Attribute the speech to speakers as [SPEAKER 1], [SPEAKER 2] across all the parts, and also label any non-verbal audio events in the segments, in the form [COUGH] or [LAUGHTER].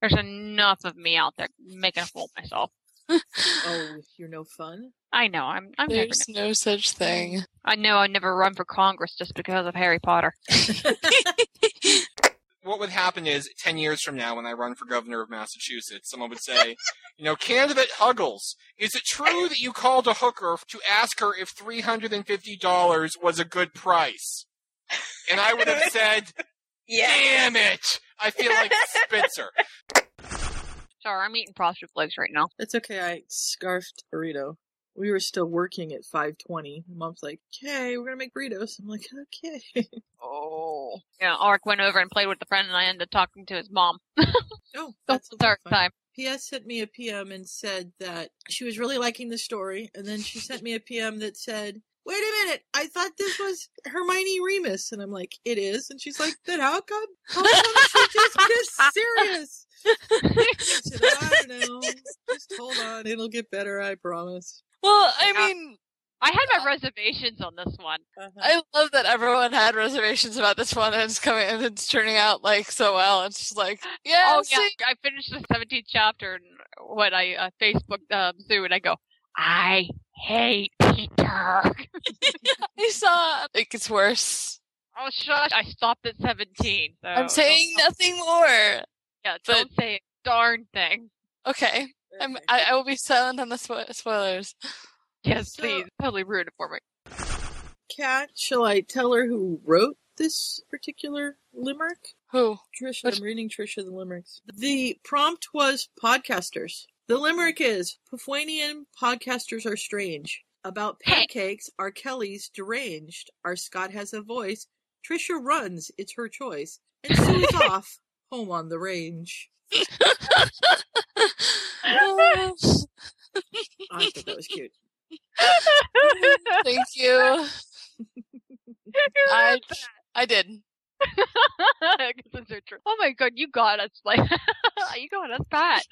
[SPEAKER 1] There's enough of me out there making a fool of myself. [LAUGHS]
[SPEAKER 2] Oh, you're no fun.
[SPEAKER 1] I know. I'm. I'm never.
[SPEAKER 3] There's no such thing.
[SPEAKER 1] I know. I never run for Congress just because of Harry Potter.
[SPEAKER 4] what would happen is 10 years from now when i run for governor of massachusetts someone would say [LAUGHS] you know candidate huggles is it true that you called a hooker to ask her if $350 was a good price and i would have said damn it i feel like spitzer
[SPEAKER 1] Sorry, I'm eating prostitute legs right now.
[SPEAKER 2] It's okay. I scarfed burrito. We were still working at 5:20. Mom's like, "Okay, we're gonna make burritos." I'm like, "Okay." [LAUGHS]
[SPEAKER 1] Oh. Yeah. Ark went over and played with a friend, and I ended up talking to his mom. [LAUGHS]
[SPEAKER 2] oh,
[SPEAKER 1] That's the third time.
[SPEAKER 2] P.S. sent me a PM and said that she was really liking the story, and then she sent me a PM that said, "Wait a minute, I thought this was Hermione Remus," and I'm like, "It is," and she's like, "Then how come? How come she
[SPEAKER 1] [LAUGHS]
[SPEAKER 2] just gets serious?" I said, I don't know. Just hold on, it'll get better. I promise.
[SPEAKER 3] Well, I
[SPEAKER 1] Yeah.
[SPEAKER 3] mean,
[SPEAKER 1] I had my reservations on this one.
[SPEAKER 2] Uh-huh.
[SPEAKER 3] I love that everyone had reservations about this one, and it's coming and it's turning out like so well. It's just like, yeah,
[SPEAKER 1] oh yeah,
[SPEAKER 3] see?
[SPEAKER 1] I finished the 17th chapter and what I uh, Facebook um, Sue and I go, I hate
[SPEAKER 3] [LAUGHS]
[SPEAKER 1] Peter.
[SPEAKER 3] I saw. uh, It It gets worse.
[SPEAKER 1] Oh shush! I stopped at 17. So
[SPEAKER 3] I'm saying
[SPEAKER 1] don't,
[SPEAKER 3] nothing more.
[SPEAKER 1] yeah,
[SPEAKER 3] but-
[SPEAKER 1] don't say a darn thing.
[SPEAKER 3] Okay, I'm, I, I will be silent on the spo- spoilers.
[SPEAKER 1] Yes,
[SPEAKER 2] So-
[SPEAKER 1] please. Totally ruined it for me.
[SPEAKER 2] Cat, shall I tell her who wrote this particular limerick?
[SPEAKER 3] Who?
[SPEAKER 2] Trisha,
[SPEAKER 3] Which-
[SPEAKER 2] I'm reading Trisha the limericks. The prompt was podcasters. The limerick is Pufuanian podcasters are strange. About pancakes, are Kelly's deranged. Our Scott has a voice. Trisha runs, it's her choice. And
[SPEAKER 3] [LAUGHS]
[SPEAKER 2] Sue is off, home on the range.
[SPEAKER 3] Oh,
[SPEAKER 2] I thought that was cute.
[SPEAKER 3] thank
[SPEAKER 1] [LAUGHS]
[SPEAKER 3] you. I
[SPEAKER 1] [LAUGHS]
[SPEAKER 3] I did.
[SPEAKER 1] Because they're true. Oh my god, you got us like [LAUGHS] you got us [LAUGHS] that.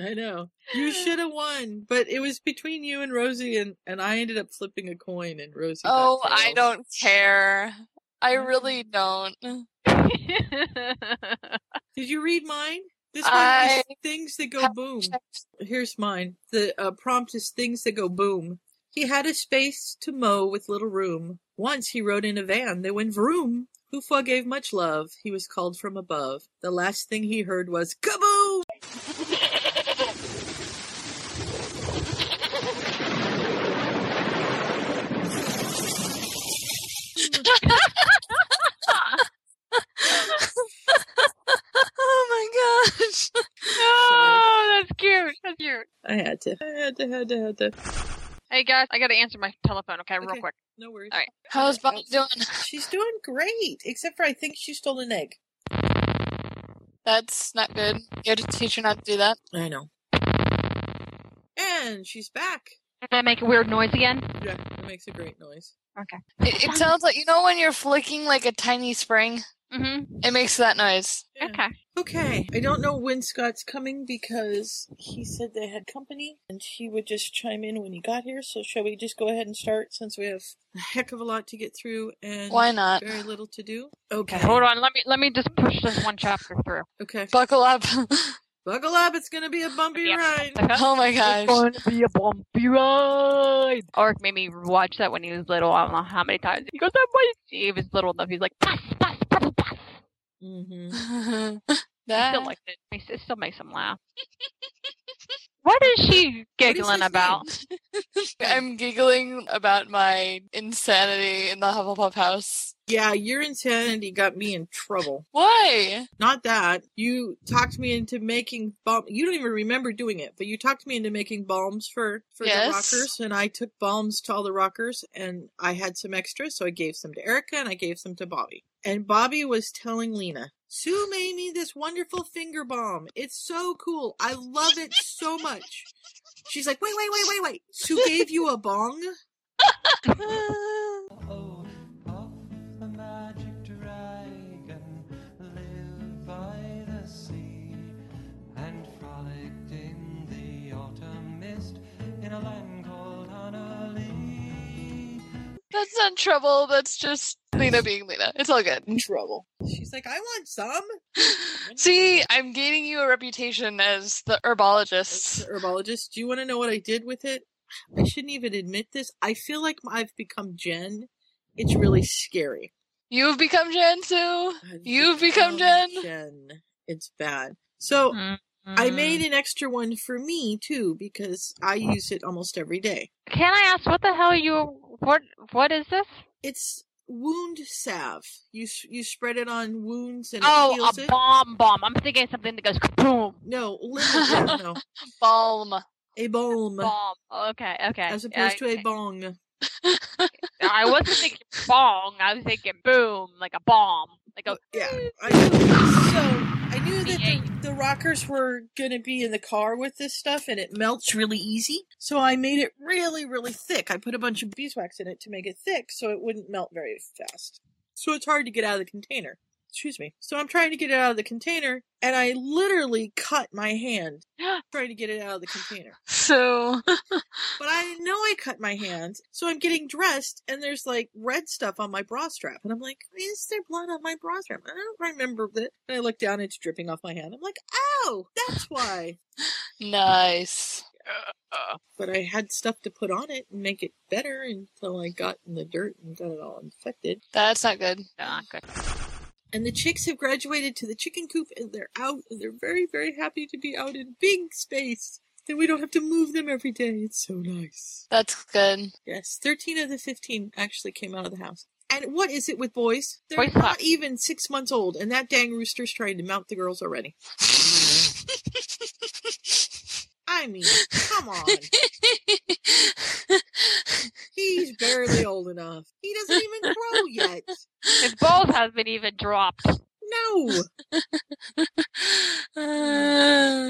[SPEAKER 2] I know.
[SPEAKER 3] [SIGHS]
[SPEAKER 2] You should have won, but it was between you and Rosie, and, and I ended up flipping a coin, and Rosie. got
[SPEAKER 3] Oh, I
[SPEAKER 2] tails.
[SPEAKER 3] don't care. I
[SPEAKER 2] Mm.
[SPEAKER 3] really don't.
[SPEAKER 2] Did you read mine? This one
[SPEAKER 3] I-
[SPEAKER 2] is things that go boom. Here's mine. The uh, prompt is things that go boom. He had a space to mow with little room. Once he rode in a van that went vroom. Hufwa gave much love. He was called from above. The last thing he heard was kaboom.
[SPEAKER 3] oh my gosh.
[SPEAKER 1] oh, that's cute. That's cute.
[SPEAKER 2] I had to. I had to. Had to. Had to.
[SPEAKER 1] Hey guys, I gotta answer my telephone. Okay,
[SPEAKER 2] Okay.
[SPEAKER 1] real quick.
[SPEAKER 2] No worries.
[SPEAKER 1] All right.
[SPEAKER 3] How's Bonnie doing? [LAUGHS]
[SPEAKER 2] She's doing great, except for I think she stole an egg.
[SPEAKER 3] That's not good. You had to teach her not to do that.
[SPEAKER 2] I know. And she's back.
[SPEAKER 1] Did I make a weird noise again?
[SPEAKER 2] Yeah, that makes a great noise.
[SPEAKER 3] It, it sounds like you know when you're flicking like a tiny spring.
[SPEAKER 1] Mm-hmm.
[SPEAKER 3] It makes that noise.
[SPEAKER 2] Yeah.
[SPEAKER 1] Okay.
[SPEAKER 2] Okay. I don't know when Scott's coming because he said they had company and he would just chime in when he got here. So shall we just go ahead and start since we have a heck of a lot to get through and
[SPEAKER 3] Why not?
[SPEAKER 2] very little to do?
[SPEAKER 1] Okay,
[SPEAKER 2] Okay.
[SPEAKER 1] hold on. Let me let me just push this one chapter through.
[SPEAKER 2] Okay.
[SPEAKER 3] Buckle up. [LAUGHS]
[SPEAKER 2] Buckle up. It's going to be a bumpy
[SPEAKER 1] Yeah.
[SPEAKER 2] ride.
[SPEAKER 3] oh my gosh.
[SPEAKER 1] to be a bumpy ride. Ark made me watch that when he was little. I don't know how many times. He goes, that way. He was little enough. He's like, bus, bus, bus, bus.
[SPEAKER 3] [LAUGHS]
[SPEAKER 2] Mm-hmm.
[SPEAKER 1] He
[SPEAKER 3] that
[SPEAKER 1] still likes it. He s- It still makes him [LAUGHS] laugh. what is she giggling
[SPEAKER 2] his
[SPEAKER 1] about?
[SPEAKER 3] [LAUGHS] I'm giggling about my insanity in the Hufflepuff house.
[SPEAKER 2] Yeah, your insanity got me in trouble.
[SPEAKER 3] Why?
[SPEAKER 2] Not that. You talked me into making balm. You don't even remember doing it, but you talked me into making balms for, for the
[SPEAKER 3] Yes.
[SPEAKER 2] rockers, and I took balms to all the rockers, and I had some extra, so I gave some to Erica and I gave some to Bobby. And Bobby was telling Lena, Sue made me this wonderful finger balm. It's so cool. I love it so much. She's like, wait, wait, wait, wait, wait. Sue gave you a bong?
[SPEAKER 5] Oh, off the magic dragon, live by the sea, and frolicked in the autumn mist in a land called Honolulu.
[SPEAKER 3] That's not trouble. That's just Lena being Lena. It's all good.
[SPEAKER 6] trouble.
[SPEAKER 2] She's like, I want some.
[SPEAKER 3] See, I'm gaining you a reputation as the herbologist.
[SPEAKER 2] It's the herbologist. Do you want to know what I did with it? I shouldn't even admit this. I feel like I've become Jen. It's really scary.
[SPEAKER 3] You've become Jen Sue.
[SPEAKER 2] I've
[SPEAKER 3] You've become Jen?
[SPEAKER 2] Jen. It's bad. So I
[SPEAKER 1] Mm-hmm.
[SPEAKER 2] made an extra one for me too because I use it almost every day.
[SPEAKER 1] Can I ask what the hell you what what is this?
[SPEAKER 2] It's wound salve. You s- you spread it on wounds and it
[SPEAKER 1] Oh,
[SPEAKER 2] heals
[SPEAKER 1] a
[SPEAKER 2] it.
[SPEAKER 1] bomb bomb. I'm thinking something that goes kaboom.
[SPEAKER 2] No,
[SPEAKER 1] [LAUGHS]
[SPEAKER 2] literally, no, no,
[SPEAKER 3] Balm.
[SPEAKER 2] a balm
[SPEAKER 1] Bomb. Okay, okay.
[SPEAKER 2] as opposed
[SPEAKER 1] I,
[SPEAKER 2] to a bong.
[SPEAKER 1] I wasn't [LAUGHS] thinking bong. I was thinking boom, like a bomb, like a
[SPEAKER 2] Yeah, I knew. So I knew that
[SPEAKER 1] Yeah.
[SPEAKER 2] the, the rockers were going to be in the car with this stuff, and it melts really easy. So I made it really, really thick. I put a bunch of beeswax in it to make it thick, so it wouldn't melt very fast. So it's hard to get out of
[SPEAKER 1] [GASPS]
[SPEAKER 2] the container. Excuse me. So I'm trying to get it out of the container, and I literally cut my hand
[SPEAKER 1] Uh.
[SPEAKER 2] trying to get it out of the container.
[SPEAKER 3] So [LAUGHS]
[SPEAKER 2] But I know I cut my hand, so I'm getting dressed, and there's like red stuff on my bra strap, and I'm like, "Is there blood on my bra strap?" I don't remember that. And I look down, it's dripping off my hand. I'm like, "Oh, that's why."
[SPEAKER 3] [LAUGHS] nice.
[SPEAKER 2] But I had stuff to put on it and make it better until I got in the dirt and got it all infected.
[SPEAKER 3] That's not good.
[SPEAKER 1] not good.
[SPEAKER 2] And the chicks have graduated to the chicken coop, and they're out, and they're very, very happy to be out in big space. That we don't have to move them every day. It's so nice.
[SPEAKER 3] That's good.
[SPEAKER 2] Yes, 13 of the 15 actually came out of the house. And what is it with boys? They're
[SPEAKER 1] Boys
[SPEAKER 2] not
[SPEAKER 1] suck.
[SPEAKER 2] even six months old, and that dang rooster's trying to mount the girls
[SPEAKER 3] [LAUGHS]
[SPEAKER 2] already. I mean, come on. He's barely old enough. He doesn't even grow
[SPEAKER 1] [LAUGHS]
[SPEAKER 2] yet.
[SPEAKER 1] His balls hasn't even dropped.
[SPEAKER 2] No.
[SPEAKER 3] [LAUGHS]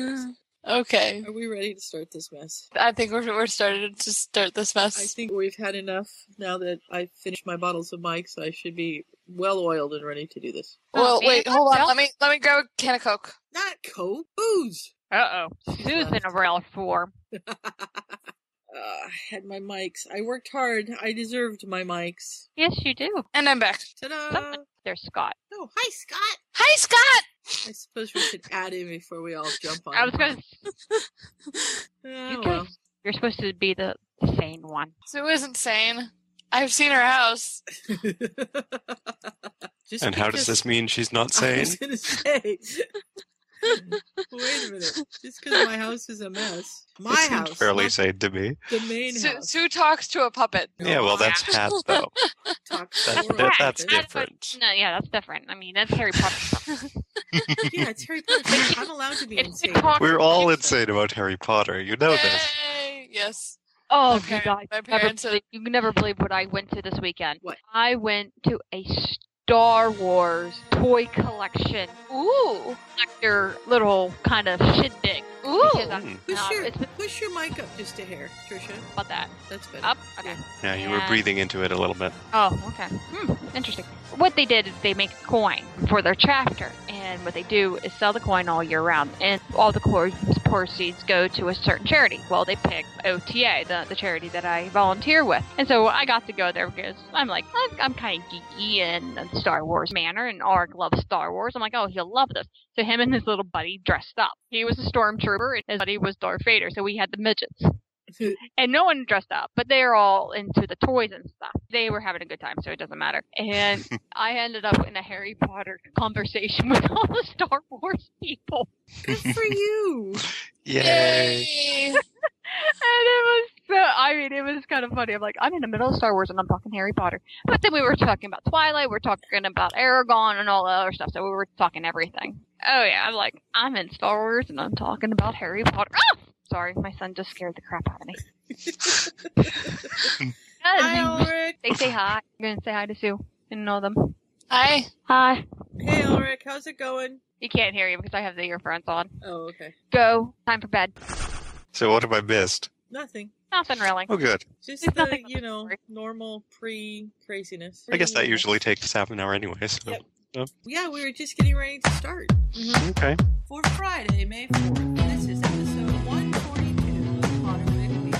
[SPEAKER 3] Uh, okay.
[SPEAKER 2] Are we ready to start this mess?
[SPEAKER 3] I think we're we're started to start this
[SPEAKER 2] I
[SPEAKER 3] mess.
[SPEAKER 2] think we've had enough now that I've finished my bottles of Mike's. I should be well oiled and ready to do this.
[SPEAKER 3] well,
[SPEAKER 1] Oh, man,
[SPEAKER 3] wait, hold
[SPEAKER 1] what
[SPEAKER 3] on. Let
[SPEAKER 1] else?
[SPEAKER 3] me let me grab a can of Coke.
[SPEAKER 2] Not [LAUGHS] coke, booze.
[SPEAKER 1] Uh oh. Susan around
[SPEAKER 2] [LAUGHS]
[SPEAKER 1] for.
[SPEAKER 2] Uh, had my mics. I worked hard. I deserved my mics.
[SPEAKER 1] Yes, you do.
[SPEAKER 3] And I'm back.
[SPEAKER 2] Ta-da!
[SPEAKER 1] There's Scott.
[SPEAKER 2] Oh, hi, Scott.
[SPEAKER 3] Hi, Scott.
[SPEAKER 2] I suppose we should add him before we all jump on.
[SPEAKER 1] I was gonna.
[SPEAKER 2] him.
[SPEAKER 1] You
[SPEAKER 2] [LAUGHS]
[SPEAKER 1] can-
[SPEAKER 2] Oh, well.
[SPEAKER 1] You're supposed to be the sane one.
[SPEAKER 3] Sue is insane. I've seen her house.
[SPEAKER 2] Just
[SPEAKER 7] And how does
[SPEAKER 2] because-
[SPEAKER 7] this mean she's not sane?
[SPEAKER 2] I [LAUGHS] was gonna say. Wait a minute. Just because my house is a mess, my
[SPEAKER 7] It seemed
[SPEAKER 2] house,
[SPEAKER 7] fairly
[SPEAKER 2] not
[SPEAKER 7] sane to me.
[SPEAKER 2] the main
[SPEAKER 3] Sue,
[SPEAKER 2] house,
[SPEAKER 3] Sue talks to a puppet.
[SPEAKER 7] Yeah, well, that's hat though.
[SPEAKER 2] talks
[SPEAKER 7] That,
[SPEAKER 2] horrible
[SPEAKER 7] that,
[SPEAKER 1] Right,
[SPEAKER 7] that's
[SPEAKER 2] about it.
[SPEAKER 7] different.
[SPEAKER 1] No, yeah, that's different. I mean, that's Harry Potter. [LAUGHS]
[SPEAKER 2] Yeah, it's Harry Potter. I'm allowed to be
[SPEAKER 1] it's
[SPEAKER 2] insane.
[SPEAKER 1] Potter.
[SPEAKER 7] We're all insane about Harry Potter. You know this.
[SPEAKER 3] Yay! Yes.
[SPEAKER 1] Oh,
[SPEAKER 3] My
[SPEAKER 1] you
[SPEAKER 3] parents-
[SPEAKER 1] guys,
[SPEAKER 3] my
[SPEAKER 1] you never
[SPEAKER 3] parents are-
[SPEAKER 1] believe, you never believe what I went to this weekend.
[SPEAKER 2] What?
[SPEAKER 1] I went to a Star Wars toy collection
[SPEAKER 3] Ooh.
[SPEAKER 1] collector little kind of shindig.
[SPEAKER 3] Ooh.
[SPEAKER 1] Because I'm-
[SPEAKER 7] Hmm.
[SPEAKER 2] Push
[SPEAKER 1] no,
[SPEAKER 2] your
[SPEAKER 1] it's been
[SPEAKER 2] push your mic up just a hair, Trisha.
[SPEAKER 1] about that.
[SPEAKER 2] That's better.
[SPEAKER 1] Up? Okay.
[SPEAKER 7] Yeah, you were
[SPEAKER 1] Yeah.
[SPEAKER 7] breathing into it a little bit.
[SPEAKER 1] Oh, okay. Hmm, interesting. What they did is they make a coin for their chapter, and what they do is sell the coin all year round, and all the coin proceeds go to a certain charity. Well, they picked OTA, the, the charity that I volunteer with, and so I got to go there because I'm like, I'm, I'm kind of geeky in a Star Wars manner, and Arg loves Star Wars. I'm like, oh, he'll love this. So him and his little buddy dressed up. He was a stormtrooper, and his buddy was Darth Vader, so we had the midgets and no one dressed up, but they're all into the toys and stuff. They were having a good time, so it doesn't matter. And I ended up in a Harry Potter conversation [LAUGHS] with all the Star Wars people, [LAUGHS]
[SPEAKER 2] Good for you.
[SPEAKER 7] Yay!
[SPEAKER 1] and it was so. I mean, it was kind of funny. I'm like, I'm in the middle of Star Wars and I'm talking Harry Potter, but then we were talking about Twilight, we're talking about Aragon and all the other stuff, so we were talking everything. Oh yeah, I'm like, I'm in Star Wars and I'm talking about Harry Potter. Ah! Sorry, my son just scared the crap out of me.
[SPEAKER 2] Hi, Ulrich.
[SPEAKER 1] They say hi. I'm gonna say hi to Sue and know them.
[SPEAKER 3] Hi.
[SPEAKER 1] Hi.
[SPEAKER 2] Hey, Ulrich. How's it going?
[SPEAKER 1] You can't hear you because I have the earphones on.
[SPEAKER 2] Oh, okay.
[SPEAKER 1] [LAUGHS] Go. Time for bed.
[SPEAKER 7] So what have I missed?
[SPEAKER 2] Nothing.
[SPEAKER 1] Nothing really.
[SPEAKER 7] Oh, good.
[SPEAKER 2] Just
[SPEAKER 1] There's
[SPEAKER 2] the
[SPEAKER 1] nothing
[SPEAKER 2] you know
[SPEAKER 1] story.
[SPEAKER 2] normal pre craziness.
[SPEAKER 7] I guess that usually takes half an hour anyway. So
[SPEAKER 2] Yep. Yeah, we were just getting ready to start
[SPEAKER 1] Mm-hmm.
[SPEAKER 7] okay.
[SPEAKER 2] for Friday, May fourth. This is episode one forty two of Potter Weekly.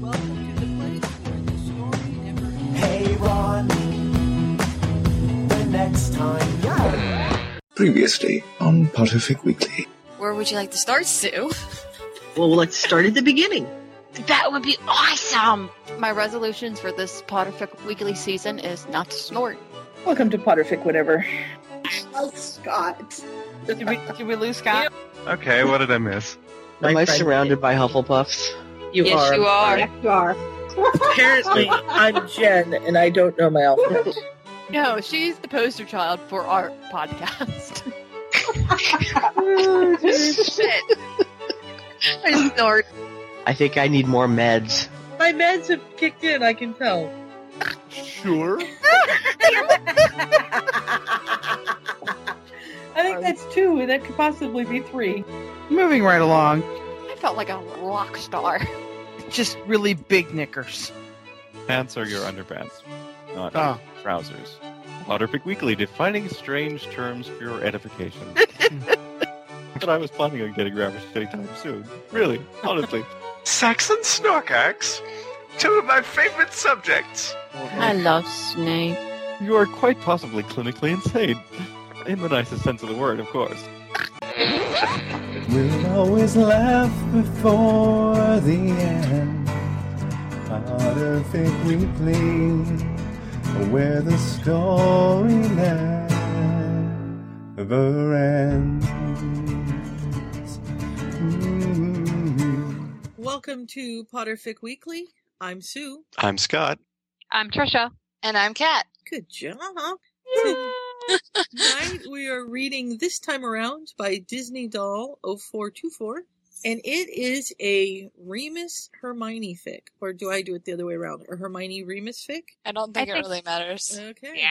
[SPEAKER 2] Welcome to the place where the story never ends.
[SPEAKER 8] Hey,
[SPEAKER 9] Previously on Potterfic Weekly.
[SPEAKER 3] Where would you like to start, Sue?
[SPEAKER 10] Well, let's start at the beginning.
[SPEAKER 1] That would be awesome. My resolutions for this Potterfic Weekly season is not to snort.
[SPEAKER 11] Welcome to Potterfic, whatever.
[SPEAKER 10] Oh, Scott.
[SPEAKER 12] Did we, did we lose Scott?
[SPEAKER 13] Okay, what did I miss?
[SPEAKER 10] My
[SPEAKER 11] Am I
[SPEAKER 10] friend-
[SPEAKER 11] surrounded by Hufflepuffs?
[SPEAKER 10] [LAUGHS] You
[SPEAKER 1] yes,
[SPEAKER 10] are.
[SPEAKER 1] you are.
[SPEAKER 11] Apparently, I'm Jen, and I don't know my alphabet.
[SPEAKER 1] [LAUGHS] No, she's the poster child for our podcast. [LAUGHS] Shit. [LAUGHS] I snort.
[SPEAKER 11] I think I need more meds.
[SPEAKER 2] My meds have kicked in, I can tell. [LAUGHS]
[SPEAKER 13] Sure.
[SPEAKER 2] I think that's two, and that could possibly be three.
[SPEAKER 12] Moving right along.
[SPEAKER 1] I felt like a rock star.
[SPEAKER 12] Just really big knickers.
[SPEAKER 13] Pants are your underpants, not
[SPEAKER 12] Oh.
[SPEAKER 13] trousers. Potterfic Weekly, defining strange terms for your edification. but I was planning on getting ravished anytime soon. Really, honestly.
[SPEAKER 9] Saxon Snorkax, two of my favorite subjects.
[SPEAKER 1] I love Snape.
[SPEAKER 13] You are quite possibly clinically insane. In the nicest sense of the word, of
[SPEAKER 1] [LAUGHS]
[SPEAKER 13] course.
[SPEAKER 14] We'll always laugh before the end. Potterfic Weekly, where the story never ends. Mm.
[SPEAKER 2] Welcome to Potterfic Weekly. I'm Sue.
[SPEAKER 13] I'm Scott.
[SPEAKER 1] I'm Trisha.
[SPEAKER 3] And I'm Kat.
[SPEAKER 2] Good job. Tonight we are reading This Time Around by Disney Doll 0424, and it is a Remus Hermione fic. Or do I do it the other way around? A Hermione Remus fic? Uh,
[SPEAKER 3] I don't think
[SPEAKER 1] I
[SPEAKER 3] it
[SPEAKER 1] think-
[SPEAKER 3] really matters.
[SPEAKER 2] Okay.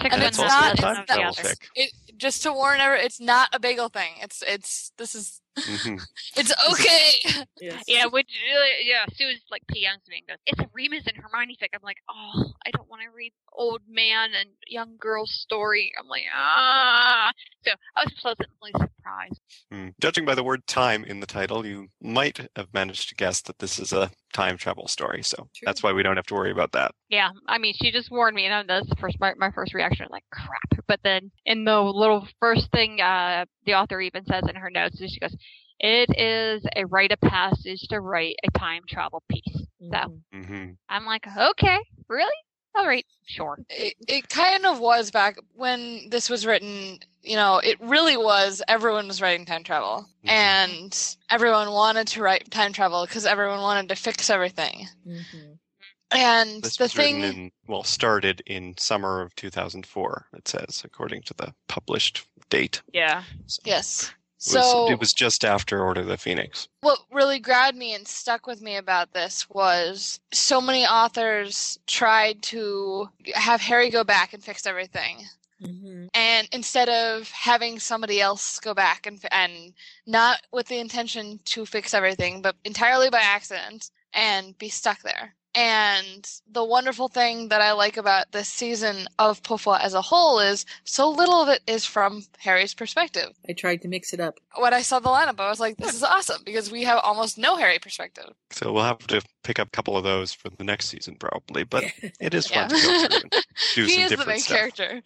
[SPEAKER 1] Six
[SPEAKER 3] And
[SPEAKER 1] of
[SPEAKER 3] it's
[SPEAKER 1] one,
[SPEAKER 3] not-
[SPEAKER 1] half
[SPEAKER 3] it's
[SPEAKER 1] of the
[SPEAKER 3] not-
[SPEAKER 1] other.
[SPEAKER 3] It, just to warn everyone, it's not a bagel thing. It's it's this is [LAUGHS]
[SPEAKER 13] Mhm.
[SPEAKER 3] it's okay.
[SPEAKER 2] Yes.
[SPEAKER 1] Yeah, which uh, yeah, Sue's like PMs me and goes, "It's a Remus and Hermione fic." I'm like, "Oh, I don't want to read old man and young girl story." I'm like, "Ah." So I was pleasantly surprised.
[SPEAKER 13] Mm. Judging by the word time in the title, you might have managed to guess that this is a time travel story, so that's why we don't have to worry about that.
[SPEAKER 1] Yeah, I mean, she just warned me, and I- that's the first my, my first reaction, like crap. But then in the little first thing uh, the author even says in her notes is she goes, "It is a rite of passage to write a time travel piece."
[SPEAKER 2] Mhm.
[SPEAKER 13] hmm
[SPEAKER 1] I'm like, "Okay, really? All right, sure."
[SPEAKER 3] it, it kind of was back when this was written you know it really was everyone was writing time travel
[SPEAKER 13] Mhm.
[SPEAKER 3] and everyone wanted to write time travel because everyone wanted to fix everything
[SPEAKER 2] Mhm.
[SPEAKER 3] and
[SPEAKER 13] This
[SPEAKER 3] the
[SPEAKER 13] was written
[SPEAKER 3] thing
[SPEAKER 13] in, well, started in summer of 2004, it says, according to the published date.
[SPEAKER 1] Yeah.
[SPEAKER 13] So
[SPEAKER 3] yes
[SPEAKER 13] it was-
[SPEAKER 3] so
[SPEAKER 13] it was just after Order of the Phoenix.
[SPEAKER 3] what really grabbed me and stuck with me about this was so many authors tried to have harry go back and fix everything
[SPEAKER 2] Mhm.
[SPEAKER 3] and instead of having somebody else go back and and not with the intention to fix everything but entirely by accident and be stuck there and the wonderful thing that i like about this season of puffwa as a whole is so little of it is from harry's perspective
[SPEAKER 2] I tried to mix it up.
[SPEAKER 3] when i saw the lineup i was like this is awesome because we have almost no harry perspective
[SPEAKER 13] So we'll have to pick up a couple of those for the next season, probably.
[SPEAKER 3] [LAUGHS]
[SPEAKER 13] But [LAUGHS] it is fun to
[SPEAKER 3] Yeah.
[SPEAKER 13] go
[SPEAKER 3] [LAUGHS]
[SPEAKER 13] through and do
[SPEAKER 3] he
[SPEAKER 13] some
[SPEAKER 3] is the
[SPEAKER 13] different
[SPEAKER 3] main
[SPEAKER 13] stuff. [LAUGHS]
[SPEAKER 3] character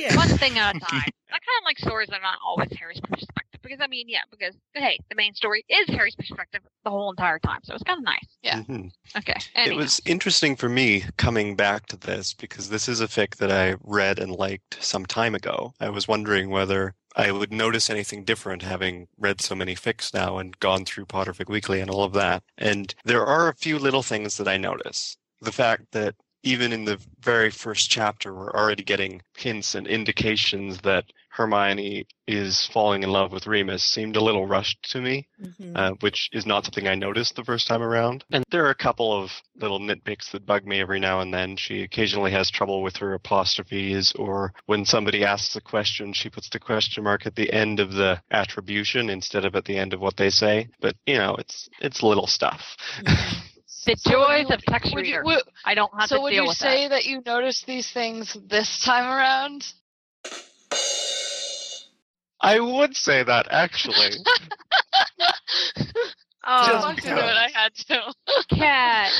[SPEAKER 2] Yeah.
[SPEAKER 1] one thing at a time. I kind of like stories that are not always Harry's perspective because I mean, yeah, because hey, the main story is Harry's perspective the whole entire time, so it's kind of nice.
[SPEAKER 3] Yeah.
[SPEAKER 13] Mhm.
[SPEAKER 1] Okay,
[SPEAKER 13] It
[SPEAKER 1] anyhow.
[SPEAKER 13] was interesting for me coming back to this because this is a fic that I read and liked some time ago. I was wondering whether I would notice anything different having read so many fics now and gone through Potterfic Weekly and all of that. And there are a few little things that I notice. The fact that even in the very first chapter, we're already getting hints and indications that Hermione is falling in love with Remus seemed a little rushed to me
[SPEAKER 2] Mhm.
[SPEAKER 13] uh, which is not something I noticed the first time around. And there are a couple of little nitpicks that bug me every now and then. She occasionally has trouble with her apostrophes, or when somebody asks a question, she puts the question mark at the end of the attribution instead of at the end of what they say. But you know, it's it's little stuff.
[SPEAKER 1] the joys of text
[SPEAKER 3] would you,
[SPEAKER 1] reader.
[SPEAKER 3] would,
[SPEAKER 1] I don't have
[SPEAKER 3] so
[SPEAKER 1] to
[SPEAKER 3] would
[SPEAKER 1] deal
[SPEAKER 3] you
[SPEAKER 1] with
[SPEAKER 3] say that you noticed these things this time around
[SPEAKER 13] I would say that actually.
[SPEAKER 1] that. [LAUGHS] Oh,
[SPEAKER 3] Just to do it, I
[SPEAKER 1] [LAUGHS]
[SPEAKER 3] had to.
[SPEAKER 1] cat!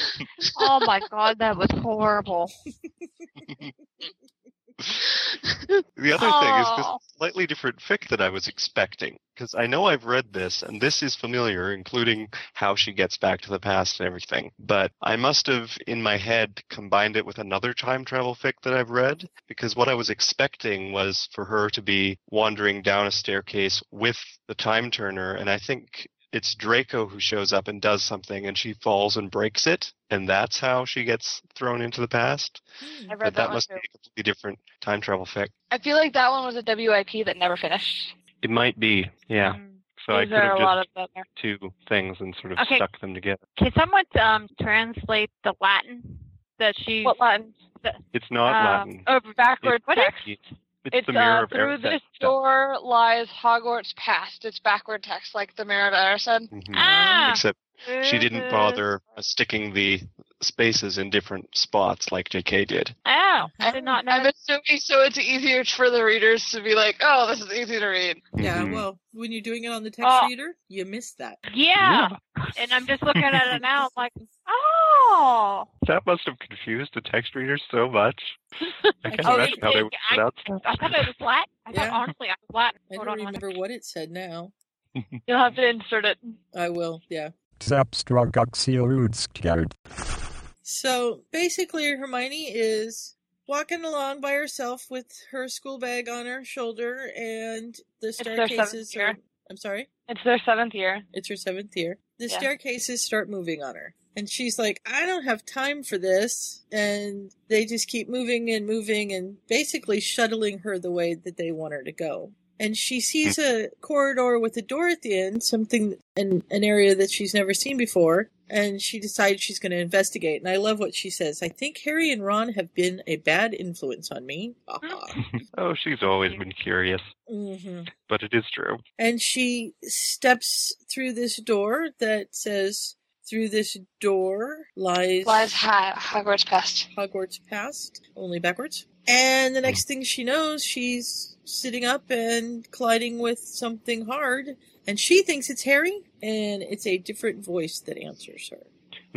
[SPEAKER 1] Oh my god, that was horrible.
[SPEAKER 13] the other thing is this, slightly different fic than I was expecting because I know I've read this and this is familiar, including how she gets back to the past and everything. But I must have, in my head, combined it with another time travel fic that I've read because what I was expecting was for her to be wandering down a staircase with the time turner. And I think it's Draco who shows up and does something and she falls and breaks it. And that's how she gets thrown into the past.
[SPEAKER 3] I read
[SPEAKER 13] But
[SPEAKER 3] that,
[SPEAKER 13] that
[SPEAKER 3] one
[SPEAKER 13] must
[SPEAKER 3] too.
[SPEAKER 13] be a completely different time travel fic.
[SPEAKER 3] I feel like that one was a WIP that never finished.
[SPEAKER 13] It might be, yeah. So I
[SPEAKER 3] Mm. Those
[SPEAKER 13] could
[SPEAKER 3] are
[SPEAKER 13] have
[SPEAKER 3] a
[SPEAKER 13] just
[SPEAKER 3] lot of them there.
[SPEAKER 13] two things and sort of
[SPEAKER 11] Okay.
[SPEAKER 13] stuck them together.
[SPEAKER 11] Can someone um, translate the Latin that she? um, What
[SPEAKER 3] Latin?
[SPEAKER 13] It's not Latin.
[SPEAKER 3] Oh, backward.
[SPEAKER 13] It's,
[SPEAKER 3] What is?
[SPEAKER 13] it's,
[SPEAKER 3] It's
[SPEAKER 13] the mirror
[SPEAKER 3] uh,
[SPEAKER 13] of
[SPEAKER 3] through
[SPEAKER 13] Ereset.
[SPEAKER 11] [LAUGHS]
[SPEAKER 3] this [LAUGHS] door lies Hogwarts past. It's backward text, like the mirror of Ereset.
[SPEAKER 13] Mhm.
[SPEAKER 11] Ah.
[SPEAKER 13] Except she didn't bother uh, sticking the spaces in different spots like JK did.
[SPEAKER 2] [LAUGHS]
[SPEAKER 11] Oh, I did not know.
[SPEAKER 3] I'm assuming so it's easier for the readers to be like, oh, this is easy to read.
[SPEAKER 2] Yeah,
[SPEAKER 13] Mhm.
[SPEAKER 2] well, when you're doing it on the text
[SPEAKER 11] Oh.
[SPEAKER 2] reader, you miss that.
[SPEAKER 11] Yeah. And I'm just looking at it now. I'm
[SPEAKER 13] [LAUGHS]
[SPEAKER 11] like, oh.
[SPEAKER 13] That must have confused the text readers so much. I
[SPEAKER 3] [LAUGHS]
[SPEAKER 13] can't
[SPEAKER 11] Oh,
[SPEAKER 13] imagine
[SPEAKER 11] it
[SPEAKER 13] how they
[SPEAKER 11] did.
[SPEAKER 13] would
[SPEAKER 11] I-
[SPEAKER 13] put out stuff. [LAUGHS]
[SPEAKER 11] I thought it was Latin. I
[SPEAKER 2] Yeah.
[SPEAKER 11] thought, honestly, I was Latin.
[SPEAKER 2] I
[SPEAKER 11] Hold
[SPEAKER 2] don't
[SPEAKER 11] on. one-
[SPEAKER 2] remember what it said now.
[SPEAKER 3] You'll have to insert it.
[SPEAKER 2] I will, yeah.
[SPEAKER 15] Zapstragaxiarudskjard.
[SPEAKER 2] So basically, Hermione is walking along by herself with her school bag on her shoulder, and the
[SPEAKER 3] their seventh
[SPEAKER 2] staircases are.
[SPEAKER 3] year.
[SPEAKER 2] I'm sorry?
[SPEAKER 3] It's their seventh year.
[SPEAKER 2] It's her seventh year. The
[SPEAKER 3] Yeah.
[SPEAKER 2] staircases start moving on her. And she's like, I don't have time for this. And they just keep moving and moving and basically shuttling her the way that they want her to go. And she sees a corridor with a door at the end, something in an area that she's never seen before. And she decides she's going to investigate. And I love what she says. I think Harry and Ron have been a bad influence on me.
[SPEAKER 3] Mm-hmm.
[SPEAKER 13] Oh, she's always been curious,
[SPEAKER 2] mm-hmm.
[SPEAKER 13] but it is true.
[SPEAKER 2] and she steps through this door that says through this door lies,
[SPEAKER 3] Lies ha- Hogwarts past.
[SPEAKER 2] hogwarts past only backwards and the next thing she knows she's sitting up and colliding with something hard and she thinks it's harry and it's a different voice that answers her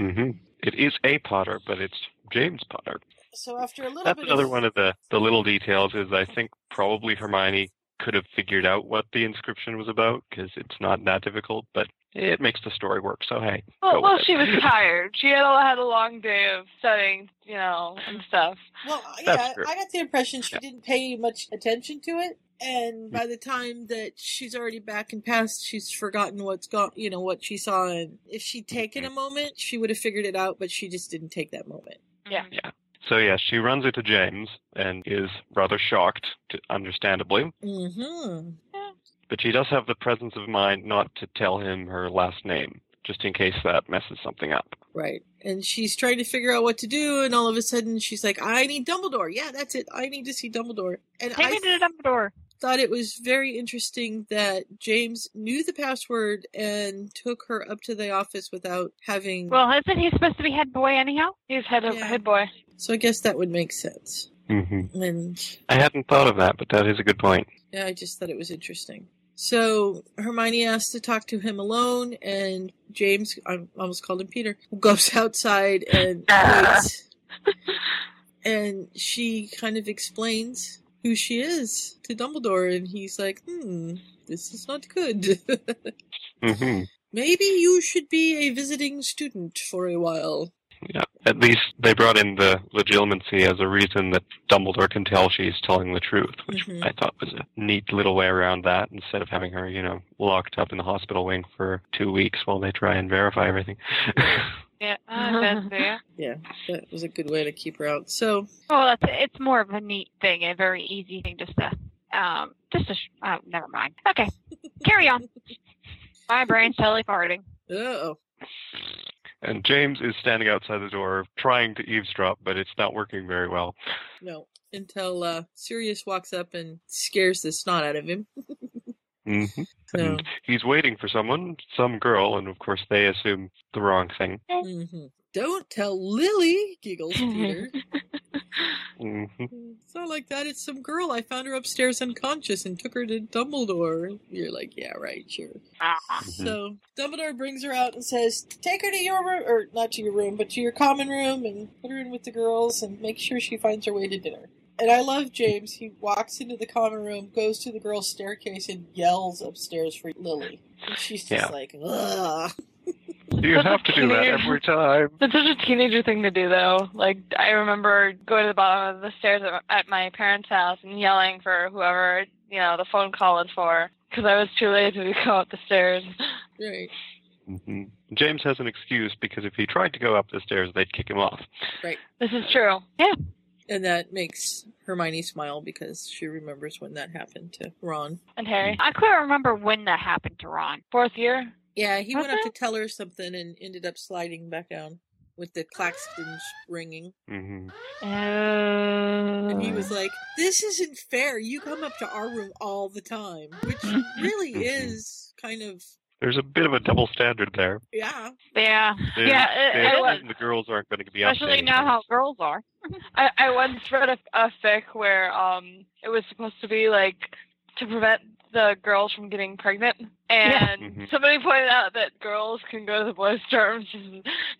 [SPEAKER 13] hmm It is a Potter, but it's James Potter.
[SPEAKER 2] so after a little
[SPEAKER 13] That's
[SPEAKER 2] bit
[SPEAKER 13] another
[SPEAKER 2] of
[SPEAKER 13] one of the, the little details is I think probably Hermione could have figured out what the inscription was about because it's not that difficult, but it makes the story work. So hey, go
[SPEAKER 14] Oh,
[SPEAKER 3] Well, well
[SPEAKER 13] with it. [LAUGHS]
[SPEAKER 3] she was tired. She had a, had a long day of studying, you know, and stuff.
[SPEAKER 2] Well,
[SPEAKER 13] [LAUGHS] That's
[SPEAKER 2] yeah,
[SPEAKER 13] true.
[SPEAKER 2] I got the impression she
[SPEAKER 13] Yeah. Mm.
[SPEAKER 2] didn't pay much attention to it, and by the time that she's already back and past, she's forgotten what's gone, you know, what she saw. And if she'd taken
[SPEAKER 13] Mm-hmm.
[SPEAKER 2] a moment, she would have figured it out, but she just didn't take that moment.
[SPEAKER 3] Yeah.
[SPEAKER 13] So yeah, she runs into James and is rather shocked, to, understandably,
[SPEAKER 2] Mm-hmm.
[SPEAKER 13] but she does have the presence of mind not to tell him her last name just in case that messes something up.
[SPEAKER 2] Right. And she's trying to figure out what to do, and all of a sudden she's like, I need Dumbledore. Yeah, that's it. I need to see Dumbledore. And
[SPEAKER 11] Take
[SPEAKER 2] I
[SPEAKER 11] me to the Dumbledore.
[SPEAKER 2] thought it was very interesting that James knew the password and took her up to the office without having.
[SPEAKER 11] Well, isn't he supposed to be head boy anyhow?
[SPEAKER 3] He's head of
[SPEAKER 2] Yeah.
[SPEAKER 3] head boy.
[SPEAKER 2] so I guess that would make sense.
[SPEAKER 13] hmm
[SPEAKER 2] And
[SPEAKER 13] I hadn't thought of that, but that is a good point.
[SPEAKER 2] yeah, I just thought it was interesting. So Hermione asks to talk to him alone, and James, I almost called him Peter, goes [LAUGHS] outside
[SPEAKER 11] [LAUGHS]
[SPEAKER 2] and waits. And she kind of explains who she is to Dumbledore, and he's like, hmm, this is not good. [LAUGHS]
[SPEAKER 13] hmm
[SPEAKER 2] Maybe you should be a visiting student for a while.
[SPEAKER 13] Yeah. At least they brought in the legitimacy as a reason that Dumbledore can tell she's telling the truth, which
[SPEAKER 14] Mm-hmm.
[SPEAKER 11] [LAUGHS]
[SPEAKER 2] Mhm.
[SPEAKER 13] I thought was a neat little way around that instead of having her, you know, locked up in the hospital wing for two weeks while they try and verify everything. [LAUGHS]
[SPEAKER 3] Yeah.
[SPEAKER 2] [LAUGHS]
[SPEAKER 11] Ah, that's
[SPEAKER 3] yeah.
[SPEAKER 2] Yeah, that was a good way to keep her out. So
[SPEAKER 11] Well, that's, it's more of a neat thing, a very easy thing, just to, um, just to. Sh- oh, never mind. Okay, carry
[SPEAKER 2] [LAUGHS]
[SPEAKER 11] on. My brain's totally farting.
[SPEAKER 2] oh,
[SPEAKER 13] and James is standing outside the door trying to eavesdrop, but it's not working very well.
[SPEAKER 2] no. Until uh, Sirius walks up and scares the snot out of him.
[SPEAKER 13] hmm
[SPEAKER 2] So,
[SPEAKER 13] And he's waiting for someone, some girl, and of course they assume the wrong thing.
[SPEAKER 2] mhm. Don't tell Lily, giggles Peter.
[SPEAKER 13] hmm
[SPEAKER 14] Mm-hmm.
[SPEAKER 2] it's not like that. It's some girl. I found her upstairs unconscious and took her to Dumbledore. You're like, yeah, right, sure.
[SPEAKER 11] Ah.
[SPEAKER 14] Mm-hmm.
[SPEAKER 2] So Dumbledore brings her out and says, "Take her to your room, or not to your room, but to your common room, and put her in with the girls, and make sure she finds her way to dinner." And I love James. He walks into the common room, goes to the girl's staircase, and yells upstairs for Lily. And she's just
[SPEAKER 16] Yeah.
[SPEAKER 2] like, ugh.
[SPEAKER 16] You have to do that
[SPEAKER 14] Teenage-
[SPEAKER 16] every time.
[SPEAKER 14] That's such a teenager thing to do, though. Like, I remember going to the bottom of the stairs at- at my parents' house and yelling for whoever, you know, the phone call was for, because I was too lazy to go up the stairs.
[SPEAKER 2] Right.
[SPEAKER 13] hmm James has an excuse because if he tried to go up the stairs, they'd kick him off.
[SPEAKER 2] Right.
[SPEAKER 14] This is true. Yeah.
[SPEAKER 2] And that makes Hermione smile because she remembers when that happened to Ron.
[SPEAKER 14] And Harry.
[SPEAKER 11] I couldn't remember when that happened to Ron.
[SPEAKER 14] Fourth year?
[SPEAKER 2] Yeah, he went
[SPEAKER 11] Okay.
[SPEAKER 2] up to tell her something and ended up sliding back down with the Claxtons ringing.
[SPEAKER 13] Mm-hmm.
[SPEAKER 11] Oh.
[SPEAKER 2] And
[SPEAKER 11] And
[SPEAKER 2] he was like, This isn't fair. You come up to our room all the time,
[SPEAKER 14] [LAUGHS]
[SPEAKER 2] which really is kind of,
[SPEAKER 13] There's a bit of a double standard there.
[SPEAKER 2] yeah.
[SPEAKER 11] Yeah.
[SPEAKER 13] They-
[SPEAKER 14] Yeah, it-
[SPEAKER 13] they
[SPEAKER 14] it
[SPEAKER 13] assume the girls aren't going to be up to
[SPEAKER 14] Especially
[SPEAKER 13] anything.
[SPEAKER 14] now how girls are. [LAUGHS] I, I once read a, a fic where um it was supposed to be like to prevent the girls from getting pregnant, and
[SPEAKER 13] Mhm.
[SPEAKER 14] somebody pointed out that girls can go to the boys' terms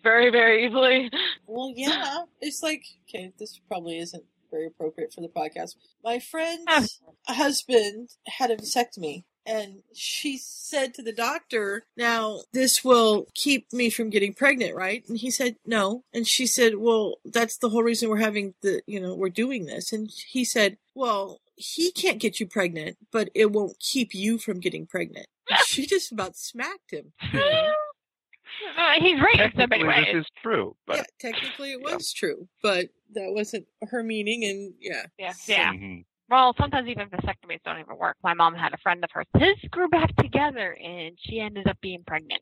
[SPEAKER 14] very very easily.
[SPEAKER 2] Well, yeah. It's like, okay, this probably isn't very appropriate for the podcast. My friend's husband had a vasectomy, and she said to the doctor, Now, this will keep me from getting pregnant, right? And he said, No. And she said, Well, that's the whole reason we're having the, you know, we're doing this. And he said, Well, he can't get you pregnant, but it won't keep you from getting pregnant. [LAUGHS] And she just about smacked him.
[SPEAKER 11] he's
[SPEAKER 2] right in so many
[SPEAKER 13] Technically,
[SPEAKER 2] ways.
[SPEAKER 13] this is true, but
[SPEAKER 2] yeah, technically it was true, but that wasn't her meaning, and yeah.
[SPEAKER 11] Yeah. Yeah.
[SPEAKER 13] Mm-hmm,
[SPEAKER 11] Well, sometimes even vasectomies don't even work. My mom had a friend of hers. His grew back together, and she ended up being pregnant.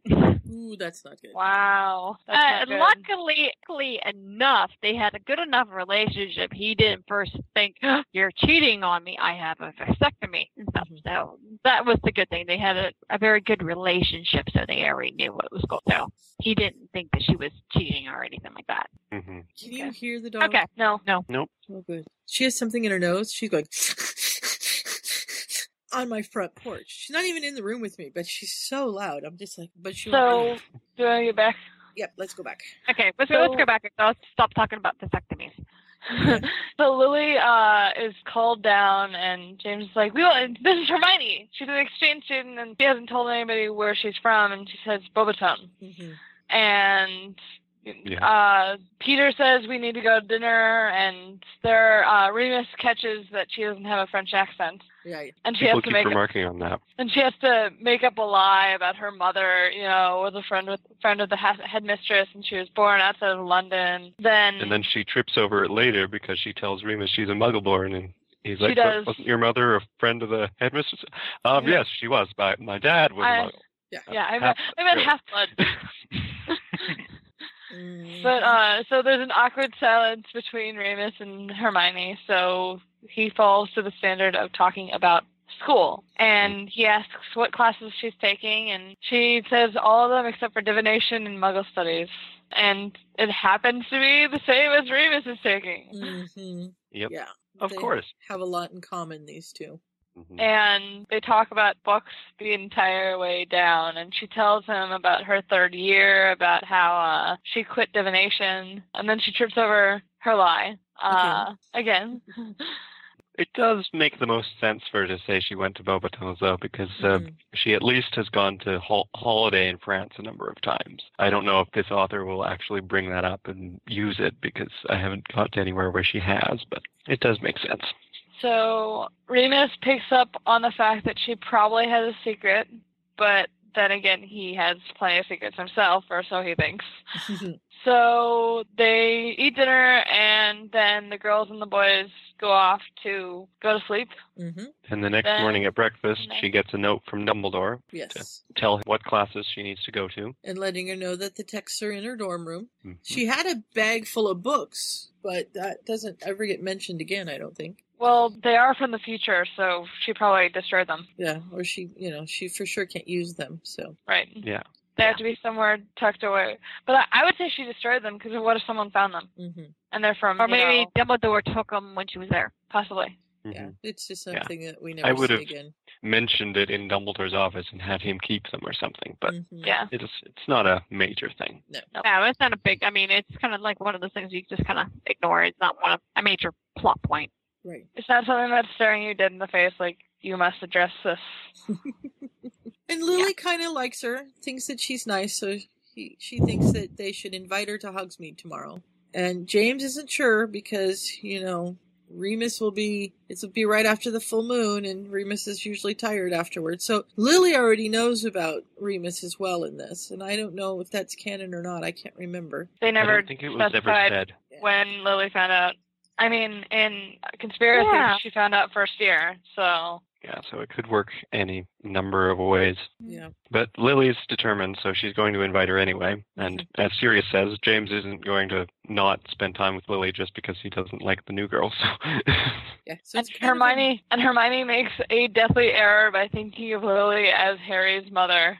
[SPEAKER 2] Ooh, that's not good.
[SPEAKER 14] Wow.
[SPEAKER 11] Uh,
[SPEAKER 14] That's not good.
[SPEAKER 11] luckily, luckily enough, they had a good enough relationship. He didn't first think, "You're cheating on me. I have a vasectomy." And
[SPEAKER 2] Mm-hmm.
[SPEAKER 11] stuff. So that was the good thing. They had a, a very good relationship, so they already knew what was going. So he didn't think that she was cheating or anything like that.
[SPEAKER 13] hmm
[SPEAKER 2] Can you hear the dog?
[SPEAKER 11] Okay, no, no.
[SPEAKER 13] Nope.
[SPEAKER 2] Oh, good. She has something in her nose. She's going [LAUGHS] on my front porch. She's not even in the room with me, but she's so loud. I'm just like, but she. won't
[SPEAKER 14] So
[SPEAKER 2] leave.
[SPEAKER 14] do I get back?
[SPEAKER 2] Yep, let's go back.
[SPEAKER 11] Okay, let's,
[SPEAKER 14] So-
[SPEAKER 11] let's go back. Let's stop talking about vasectomies.
[SPEAKER 14] [LAUGHS] So Lily uh, is called down, and James is like, "We want, this is Hermione. She's an exchange student, and she hasn't told anybody where she's from, and she says Bobaton." And uh, Peter says we need to go to dinner, and there uh, Remus catches that she doesn't have a French accent,
[SPEAKER 2] Yeah.
[SPEAKER 14] and she
[SPEAKER 13] people
[SPEAKER 14] has to
[SPEAKER 13] keep
[SPEAKER 14] make
[SPEAKER 13] remarking on that.
[SPEAKER 14] and she has to make up a lie about her mother, you know, was a friend with friend of the ha- headmistress, and she was born outside of London. Then
[SPEAKER 13] And then she trips over it later because she tells Remus she's a Muggleborn, and he's
[SPEAKER 14] She
[SPEAKER 13] like,
[SPEAKER 14] does.
[SPEAKER 13] "But "Wasn't your mother a friend of the headmistress?" Um,
[SPEAKER 14] Yeah.
[SPEAKER 13] yes, she was. My my dad was
[SPEAKER 14] I-
[SPEAKER 13] a Muggle.
[SPEAKER 2] Yeah,
[SPEAKER 14] yeah, I meant,
[SPEAKER 13] Half-
[SPEAKER 14] I meant
[SPEAKER 13] yeah.
[SPEAKER 14] half blood.
[SPEAKER 13] [LAUGHS]
[SPEAKER 2] Mm,
[SPEAKER 14] but uh, so there's an awkward silence between Remus and Hermione. So he falls to the standard of talking about school,
[SPEAKER 13] Mm.
[SPEAKER 14] and he asks what classes she's taking, and she says all of them except for divination and Muggle studies. And it happens to be the same as Remus is taking.
[SPEAKER 2] hmm
[SPEAKER 13] Yep.
[SPEAKER 2] Yeah.
[SPEAKER 13] Of
[SPEAKER 2] They
[SPEAKER 13] course.
[SPEAKER 2] Have a lot in common these two.
[SPEAKER 13] Mm-hmm.
[SPEAKER 2] Mm.
[SPEAKER 14] and they talk about books the entire way down and she tells him about her third year about how uh she quit divination and then she trips over her lie uh again [LAUGHS]
[SPEAKER 13] It does make the most sense for her to say she went to Bobaton, though, because
[SPEAKER 14] Mm-hmm.
[SPEAKER 13] uh,
[SPEAKER 2] Mhm.
[SPEAKER 13] she at least has gone to hol- Holiday in France a number of times. I don't know if this author will actually bring that up and use it because I haven't got to anywhere where she has, but it does make sense.
[SPEAKER 14] so remus picks up on the fact that she probably has a secret but then again he has plenty of secrets himself or so he thinks So they eat dinner, and then the girls and the boys go off to go to sleep.
[SPEAKER 2] mm-hmm.
[SPEAKER 13] And the next
[SPEAKER 14] Then-
[SPEAKER 13] morning at breakfast, she gets a note from Dumbledore
[SPEAKER 2] Yes.
[SPEAKER 13] to tell him what classes she needs to go to.
[SPEAKER 2] And letting her know that the texts are in her dorm room.
[SPEAKER 13] Mhm.
[SPEAKER 2] She had a bag full of books, but that doesn't ever get mentioned again, I don't think.
[SPEAKER 14] Well, they are from the future, so she probably destroyed them.
[SPEAKER 2] Yeah, or she, you know, she for sure can't use them, so.
[SPEAKER 14] Right.
[SPEAKER 13] Yeah.
[SPEAKER 14] They have to be somewhere tucked away. But I, I would say she destroyed them because what if someone found them
[SPEAKER 2] hmm
[SPEAKER 14] and they're from
[SPEAKER 11] Or
[SPEAKER 14] you
[SPEAKER 11] maybe
[SPEAKER 14] know,
[SPEAKER 11] Dumbledore took him when she was there.
[SPEAKER 14] possibly?
[SPEAKER 2] Yeah, it's just
[SPEAKER 13] Mm-hmm. Yeah.
[SPEAKER 2] something that we
[SPEAKER 13] I
[SPEAKER 2] never
[SPEAKER 13] would
[SPEAKER 2] see
[SPEAKER 13] have-
[SPEAKER 2] again.
[SPEAKER 13] Mentioned it in Dumbledore's office and had him keep them or something, but
[SPEAKER 2] Mm-hmm.
[SPEAKER 14] Yeah.
[SPEAKER 13] it's it's not a major thing.
[SPEAKER 11] Yeah, it's not a big. I mean, it's kind of like one of those things you just kind of ignore. It's not one of a major plot point.
[SPEAKER 2] Right.
[SPEAKER 14] It's not something that's staring you dead in the face. Like you must address
[SPEAKER 2] [LAUGHS]
[SPEAKER 14] this.
[SPEAKER 2] And Lily kind of likes her, thinks that she's nice, so he, she thinks that they should invite her to Hogsmeade tomorrow. And James isn't sure because, you know, Remus will be, it'll be right after the full moon, and Remus is usually tired afterwards. So Lily already knows about Remus as well in this, and I don't know if that's canon or not. I can't remember.
[SPEAKER 14] They
[SPEAKER 17] I
[SPEAKER 14] never
[SPEAKER 17] don't think it was ever
[SPEAKER 14] specified
[SPEAKER 17] said.
[SPEAKER 14] when Lily found out. I mean, in conspiracy,
[SPEAKER 2] Yeah.
[SPEAKER 14] she found out first year. So
[SPEAKER 13] Yeah, so it could work any number of ways.
[SPEAKER 2] Yeah.
[SPEAKER 13] But Lily's determined, so she's going to invite her anyway. And
[SPEAKER 2] Mm-hmm.
[SPEAKER 13] as Sirius says, James isn't going to not spend time with Lily just because he doesn't like the new girl. [LAUGHS] So
[SPEAKER 2] Yeah,
[SPEAKER 14] and Hermione and Hermione makes a deathly error by thinking of Lily as Harry's mother.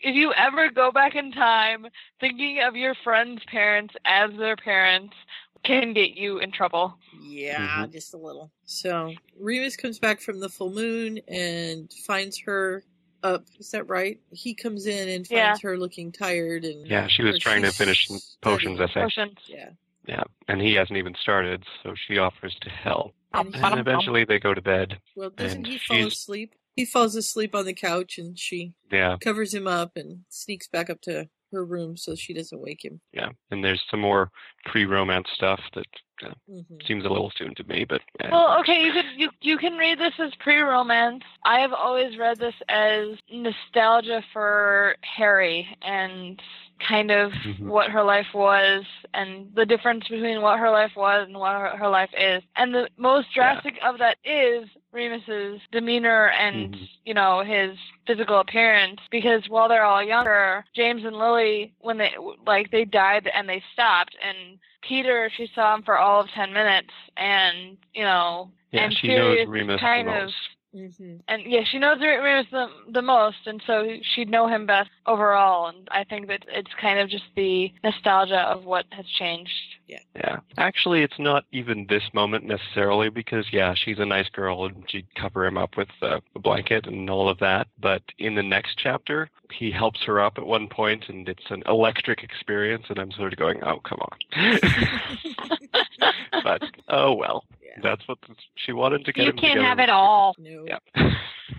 [SPEAKER 14] If you ever go back in time, thinking of your friend's parents as their parents can get you in trouble.
[SPEAKER 2] Yeah, just a little. So Remus comes back from the full moon and finds her up. Is that right? He comes in and finds
[SPEAKER 14] Yeah.
[SPEAKER 2] her looking tired and
[SPEAKER 13] yeah, she was
[SPEAKER 2] or
[SPEAKER 13] trying to
[SPEAKER 2] she's-
[SPEAKER 13] finish potions essay.
[SPEAKER 2] Yeah.
[SPEAKER 13] Yeah, and he hasn't even started, so she offers to help.
[SPEAKER 2] And he-
[SPEAKER 13] And eventually they go to bed.
[SPEAKER 2] Well, doesn't
[SPEAKER 13] and
[SPEAKER 2] he fall
[SPEAKER 13] she's
[SPEAKER 2] asleep? He falls asleep on the couch, and she
[SPEAKER 13] yeah,
[SPEAKER 2] covers him up and sneaks back up to her room so she doesn't wake him.
[SPEAKER 13] yeah. And there's some more pre-romance stuff that uh,
[SPEAKER 2] Mhm.
[SPEAKER 13] seems a little soon to me, but uh,
[SPEAKER 14] Well, okay, you could you you can read this as pre-romance. I have always read this as nostalgia for Harry and kind of
[SPEAKER 13] Mhm.
[SPEAKER 14] what her life was and the difference between what her life was and what her, her life is. And the most drastic of that is Remus's demeanor
[SPEAKER 13] Mm-hmm.
[SPEAKER 14] and you know his physical appearance because while they're all younger, James and Lily when they like they died and they stopped and Peter she saw him for all of 10 minutes and you know
[SPEAKER 13] Yeah,
[SPEAKER 14] and
[SPEAKER 13] she knows
[SPEAKER 14] Sirius
[SPEAKER 13] Remus the
[SPEAKER 14] kind of
[SPEAKER 13] most.
[SPEAKER 11] Mm-hmm.
[SPEAKER 14] and yeah, she knows Re- Remus the, the most, and so she'd know him best overall. And I think that it's kind of just the nostalgia of what has changed.
[SPEAKER 2] Yeah.
[SPEAKER 13] Yeah. Actually, it's not even this moment necessarily because, yeah, she's a nice girl and she'd cover him up with uh, a blanket and all of that. But in the next chapter, he helps her up at one point and it's an electric experience. And I'm sort of going, oh, come on. [LAUGHS] but, oh, well. That's what she wanted to get
[SPEAKER 14] You
[SPEAKER 13] him
[SPEAKER 14] can't
[SPEAKER 13] together
[SPEAKER 14] have
[SPEAKER 13] with.
[SPEAKER 14] it all.
[SPEAKER 2] No.
[SPEAKER 11] [LAUGHS]
[SPEAKER 13] Yeah.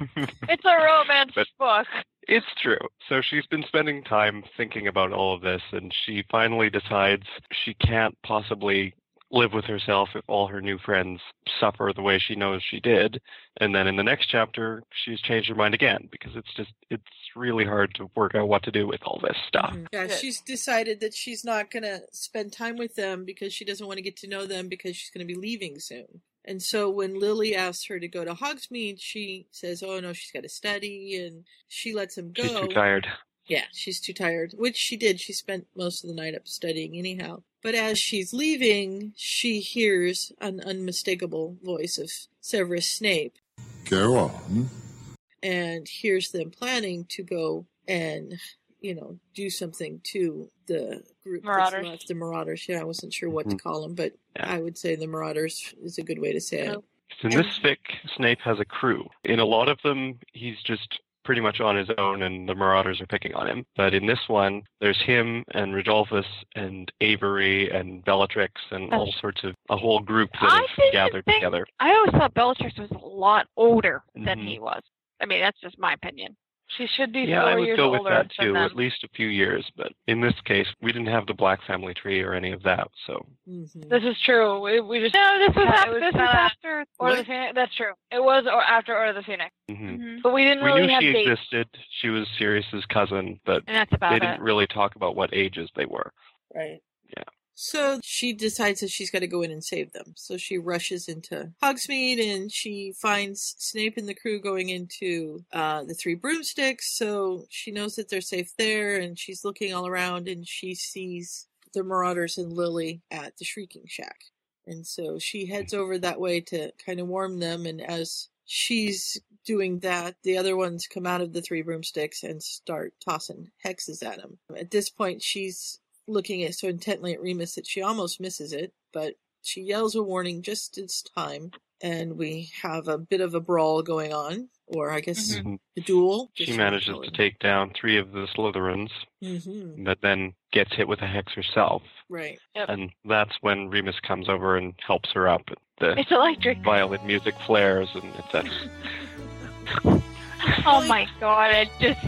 [SPEAKER 13] [LAUGHS]
[SPEAKER 14] It's a romance
[SPEAKER 13] But-
[SPEAKER 14] book.
[SPEAKER 13] It's true. So she's been spending time thinking about all of this, and she finally decides she can't possibly live with herself if all her new friends suffer the way she knows she did. And then in the next chapter, she's changed her mind again because it's just, it's really hard to work out what to do with all this stuff.
[SPEAKER 2] Yeah, she's decided that she's not going to spend time with them because she doesn't want to get to know them because she's going to be leaving soon. And so when Lily asks her to go to Hogsmeade, she says, "Oh no, she's got to study," and she lets him go.
[SPEAKER 13] She's too tired.
[SPEAKER 2] Yeah, she's too tired, which she did. She spent most of the night up studying anyhow. But as she's leaving, she hears an unmistakable voice of Severus Snape
[SPEAKER 12] Go on.
[SPEAKER 2] and hears them planning to go and you know do something to the group
[SPEAKER 14] Marauders.
[SPEAKER 2] that's left the marauders yeah i wasn't sure what to
[SPEAKER 13] Mhm.
[SPEAKER 2] call them but i would say the marauders is a good way to say it
[SPEAKER 13] In this fic, Snape has a crew. In a lot of them, he's just pretty much on his own, and the Marauders are picking on him. But in this one, there's him and Rodolphus and Avery and Bellatrix and all sorts of a whole group that
[SPEAKER 11] I
[SPEAKER 13] have gathered together.
[SPEAKER 11] I always thought Bellatrix was a lot older than
[SPEAKER 13] Mhm.
[SPEAKER 11] he was. I mean, that's just my opinion.
[SPEAKER 14] She should be
[SPEAKER 13] Yeah, I would go with that too, at least a few years. But in this case, we didn't have the Black family tree or any of that, so
[SPEAKER 2] Mm-hmm,
[SPEAKER 14] This is true. We, we just
[SPEAKER 11] No, this was
[SPEAKER 14] it
[SPEAKER 11] after- this was
[SPEAKER 14] kinda
[SPEAKER 11] after-
[SPEAKER 14] Order of the Phoenix. That's true. It was or after Order of the Phoenix,
[SPEAKER 13] mhm.
[SPEAKER 14] but Mm-hmm. we didn't
[SPEAKER 13] we
[SPEAKER 14] really
[SPEAKER 13] knew
[SPEAKER 14] have
[SPEAKER 13] she
[SPEAKER 14] dates.
[SPEAKER 13] existed. She was Sirius's cousin, but
[SPEAKER 14] And that's
[SPEAKER 13] they
[SPEAKER 14] about
[SPEAKER 13] didn't
[SPEAKER 14] it.
[SPEAKER 13] really talk about what ages they were.
[SPEAKER 2] right
[SPEAKER 13] yeah
[SPEAKER 2] so she decides that she's got to go in and save them so she rushes into hogsmeade and she finds snape and the crew going into uh, the three broomsticks so she knows that they're safe there and she's looking all around and she sees the marauders and lily at the shrieking shack And so she heads
[SPEAKER 13] Mm-hmm.
[SPEAKER 2] over that way to kind of warm them. And as she's doing that, the other ones come out of the three broomsticks and start tossing hexes at him. At this point, she's looking at so intently at Remus that she almost misses it, but she yells a warning just this time. And we have a bit of a brawl going on, or I guess
[SPEAKER 13] Mhm.
[SPEAKER 2] a duel.
[SPEAKER 13] She manages to take down three of the Slytherins,
[SPEAKER 2] hmm
[SPEAKER 13] but then gets hit with a hex herself.
[SPEAKER 2] Right.
[SPEAKER 13] And that's when Remus comes over and helps her up.
[SPEAKER 18] the
[SPEAKER 11] It's electric.
[SPEAKER 18] violin music flares and etc.
[SPEAKER 14] [LAUGHS]
[SPEAKER 11] Oh my god, I just.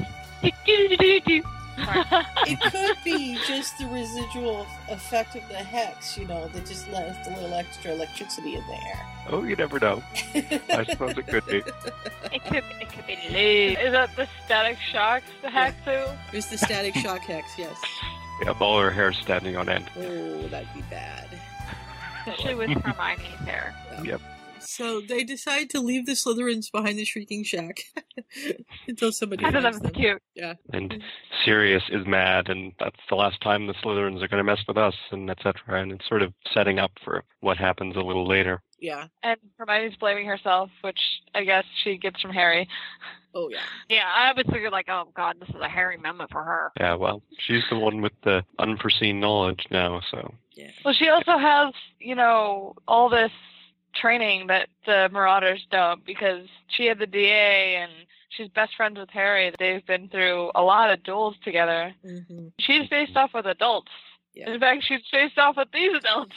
[SPEAKER 2] it could be just the residual effect of the hex, you know, that just left a little extra electricity in the air.
[SPEAKER 18] Oh, you never know. I suppose it could be.
[SPEAKER 11] It could, it could be
[SPEAKER 14] Is that the static shock the hack
[SPEAKER 2] It was the static shock hex, yes.
[SPEAKER 18] Yeah, all her hair standing on end.
[SPEAKER 2] Oh, that'd be bad.
[SPEAKER 11] Especially with Hermione's hair.
[SPEAKER 18] Yep.
[SPEAKER 2] So they decide to leave the Slytherins behind the Shrieking Shack [LAUGHS] until somebody.
[SPEAKER 11] I thought that
[SPEAKER 2] finds
[SPEAKER 11] was
[SPEAKER 2] them.
[SPEAKER 11] cute.
[SPEAKER 2] Yeah. [LAUGHS]
[SPEAKER 13] And Sirius is mad, and that's the last time the Slytherins are going to mess with us, and etc. And it's sort of setting up for what happens a little later.
[SPEAKER 2] Yeah.
[SPEAKER 14] And Hermione's blaming herself, which I guess she gets from Harry.
[SPEAKER 2] Oh yeah.
[SPEAKER 11] Yeah, I was figured like, oh god, this is a hairy moment for her.
[SPEAKER 13] Yeah, well, she's the one with the unforeseen knowledge now, so.
[SPEAKER 14] Well, she also has, you know, all this training that the Marauders don't because she had the DA and she's best friends with Harry. They've been through a lot of duels together.
[SPEAKER 2] Mm-hmm.
[SPEAKER 14] She's faced off with adults. In fact, she's faced off with these adults.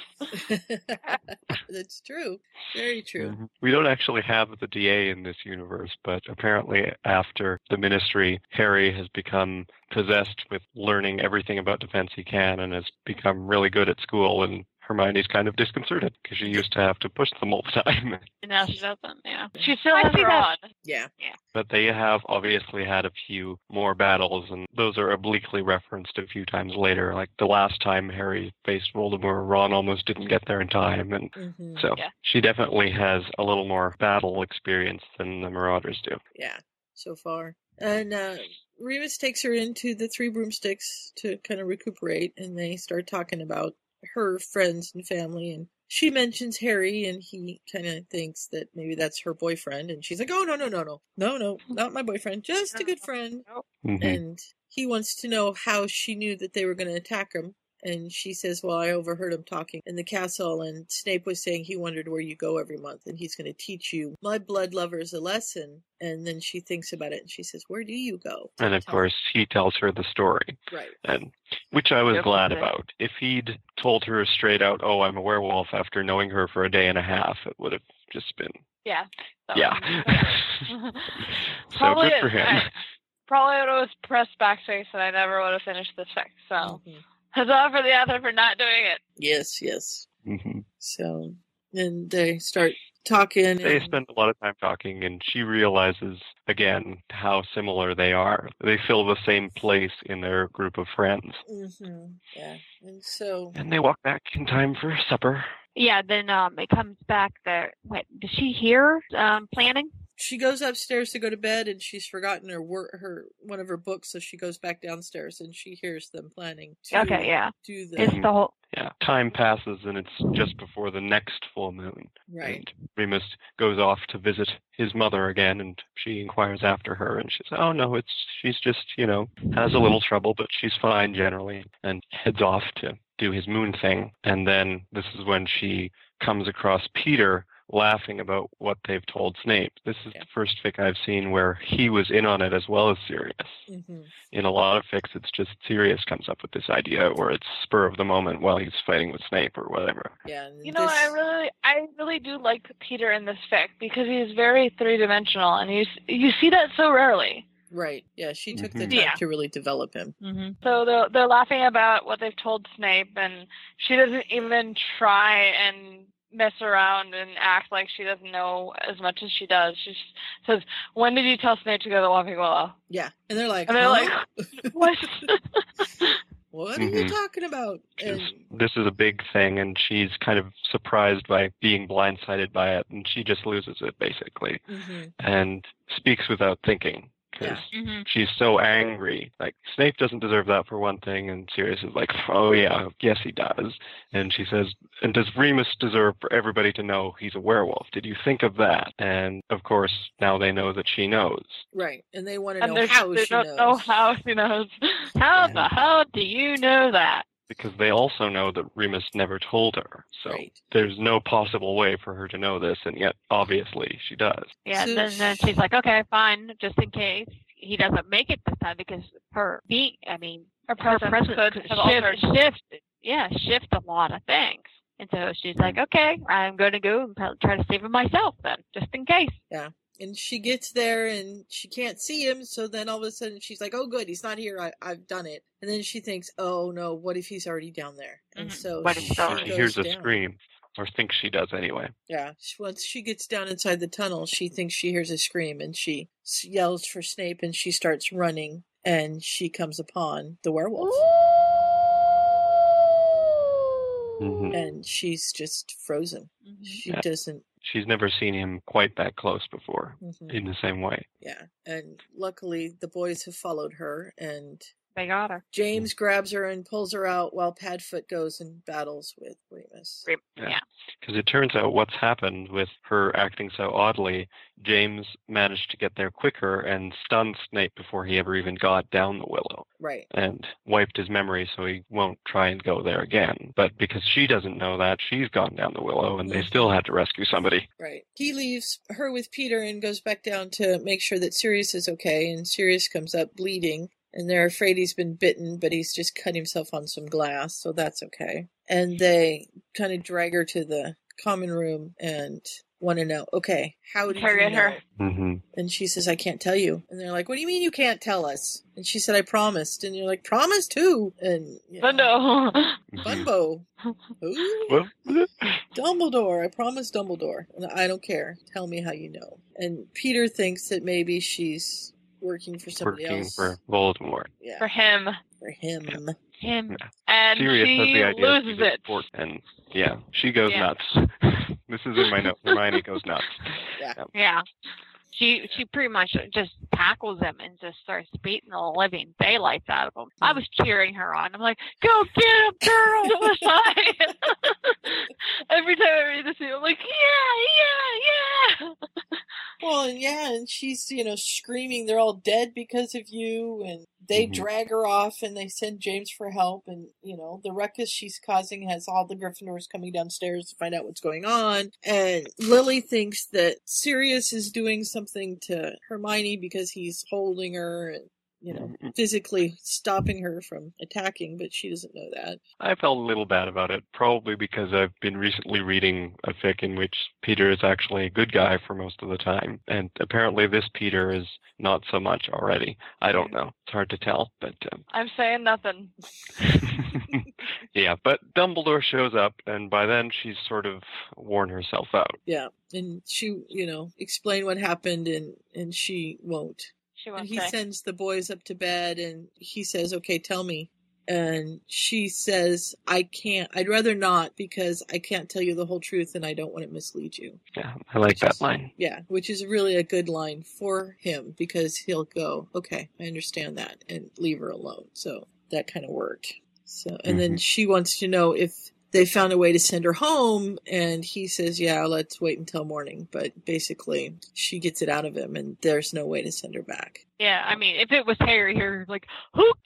[SPEAKER 2] That's true. Very true.
[SPEAKER 13] We don't actually have the DA in this universe, but apparently, after the ministry, Harry has become possessed with learning everything about defense he can and has become really good at school. And Hermione's kind of disconcerted because she used to have to push them all the [LAUGHS] time.
[SPEAKER 11] And now she doesn't, yeah.
[SPEAKER 14] She still
[SPEAKER 11] I
[SPEAKER 14] has
[SPEAKER 11] see
[SPEAKER 14] her on.
[SPEAKER 11] that.
[SPEAKER 2] Yeah.
[SPEAKER 13] But they have obviously had a few more battles, and those are obliquely referenced a few times later. Like the last time Harry faced Voldemort, Ron almost didn't get there in time. And
[SPEAKER 2] Mhm.
[SPEAKER 13] so
[SPEAKER 14] Yeah.
[SPEAKER 13] she definitely has a little more battle experience than the Marauders do.
[SPEAKER 2] Yeah. So far, and uh, Remus takes her into the Three Broomsticks to kind of recuperate, and they start talking about her friends and family, and she mentions Harry, and he kind of thinks that maybe that's her boyfriend, and she's like, "Oh no, no, no, no, no, no, not my boyfriend, just a good friend." and he wants to know how she knew that they were going to attack him. And she says, "Well, I overheard him talking in the castle, and Snape was saying he wondered where you go every month, and he's going to teach you my blood lovers a lesson." And then she thinks about it, and she says, "Where do you go?"
[SPEAKER 13] And of course, he tells her the story,
[SPEAKER 2] Right.
[SPEAKER 13] and which I was
[SPEAKER 2] Yep,
[SPEAKER 13] glad
[SPEAKER 2] okay.
[SPEAKER 13] about. If he'd told her straight out, "Oh, I'm a werewolf," after knowing her for a day and a half, it would have just been
[SPEAKER 14] Yeah. So-
[SPEAKER 13] [LAUGHS] yeah.
[SPEAKER 2] [LAUGHS]
[SPEAKER 13] so
[SPEAKER 14] Probably
[SPEAKER 13] good for him.
[SPEAKER 14] I [LAUGHS] probably would have pressed backspace and I never would have finished this fix. So huzzah for the author for not doing it.
[SPEAKER 2] Mm-hmm. Yes, yes.
[SPEAKER 13] Mhm.
[SPEAKER 2] So then they start talking.
[SPEAKER 13] They
[SPEAKER 2] And,
[SPEAKER 13] spend a lot of time talking, and she realizes again how similar they are. They fill the same place in their group of friends,
[SPEAKER 2] hmm yeah, and so
[SPEAKER 13] and they walk back in time for supper.
[SPEAKER 11] Yeah, then um it comes back that what does she hear um planning?
[SPEAKER 2] she goes upstairs to go to bed, and she's forgotten her work, her one of her books, so she goes back downstairs, and she hears them planning. To
[SPEAKER 11] okay, yeah.
[SPEAKER 2] Do the
[SPEAKER 11] It's the whole
[SPEAKER 13] Yeah, time passes, and it's just before the next full moon.
[SPEAKER 2] right.
[SPEAKER 13] Remus goes off to visit his mother again, and she inquires after her, and she's, "Oh no, it's she's just you know has a little trouble, but she's fine generally," and heads off to do his moon thing. And then this is when she comes across Peter laughing about what they've told Snape. This is the first fic I've seen where he was in on it as well as Sirius.
[SPEAKER 2] Mm-hmm.
[SPEAKER 13] In a lot of fics, it's just Sirius comes up with this idea, or it's spur of the moment while he's fighting with Snape or whatever.
[SPEAKER 2] Yeah.
[SPEAKER 14] You know, I really, I really do like Peter in this fic because he's very three dimensional, and you s- you see that so rarely.
[SPEAKER 2] Right. Yeah, she took the
[SPEAKER 14] Mhm.
[SPEAKER 13] Mm-hmm.
[SPEAKER 2] time
[SPEAKER 14] Yeah.
[SPEAKER 2] to really develop him.
[SPEAKER 11] Mm-hmm.
[SPEAKER 14] So they're they're laughing about what they've told Snape, and she doesn't even try and mess around and act like she doesn't know as much as she does. She just says, "When did you tell Snape to go to Whopping Willow?"
[SPEAKER 2] Yeah, and they're like,
[SPEAKER 14] And they're
[SPEAKER 2] "Huh?
[SPEAKER 14] like,
[SPEAKER 2] [LAUGHS]
[SPEAKER 14] "What?"
[SPEAKER 2] what are you
[SPEAKER 11] Mm-hmm.
[SPEAKER 13] Mhm.
[SPEAKER 2] talking about? And
[SPEAKER 13] this is a big thing and she's kind of surprised by being blindsided by it and she just loses it basically
[SPEAKER 2] Mhm.
[SPEAKER 13] and speaks without thinking because
[SPEAKER 11] Mhm.
[SPEAKER 13] she's so angry like snape doesn't deserve that for one thing and sirius is like oh yeah yes he does and she says and does remus deserve for everybody to know he's a werewolf did you think of that and of course now they know that she knows
[SPEAKER 2] right, and they want to
[SPEAKER 14] And
[SPEAKER 2] know
[SPEAKER 14] they
[SPEAKER 2] how
[SPEAKER 14] they
[SPEAKER 2] she
[SPEAKER 14] don't
[SPEAKER 2] knows.
[SPEAKER 14] know how she knows. How the hell do you know that?
[SPEAKER 13] because they also know that Remus never told her. So
[SPEAKER 2] Right.
[SPEAKER 13] there's no possible way for her to know this, and yet obviously she does.
[SPEAKER 11] Yeah,
[SPEAKER 2] So
[SPEAKER 11] then, then she's like, okay, fine, just in case he doesn't make it this time because her being, I mean, her
[SPEAKER 14] presence
[SPEAKER 11] presence
[SPEAKER 14] could
[SPEAKER 11] could
[SPEAKER 14] have altered.
[SPEAKER 11] shift, shift, yeah, shift a lot of things. And so she's like, okay, I'm going to go and pro- try to save him myself then, just in case.
[SPEAKER 2] Yeah. And she gets there and she can't see him. So then all of a sudden she's like, oh, good, he's not here. I, I've done it. And then she thinks, oh, no, what if he's already down there? And
[SPEAKER 11] Mm-hmm.
[SPEAKER 2] so
[SPEAKER 13] But
[SPEAKER 2] she,
[SPEAKER 13] she
[SPEAKER 2] goes
[SPEAKER 13] hears a
[SPEAKER 2] down.
[SPEAKER 13] scream, or thinks she does anyway.
[SPEAKER 2] Yeah. She- Once she gets down inside the tunnel, she thinks she hears a scream and she s- yells for Snape and she starts running and she comes upon the werewolf. And she's just frozen.
[SPEAKER 11] Mm-hmm.
[SPEAKER 2] She
[SPEAKER 13] Yeah.
[SPEAKER 2] doesn't.
[SPEAKER 13] She's never seen him quite that close before
[SPEAKER 2] Mhm.
[SPEAKER 13] in the same way.
[SPEAKER 2] Yeah. And luckily, the boys have followed her and.
[SPEAKER 11] They got her.
[SPEAKER 2] James grabs her and pulls her out while Padfoot goes and battles with Remus.
[SPEAKER 11] Yeah.
[SPEAKER 13] Because it turns out what's happened with her acting so oddly, James managed to get there quicker and stunned Snape before he ever even got down the willow
[SPEAKER 2] Right.
[SPEAKER 13] and wiped his memory so he won't try and go there again. But because she doesn't know that, she's gone down the willow and they still had to rescue somebody.
[SPEAKER 2] Right. He leaves her with Peter and goes back down to make sure that Sirius is okay. And Sirius comes up bleeding, and they're afraid he's been bitten, but he's just cut himself on some glass, so that's okay. And they kind of drag her to the common room and want to know, okay, how did
[SPEAKER 14] Interrogate
[SPEAKER 2] you know?
[SPEAKER 14] her.
[SPEAKER 13] Mm-hmm.
[SPEAKER 2] And she says, I can't tell you. And they're like, What do you mean you can't tell us? And she said, I promised. And you're like, Promised who? And you
[SPEAKER 14] Bundo.
[SPEAKER 2] Bunbo. Who? Dumbledore. I promised Dumbledore. And I don't care. Tell me how you know. And Peter thinks that maybe she's working for somebody
[SPEAKER 13] Working
[SPEAKER 2] else.
[SPEAKER 13] for Voldemort.
[SPEAKER 2] yeah.
[SPEAKER 14] For him.
[SPEAKER 2] For him.
[SPEAKER 11] Him.
[SPEAKER 14] And
[SPEAKER 13] Sirius has
[SPEAKER 14] she
[SPEAKER 13] the idea that
[SPEAKER 14] loses
[SPEAKER 13] she's a
[SPEAKER 14] it.
[SPEAKER 13] sport, and yeah, she goes
[SPEAKER 11] Yeah.
[SPEAKER 13] nuts. [LAUGHS] this is in my notes. Hermione goes nuts.
[SPEAKER 11] Yeah. She she pretty much just tackles him and just starts beating the living daylights out of him. I
[SPEAKER 14] Mm.
[SPEAKER 11] was cheering her on. I'm like, go get him, girl! [LAUGHS]
[SPEAKER 14] Every time I read this, I'm like, yeah, yeah, [LAUGHS] yeah.
[SPEAKER 2] Well, and yeah, and she's, you know, screaming, they're all dead because of you. And they
[SPEAKER 13] Mhm.
[SPEAKER 2] drag her off and they send James for help. And, you know, the ruckus she's causing has all the Gryffindors coming downstairs to find out what's going on. And Lily thinks that Sirius is doing something to Hermione because he's holding her and, you know, physically stopping her from attacking, but she doesn't know that.
[SPEAKER 13] I felt a little bad about it, probably because I've been recently reading a fic in which Peter is actually a good guy for most of the time, and apparently this Peter is not so much already. I don't know; it's hard to tell. But um,
[SPEAKER 14] I'm saying
[SPEAKER 2] [LAUGHS]
[SPEAKER 14] nothing. [LAUGHS]
[SPEAKER 13] yeah, but Dumbledore shows up, and by then she's sort of worn herself out.
[SPEAKER 2] Yeah. And she, you know, explain what happened and, and she won't.
[SPEAKER 14] She won't
[SPEAKER 2] and he
[SPEAKER 14] say.
[SPEAKER 2] sends the boys up to bed and he says okay tell me and she says i can't i'd rather not because i can't tell you the whole truth and i don't want to mislead you
[SPEAKER 13] Yeah, I like that line.
[SPEAKER 2] yeah which is really a good line for him because he'll go okay i understand that and leave her alone so that kind of worked so and then
[SPEAKER 14] Mhm.
[SPEAKER 2] she wants to know if they found a way to send her home and he says yeah let's wait until morning but basically she gets it out of him and there's no way to send her back
[SPEAKER 11] yeah, I mean, if it was Harry here, he'd be like,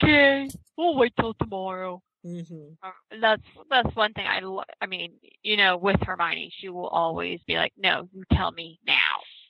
[SPEAKER 11] okay, we'll wait till tomorrow. Uh,
[SPEAKER 2] Mm-hmm.
[SPEAKER 11] That's that's one thing I lo- I mean, you know, with Hermione, she will always be like, no, you tell me now.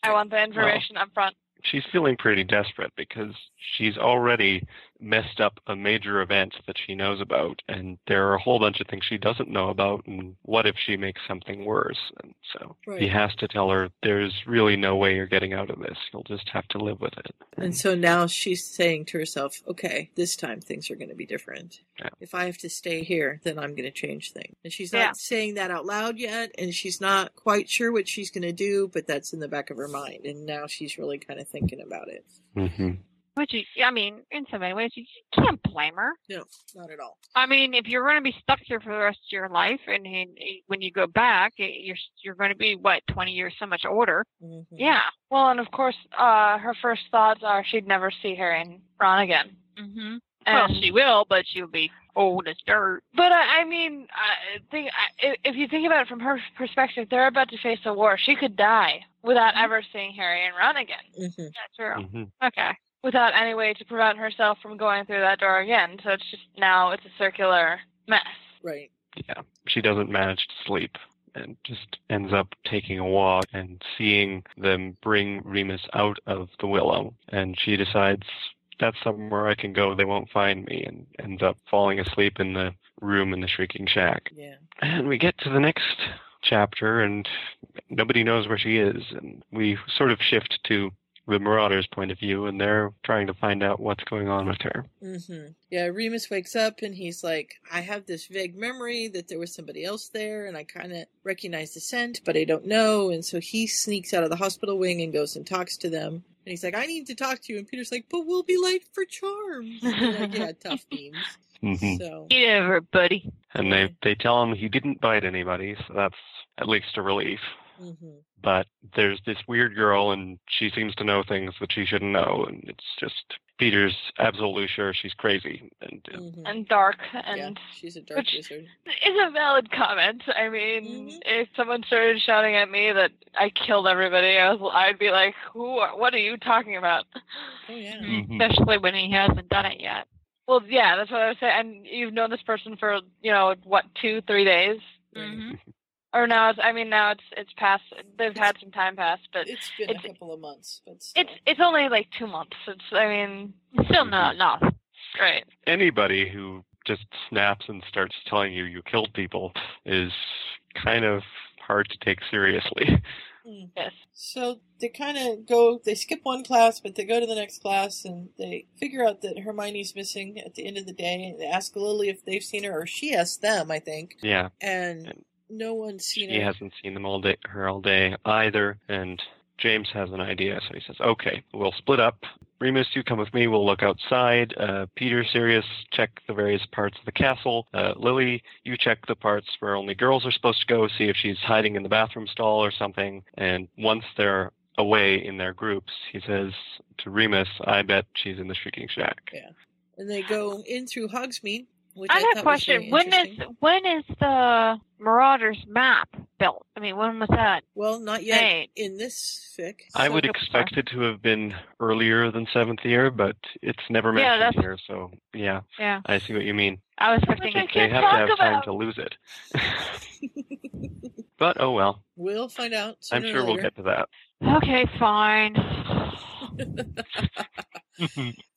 [SPEAKER 14] I want the information up front.
[SPEAKER 13] She's feeling pretty desperate because she's already messed up a major event that she knows about, and there are a whole bunch of things she doesn't know about, and what if she makes something worse? And so
[SPEAKER 2] Right.
[SPEAKER 13] he has to tell her there's really no way you're getting out of this. You'll just have to live with it.
[SPEAKER 2] And so now she's saying to herself, okay, this time things are going to be different.
[SPEAKER 13] Yeah.
[SPEAKER 2] If I have to stay here, then I'm going to change things. And she's not
[SPEAKER 14] Yeah.
[SPEAKER 2] saying that out loud yet, and she's not quite sure what she's going to do, but that's in the back of her mind. And now she's really kind of thinking about it.
[SPEAKER 13] Mm-hmm.
[SPEAKER 11] Which you, I mean, in so many ways, you you can't blame her.
[SPEAKER 2] No, not at all.
[SPEAKER 11] I mean, if you're going to be stuck here for the rest of your life, and, and when you go back, eh, you're you're going to be what twenty years so much older.
[SPEAKER 2] Mm-hmm.
[SPEAKER 11] Yeah.
[SPEAKER 14] Well, and of course, uh, her first thoughts are she'd never see Harry and Ron again.
[SPEAKER 2] Mm-hmm.
[SPEAKER 11] hmm Well,
[SPEAKER 2] Um,
[SPEAKER 14] And-
[SPEAKER 11] she will, but she'll be old as dirt.
[SPEAKER 14] But I, I mean, I think I, i- if you think about it from her perspective, they're about to face a war. She could die without ever seeing Harry and Ron again.
[SPEAKER 2] Mm-hmm.
[SPEAKER 14] That's true. Okay. Without any way to prevent herself from going through that door again. So it's just now it's a circular mess.
[SPEAKER 2] Right.
[SPEAKER 13] Yeah. She doesn't manage to sleep and just ends up taking a walk and seeing them bring Remus out of the willow. And she decides that's somewhere I can go. They won't find me and ends up falling asleep in the room in the Shrieking Shack.
[SPEAKER 2] Yeah.
[SPEAKER 13] And we get to the next chapter, and nobody knows where she is. And we sort of shift to the Marauder's point of view, and they're trying to find out what's going on with her.
[SPEAKER 2] Mm-hmm. Yeah, Remus wakes up and he's like, I have this vague memory that there was somebody else there, and I kind of recognize the scent, but I don't know. And so he sneaks out of the hospital wing and goes and talks to them. And he's like, I need to talk to you. And Peter's like, but we'll be late for charms. And they're like, yeah, tough beans.
[SPEAKER 11] Mm-hmm.
[SPEAKER 13] Mhm.
[SPEAKER 2] So,
[SPEAKER 11] Get over it, buddy.
[SPEAKER 13] And they, they tell him he didn't bite anybody, so that's at least a relief.
[SPEAKER 2] hmm
[SPEAKER 13] But there's this weird girl, and she seems to know things that she shouldn't know, and it's just Peter's absolutely sure she's crazy. And uh,
[SPEAKER 14] and dark and
[SPEAKER 2] she's a dark
[SPEAKER 14] Which-
[SPEAKER 2] wizard. Mm-hmm.
[SPEAKER 14] It's a valid comment. I mean, if someone started shouting at me that I killed everybody, I was, I'd be like, "Who? Are, what are you talking about?"
[SPEAKER 2] Oh yeah.
[SPEAKER 14] Mm-hmm.
[SPEAKER 11] Especially when he hasn't done it yet.
[SPEAKER 14] Well, yeah, that's what I was saying. And you've known this person for you know what, two, three days,
[SPEAKER 11] Mm-hmm.
[SPEAKER 14] [LAUGHS] or now it's. I mean, now it's it's past. They've had some time pass, but
[SPEAKER 2] It's been a couple of months. But still. Hmm.
[SPEAKER 14] it's it's only like two months. It's. I mean,
[SPEAKER 11] Still not enough.
[SPEAKER 14] right.
[SPEAKER 13] anybody who just snaps and starts telling you you killed people is kind of hard to take seriously. [LAUGHS]
[SPEAKER 14] Yes.
[SPEAKER 2] So they kind of go, they skip one class, but they go to the next class and they figure out that Hermione's missing at the end of the day. They ask Lily if they've seen her, or she asks them, I think.
[SPEAKER 13] Yeah.
[SPEAKER 2] And no one's seen
[SPEAKER 13] He
[SPEAKER 2] her.
[SPEAKER 13] hasn't seen them all day, her all day either, and James has an idea, so he says, "Okay, we'll split up. Remus, you come with me. We'll look outside. Uh, Peter, Sirius, check the various parts of the castle. Uh, Lily, you check the parts where only girls are supposed to go. See if she's hiding in the bathroom stall or something. And once they're away in their groups, he says to Remus, "I bet she's in the shrieking shack."
[SPEAKER 2] And they go in through Hogsmeade, which I,
[SPEAKER 11] I have a
[SPEAKER 2] thought Was
[SPEAKER 11] question.
[SPEAKER 2] really
[SPEAKER 11] When is
[SPEAKER 2] interesting.
[SPEAKER 11] when is the Marauders map built? I mean, when was that?
[SPEAKER 2] Well, not yet
[SPEAKER 11] made?
[SPEAKER 2] in this fic.
[SPEAKER 13] I
[SPEAKER 2] So-
[SPEAKER 13] would expect it to have been earlier than seventh year, but it's never
[SPEAKER 11] Yeah,
[SPEAKER 13] mentioned
[SPEAKER 11] that's-
[SPEAKER 13] here, so yeah,
[SPEAKER 11] Yeah,
[SPEAKER 13] I see what you mean.
[SPEAKER 11] I was expecting
[SPEAKER 14] I
[SPEAKER 11] it.
[SPEAKER 13] They
[SPEAKER 14] can't
[SPEAKER 13] have to have
[SPEAKER 14] talk
[SPEAKER 13] time
[SPEAKER 14] about.
[SPEAKER 13] to lose it.
[SPEAKER 2] [LAUGHS]
[SPEAKER 13] but oh well,
[SPEAKER 2] We'll find out.
[SPEAKER 13] I'm
[SPEAKER 2] sooner or
[SPEAKER 13] sure we'll
[SPEAKER 2] later.
[SPEAKER 13] get to that.
[SPEAKER 11] Okay,
[SPEAKER 13] [LAUGHS]
[SPEAKER 11] fine.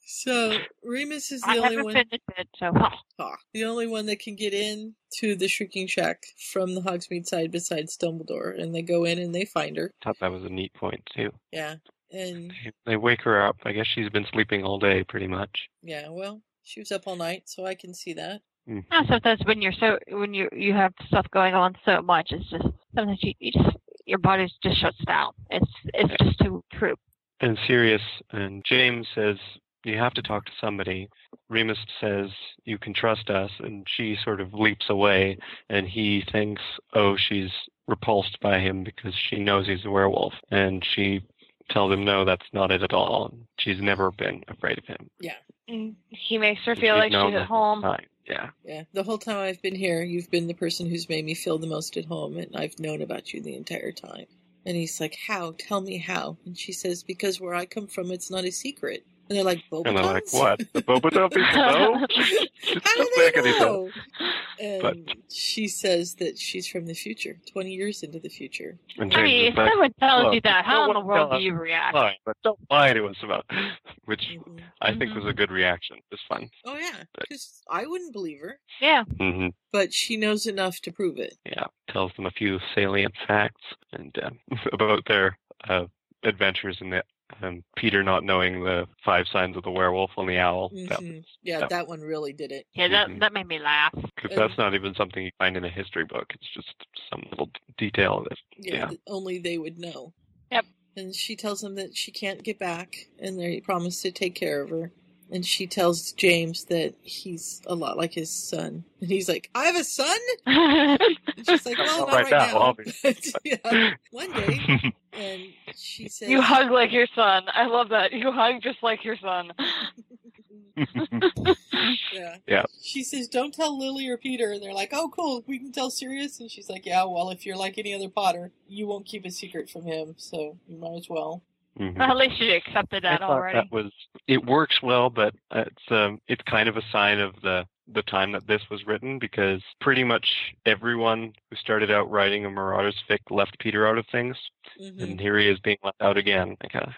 [SPEAKER 2] So Remus is the
[SPEAKER 11] I
[SPEAKER 2] only
[SPEAKER 11] haven't
[SPEAKER 2] one.
[SPEAKER 11] finished it, so huh.
[SPEAKER 2] Ah, the only one that can get in to the Shrieking Shack from the Hogsmeade side besides Dumbledore, and they go in and they find her.
[SPEAKER 13] Thought that was a neat point too.
[SPEAKER 2] Yeah, and
[SPEAKER 13] They wake her up. I guess she's been sleeping all day, pretty much.
[SPEAKER 2] yeah, well, she was up all night, so I can see that.
[SPEAKER 11] Yeah, sometimes when you're Ah, so when you you have stuff going on so much, it's just sometimes you, you just your body just shuts down. It's it's just too true.
[SPEAKER 13] And Sirius and James says you have to talk to somebody. Remus says you can trust us, and she sort of leaps away, and he thinks, oh, she's repulsed by him because she knows he's a werewolf, and she tells him no, that's not it at all. She's never been afraid of him.
[SPEAKER 2] Yeah,
[SPEAKER 14] And Mm, He makes her
[SPEAKER 13] And
[SPEAKER 14] feel
[SPEAKER 13] she's
[SPEAKER 14] like
[SPEAKER 13] known
[SPEAKER 14] she's
[SPEAKER 13] the
[SPEAKER 14] at
[SPEAKER 13] whole
[SPEAKER 14] home.
[SPEAKER 13] time. Yeah.
[SPEAKER 2] yeah. The whole time I've been here, you've been the person who's made me feel the most at home, and I've known about you the entire time. And he's like, "How? Tell me how." And she says, "Because where I come from, it's not a secret." And they're like, "Bobatons."
[SPEAKER 13] And they're like, what? The Bobaton
[SPEAKER 2] [LAUGHS]
[SPEAKER 13] people know?
[SPEAKER 2] How do
[SPEAKER 13] Don't
[SPEAKER 2] they
[SPEAKER 13] make any sense.
[SPEAKER 2] know? And she says that she's from the future, 20 years into the future.
[SPEAKER 13] And
[SPEAKER 11] I
[SPEAKER 13] James
[SPEAKER 11] mean,
[SPEAKER 13] is
[SPEAKER 11] if
[SPEAKER 13] like,
[SPEAKER 11] someone tells
[SPEAKER 13] "Look,
[SPEAKER 11] you that,
[SPEAKER 13] no
[SPEAKER 11] how in
[SPEAKER 13] one
[SPEAKER 11] the world
[SPEAKER 13] tell
[SPEAKER 11] do you
[SPEAKER 13] us
[SPEAKER 11] react? Mm-hmm.
[SPEAKER 13] Lie, but don't lie to us about, [LAUGHS] which I think was a good reaction. It's fun.
[SPEAKER 2] Oh, yeah, because I wouldn't believe her,
[SPEAKER 11] Yeah.
[SPEAKER 13] hmm
[SPEAKER 2] but she knows enough to prove it.
[SPEAKER 13] Yeah, tells them a few salient facts and um [LAUGHS] about their uh, adventures in the um, Peter not knowing the five signs of the werewolf and the owl. That-
[SPEAKER 11] Mm-hmm.
[SPEAKER 2] Mhm. Yeah,
[SPEAKER 13] that-
[SPEAKER 2] that one really did it.
[SPEAKER 11] Yeah, that
[SPEAKER 13] Mhm.
[SPEAKER 11] that made me laugh.
[SPEAKER 13] 'cause
[SPEAKER 11] uh
[SPEAKER 2] And-
[SPEAKER 13] that's not even something you find in a history book. It's just some little d- detail that
[SPEAKER 2] Yeah,
[SPEAKER 13] yeah.
[SPEAKER 2] that only they would know.
[SPEAKER 14] Yep.
[SPEAKER 2] And she tells them that she can't get back, and they promise to take care of her. And she tells James that he's a lot like his son. And he's like, I have
[SPEAKER 11] [LAUGHS]
[SPEAKER 2] a son? And she's like, Well,
[SPEAKER 13] Not
[SPEAKER 2] not
[SPEAKER 13] right
[SPEAKER 2] right,
[SPEAKER 13] now,
[SPEAKER 2] [LAUGHS] now. yeah, one day.
[SPEAKER 13] [LAUGHS]
[SPEAKER 11] [LAUGHS]
[SPEAKER 2] And she says,
[SPEAKER 14] You hug like your son. I love that. You hug just like your
[SPEAKER 2] [LAUGHS]
[SPEAKER 14] son. [LAUGHS]
[SPEAKER 2] Mm-hmm. Yeah.
[SPEAKER 13] Yeah.
[SPEAKER 2] She says, "Don't tell Lily or Peter," and they're like, "Oh, cool, we can tell Sirius." And she's like, "Yeah, well, if you're like any other Potter, you won't keep a secret from him, so you might as well."
[SPEAKER 13] Mhm.
[SPEAKER 11] At least you accepted
[SPEAKER 13] I
[SPEAKER 11] that
[SPEAKER 13] thought
[SPEAKER 11] already.
[SPEAKER 13] That was it works well, but it's um, it's kind of a sign of the the time that this was written because pretty much everyone who started out writing a Marauders fic left Peter out of things,
[SPEAKER 11] Mm.
[SPEAKER 13] and here he is being left out again. I kind of,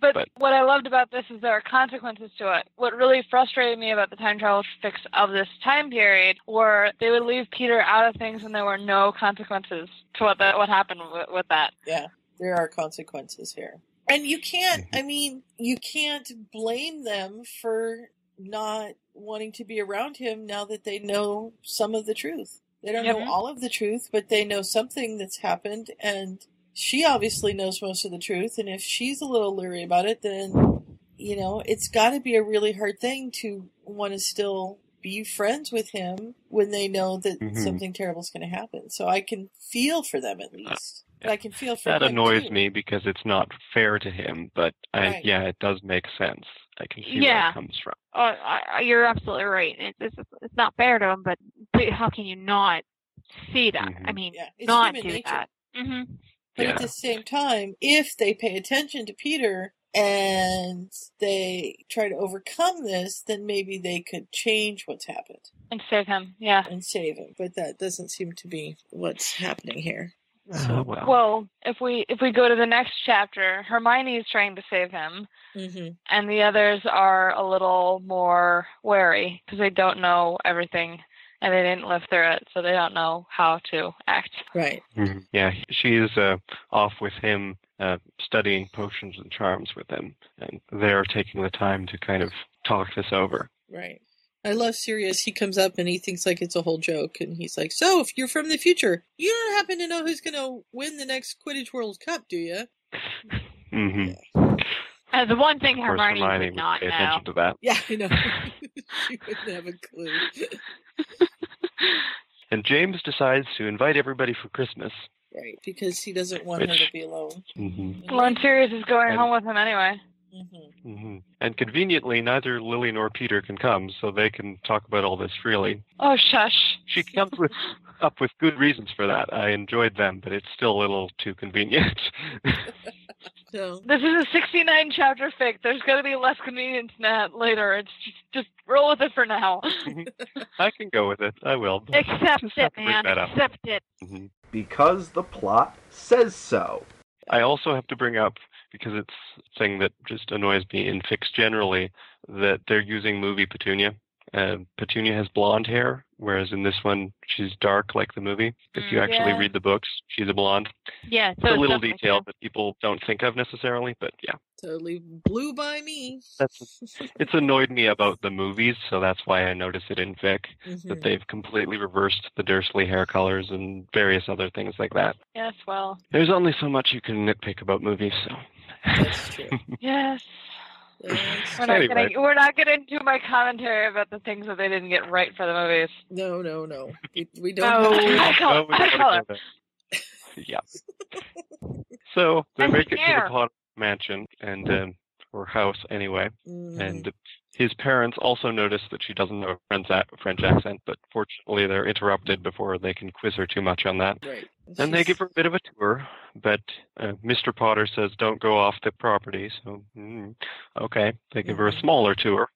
[SPEAKER 14] But, but what I loved about this is there are consequences to it. What really frustrated me about the time travel fix of this time period were they would leave Peter out of things and there were no consequences to what the, what happened with, with that.
[SPEAKER 2] Yeah, there are consequences here. And you can't,
[SPEAKER 13] Mm-hmm.
[SPEAKER 2] I mean, you can't blame them for not wanting to be around him now that they know some of the truth. They don't know
[SPEAKER 19] Yep.
[SPEAKER 2] all of the truth, but they know something that's happened, and she obviously knows most of the truth. And if she's a little leery about it, then, you know, it's got to be a really hard thing to want to still be friends with him when they know that
[SPEAKER 13] Mhm.
[SPEAKER 2] something terrible's going to happen. So I can feel for them at least. But I can feel for
[SPEAKER 13] Uh, that
[SPEAKER 2] him,
[SPEAKER 13] annoys
[SPEAKER 2] too.
[SPEAKER 13] me because it's not fair to him. But I,
[SPEAKER 11] Right.
[SPEAKER 13] yeah, it does make sense. I can see where
[SPEAKER 11] Yeah.
[SPEAKER 13] it comes from.
[SPEAKER 11] Oh, I, I- you're absolutely right. It's, it's it's not fair to him, but dude, how can you not see that?
[SPEAKER 13] Mm-hmm.
[SPEAKER 11] I mean,
[SPEAKER 2] it's
[SPEAKER 11] not do
[SPEAKER 2] human nature.
[SPEAKER 11] that. hmm
[SPEAKER 2] But at the same time, if they pay attention to Peter and they try to overcome this, then maybe they could change what's happened
[SPEAKER 14] and save him. Yeah,
[SPEAKER 2] and save him. But that doesn't seem to be what's happening here.
[SPEAKER 13] Oh, well.
[SPEAKER 14] Well, if we if we go to the next chapter, Hermione is trying to save him,
[SPEAKER 2] Mm-hmm.
[SPEAKER 14] and the others are a little more wary because they don't know everything and they didn't live through it, so they don't know how to act.
[SPEAKER 2] Right.
[SPEAKER 13] Mhm. Yeah, he- she is uh, off with him, uh, studying potions and charms with him, and they're taking the time to kind of talk this over.
[SPEAKER 2] Right. I love Sirius. He comes up and he thinks like it's a whole joke, and he's like, "So, if you're from the future, you don't happen to know who's going to win the next Quidditch World Cup, do you?"
[SPEAKER 13] Mm-hmm.
[SPEAKER 11] Uh, the one thing
[SPEAKER 13] Of course,
[SPEAKER 11] Hermione,
[SPEAKER 13] Hermione
[SPEAKER 11] would
[SPEAKER 13] would
[SPEAKER 11] not
[SPEAKER 13] pay
[SPEAKER 11] know.
[SPEAKER 13] attention to that.
[SPEAKER 2] Yeah,
[SPEAKER 13] [LAUGHS]
[SPEAKER 2] I know. [LAUGHS] she wouldn't have a clue.
[SPEAKER 13] And James decides to invite everybody for Christmas.
[SPEAKER 2] Right, because he doesn't want her
[SPEAKER 13] Which-
[SPEAKER 2] to be alone.
[SPEAKER 13] Mm-hmm.
[SPEAKER 14] Well, and Sirius is going
[SPEAKER 13] And-
[SPEAKER 14] home with him anyway.
[SPEAKER 13] hmm And conveniently, neither Lily nor Peter can come, so they can talk about all this freely.
[SPEAKER 14] Oh, shush.
[SPEAKER 13] She comes with up with good reasons for that. I enjoyed them, but it's still a little too convenient. [LAUGHS]
[SPEAKER 14] This is a 69 chapter fic. There's going to be less convenience in that later. It's just, just roll with it for now.
[SPEAKER 2] [LAUGHS]
[SPEAKER 13] I can go with it. I will. but
[SPEAKER 14] Accept
[SPEAKER 13] just have to bring that up.
[SPEAKER 14] it.
[SPEAKER 13] Mhm.
[SPEAKER 5] Because the plot says so.
[SPEAKER 13] I also have to bring up because it's a thing that just annoys me in fix generally that they're using movie Petunia. Uh, Petunia has blonde hair, whereas in this one she's dark like the movie. If you
[SPEAKER 11] Mm,
[SPEAKER 13] actually
[SPEAKER 11] yeah.
[SPEAKER 13] read the books, she's a blonde.
[SPEAKER 11] Yeah,
[SPEAKER 13] it's a
[SPEAKER 11] so
[SPEAKER 13] little
[SPEAKER 11] definitely
[SPEAKER 13] detail that people don't think of necessarily, but yeah,
[SPEAKER 2] Totally blew by me. [LAUGHS]
[SPEAKER 13] that's it's annoyed me about the movies, so that's why I notice it in fic
[SPEAKER 2] Mhm.
[SPEAKER 11] Mm-hmm.
[SPEAKER 13] that they've completely reversed the Dursley hair colors and various other things like that.
[SPEAKER 14] Yes, well.
[SPEAKER 13] There's only so much you can nitpick about movies, so
[SPEAKER 2] That's true.
[SPEAKER 13] [LAUGHS]
[SPEAKER 14] Yes. We're not
[SPEAKER 13] Anyway.
[SPEAKER 14] gonna we're not gonna do my commentary about the things that they didn't get right for the movies.
[SPEAKER 2] No, no, no. We, we
[SPEAKER 14] don't.
[SPEAKER 11] [LAUGHS]
[SPEAKER 14] I
[SPEAKER 13] No,
[SPEAKER 14] call,
[SPEAKER 13] Oh, we
[SPEAKER 14] I
[SPEAKER 13] don't
[SPEAKER 14] call
[SPEAKER 13] wanna
[SPEAKER 14] it.
[SPEAKER 13] go there. Yeah. So they
[SPEAKER 14] And
[SPEAKER 13] make it to
[SPEAKER 14] hair.
[SPEAKER 13] the Potter mansion and um, or house anyway,
[SPEAKER 2] Mm.
[SPEAKER 14] Mm-hmm.
[SPEAKER 13] and his parents also notice that she doesn't have a French, ac- French accent. But fortunately, they're interrupted before they can quiz her too much on that.
[SPEAKER 2] Right.
[SPEAKER 13] Then
[SPEAKER 11] [LAUGHS]
[SPEAKER 13] they give her a bit of a tour, but uh, Mr. Potter says don't go off the property. So mm, okay, they give her
[SPEAKER 14] Mm-hmm.
[SPEAKER 13] a smaller tour.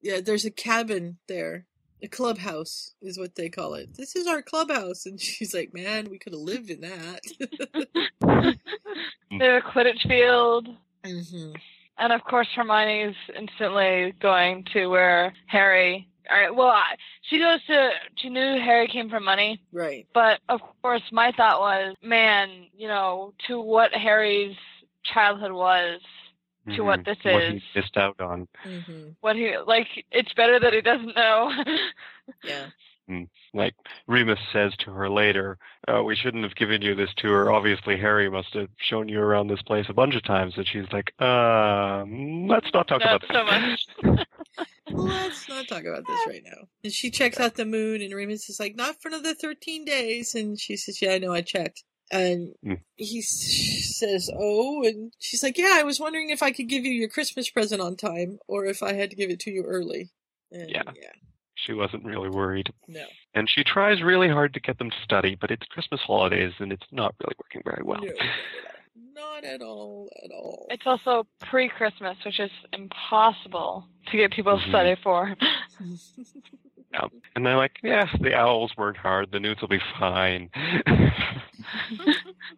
[SPEAKER 2] Yeah, there's a cabin there. A clubhouse is what they call it. This is our clubhouse. And [LAUGHS] she's like, man, we could have lived in that. [LAUGHS]
[SPEAKER 14] There's a Quidditch field,
[SPEAKER 2] hmm
[SPEAKER 14] and of course Hermione's instantly going to where Harry. All right, well, I, she goes to. She knew Harry came from money,
[SPEAKER 2] Right.
[SPEAKER 14] but of course my thought was, man, you know, to what Harry's childhood was, To what
[SPEAKER 13] Mhm,
[SPEAKER 14] this
[SPEAKER 13] what he
[SPEAKER 14] is.
[SPEAKER 13] missed out on.
[SPEAKER 2] Mm-hmm.
[SPEAKER 14] what he like. It's better that he doesn't know. [LAUGHS]
[SPEAKER 2] yeah.
[SPEAKER 13] And, like Remus says to her later, oh, we shouldn't have given you this tour. Obviously, Harry must have shown you around this place a bunch of times. And she's like, um, let's not talk about
[SPEAKER 14] Not so
[SPEAKER 13] that.
[SPEAKER 14] much. [LAUGHS]
[SPEAKER 2] Let's not talk about this right now. And she checks out the moon, and Remus is like, not for another 13 days. And she says, yeah, I know, I checked. And
[SPEAKER 13] Mm.
[SPEAKER 2] he s- says, oh. And she's like, yeah, I was wondering if I could give you your Christmas present on time or if I had to give it to you early. And
[SPEAKER 13] Yeah. She wasn't really worried.
[SPEAKER 2] No.
[SPEAKER 13] And she tries really hard to get them to study, but it's Christmas holidays and it's not really working very well.
[SPEAKER 2] No, Not at all, at all.
[SPEAKER 14] It's also pre Christmas, which is impossible to get people
[SPEAKER 13] Mhm.
[SPEAKER 14] to study for.
[SPEAKER 13] Yeah. And they're like, yeah, the owls weren't hard. The newts will be fine.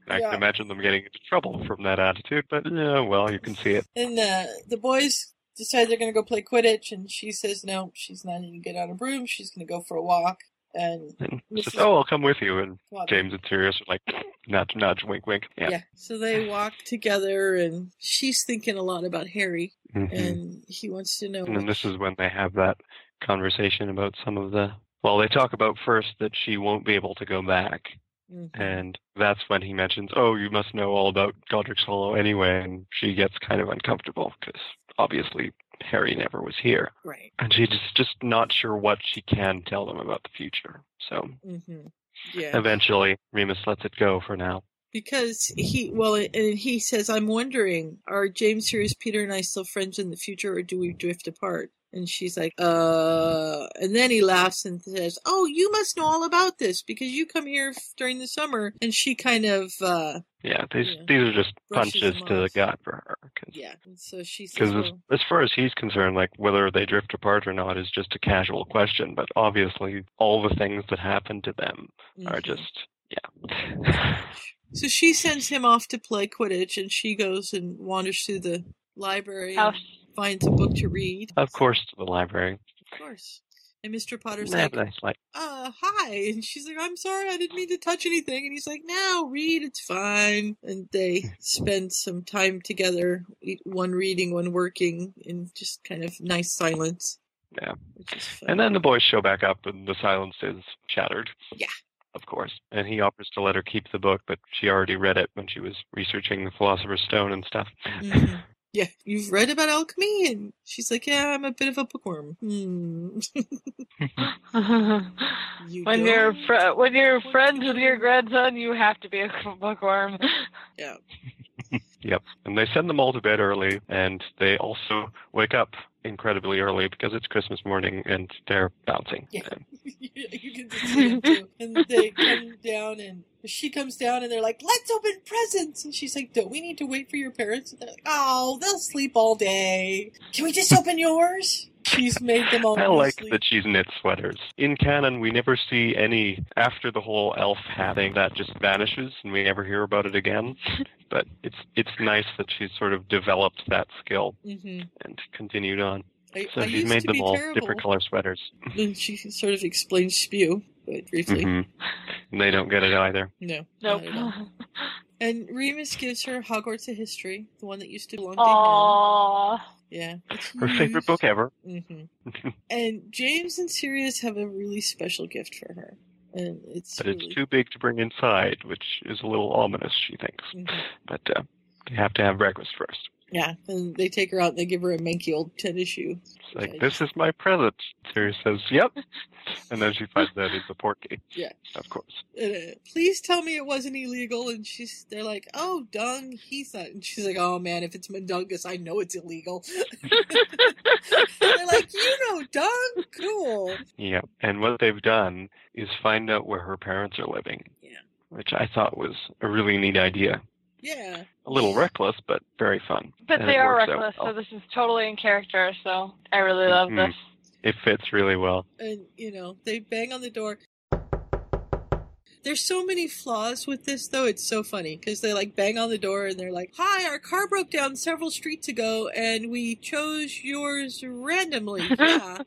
[SPEAKER 13] I
[SPEAKER 2] Yeah.
[SPEAKER 13] can imagine them getting into trouble from that attitude, but yeah, well, you can see it.
[SPEAKER 2] And uh, the boys decide they're going to go play Quidditch, and she says, no, she's not going to get out of room. She's going to go for a walk. And
[SPEAKER 13] And
[SPEAKER 2] Mrs.
[SPEAKER 13] says, oh, I'll come with you. And
[SPEAKER 2] Well,
[SPEAKER 13] James and Sirius are like, nudge, nudge, wink, wink.
[SPEAKER 2] yeah.
[SPEAKER 13] Yeah.
[SPEAKER 2] So they walk together, and she's thinking a lot about Harry,
[SPEAKER 13] Mhm.
[SPEAKER 2] and he wants to know.
[SPEAKER 13] And then this is when they have that conversation about some of the. Well, they talk about first that she won't be able to go back.
[SPEAKER 2] Mm-hmm.
[SPEAKER 13] And that's when he mentions, oh, you must know all about Godric's Hollow anyway. And she gets kind of uncomfortable because obviously Harry never was here.
[SPEAKER 2] Right.
[SPEAKER 13] And she's just, just not sure what she can tell them about the future. So
[SPEAKER 2] hmm Yeah.
[SPEAKER 13] eventually, Remus lets it go for now.
[SPEAKER 2] Because he, well, and he says, I'm wondering, are James, Sirius, Peter, and I still friends in the future, or do we drift apart? And she's like, uh, and then he laughs and says, Oh, you must know all about this because you come here f- during the summer. And she kind of, uh,
[SPEAKER 13] Yeah, these these are just
[SPEAKER 2] Brushes
[SPEAKER 13] punches
[SPEAKER 2] them
[SPEAKER 13] to the
[SPEAKER 2] off.
[SPEAKER 13] gut for her.
[SPEAKER 2] yeah. And so she says,
[SPEAKER 13] Because as,
[SPEAKER 2] well,
[SPEAKER 13] as far as he's concerned, like whether they drift apart or not is just a casual question. But obviously, all the things that happen to them are
[SPEAKER 2] Mhm.
[SPEAKER 13] just
[SPEAKER 2] So she sends him off to play Quidditch and she goes and wanders through the library and finds a book to read.
[SPEAKER 13] Of course, to the library.
[SPEAKER 2] Of course. And Mr. Potter's
[SPEAKER 13] They have
[SPEAKER 2] like,
[SPEAKER 13] a nice light.
[SPEAKER 2] uh, hi. And she's like, I'm sorry, I didn't mean to touch anything. And he's like, no, read, it's fine. And
[SPEAKER 13] [LAUGHS]
[SPEAKER 2] they spend some time together, e- one reading, one working, in just kind of nice silence.
[SPEAKER 13] Yeah.
[SPEAKER 2] Which is fun.
[SPEAKER 13] And then the boys show back up, and the silence is shattered.
[SPEAKER 2] Yeah.
[SPEAKER 13] Of course. And he offers to let her keep the book, but she already read it when she was researching the Philosopher's Stone and stuff.
[SPEAKER 2] Mhm. Yeah, you've read about alchemy? And she's like, yeah, I'm a bit of a bookworm. Hmm. [LAUGHS] you
[SPEAKER 14] when
[SPEAKER 2] don't?
[SPEAKER 14] you're fr- when you're friends with your grandson, you have to be a [LAUGHS] bookworm.
[SPEAKER 2] Yeah.
[SPEAKER 13] [LAUGHS] Yep. And they send them all to bed early, and they also wake up incredibly early because it's Christmas morning and they're bouncing.
[SPEAKER 2] Yeah. [LAUGHS] you can just see it too. And they come down and she comes down and they're like, let's open presents. And she's like, don't we need to wait for your parents? And they're like, oh, they'll sleep all day. Can we just open yours? She's made them all
[SPEAKER 13] I like
[SPEAKER 2] sleep.
[SPEAKER 13] that she's knit sweaters. In canon, we never see any after the whole elf having that just vanishes, and we never hear about it
[SPEAKER 2] [LAUGHS]
[SPEAKER 13] again. but it's it's nice that she's sort of developed that skill
[SPEAKER 2] hmm
[SPEAKER 13] and continued on.
[SPEAKER 2] I,
[SPEAKER 13] So
[SPEAKER 2] I
[SPEAKER 13] she's
[SPEAKER 2] used
[SPEAKER 13] made
[SPEAKER 2] to
[SPEAKER 13] them
[SPEAKER 2] be
[SPEAKER 13] all
[SPEAKER 2] terrible.
[SPEAKER 13] different color sweaters.
[SPEAKER 2] And she sort of explains spew, but briefly.
[SPEAKER 13] Mhm. And they don't get it either.
[SPEAKER 2] No.
[SPEAKER 14] Nope.
[SPEAKER 2] not at all. [LAUGHS] And Remus gives her Hogwarts of History, the one that used to belong to
[SPEAKER 14] Aww.
[SPEAKER 2] him. Yeah. it's
[SPEAKER 13] Her favorite book ever.
[SPEAKER 2] hmm And James and Sirius have a really special gift for her, and it's
[SPEAKER 13] But
[SPEAKER 2] really
[SPEAKER 13] it's too big to bring inside, which is a little ominous, she thinks.
[SPEAKER 2] Mhm.
[SPEAKER 13] But uh, you have to have breakfast first.
[SPEAKER 2] yeah. And they take her out, and they give her a manky old tennis shoe.
[SPEAKER 13] It's like, this is my present. Sirius says, yep. And then she finds out it's a porky,
[SPEAKER 2] Yeah.
[SPEAKER 13] of course.
[SPEAKER 2] And, uh, Please tell me it wasn't illegal. And she's, they're like, oh, dung, he's not. And she's like, oh man, if it's mundungus, I know it's illegal. [LAUGHS] they're like, you know, dung, cool.
[SPEAKER 11] [LAUGHS]
[SPEAKER 13] Yeah. And what they've done is find out where her parents are living.
[SPEAKER 2] Yeah.
[SPEAKER 13] Which I thought was a really neat idea.
[SPEAKER 2] Yeah.
[SPEAKER 13] A little reckless, but very fun.
[SPEAKER 14] But
[SPEAKER 13] And
[SPEAKER 14] they
[SPEAKER 13] it
[SPEAKER 14] are
[SPEAKER 13] works out
[SPEAKER 14] reckless,
[SPEAKER 13] well.
[SPEAKER 14] so this is totally in character. So I really love
[SPEAKER 13] Mhm.
[SPEAKER 14] this.
[SPEAKER 13] It fits really well.
[SPEAKER 2] and you know they bang on the door there's so many flaws with this though it's so funny because they like bang on the door and they're like hi our car broke down several streets ago and we chose yours
[SPEAKER 14] [LAUGHS]
[SPEAKER 2] randomly yeah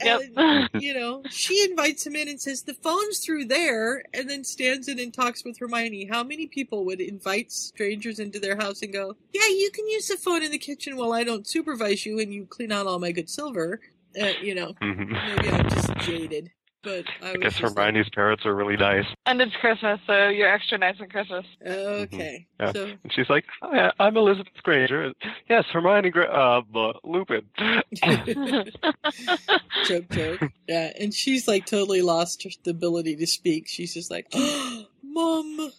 [SPEAKER 2] and you know she invites him in and says the phone's through there and then stands in and talks with hermione how many people would invite strangers into their house and go yeah you can use the phone in the kitchen while i don't supervise you and you clean out all my good silver uh, you know
[SPEAKER 13] Mhm.
[SPEAKER 2] Maybe I'm just jaded, but I,
[SPEAKER 13] I
[SPEAKER 2] was
[SPEAKER 13] guess
[SPEAKER 2] just
[SPEAKER 13] Hermione's parents are really nice.
[SPEAKER 14] And it's Christmas, so you're extra nice on Christmas.
[SPEAKER 2] like, okay.
[SPEAKER 13] Mm-hmm. Yeah.
[SPEAKER 2] So
[SPEAKER 13] And she's like, Hi, I'm Elizabeth Granger. Yes, Hermione Gra- uh, bu-
[SPEAKER 14] [LAUGHS]
[SPEAKER 13] Lupin.
[SPEAKER 2] [LAUGHS] joke, joke. Yeah, and she's like totally lost her the ability to speak. She's just like, [GASPS] mom.
[SPEAKER 13] Mhm.
[SPEAKER 2] Um,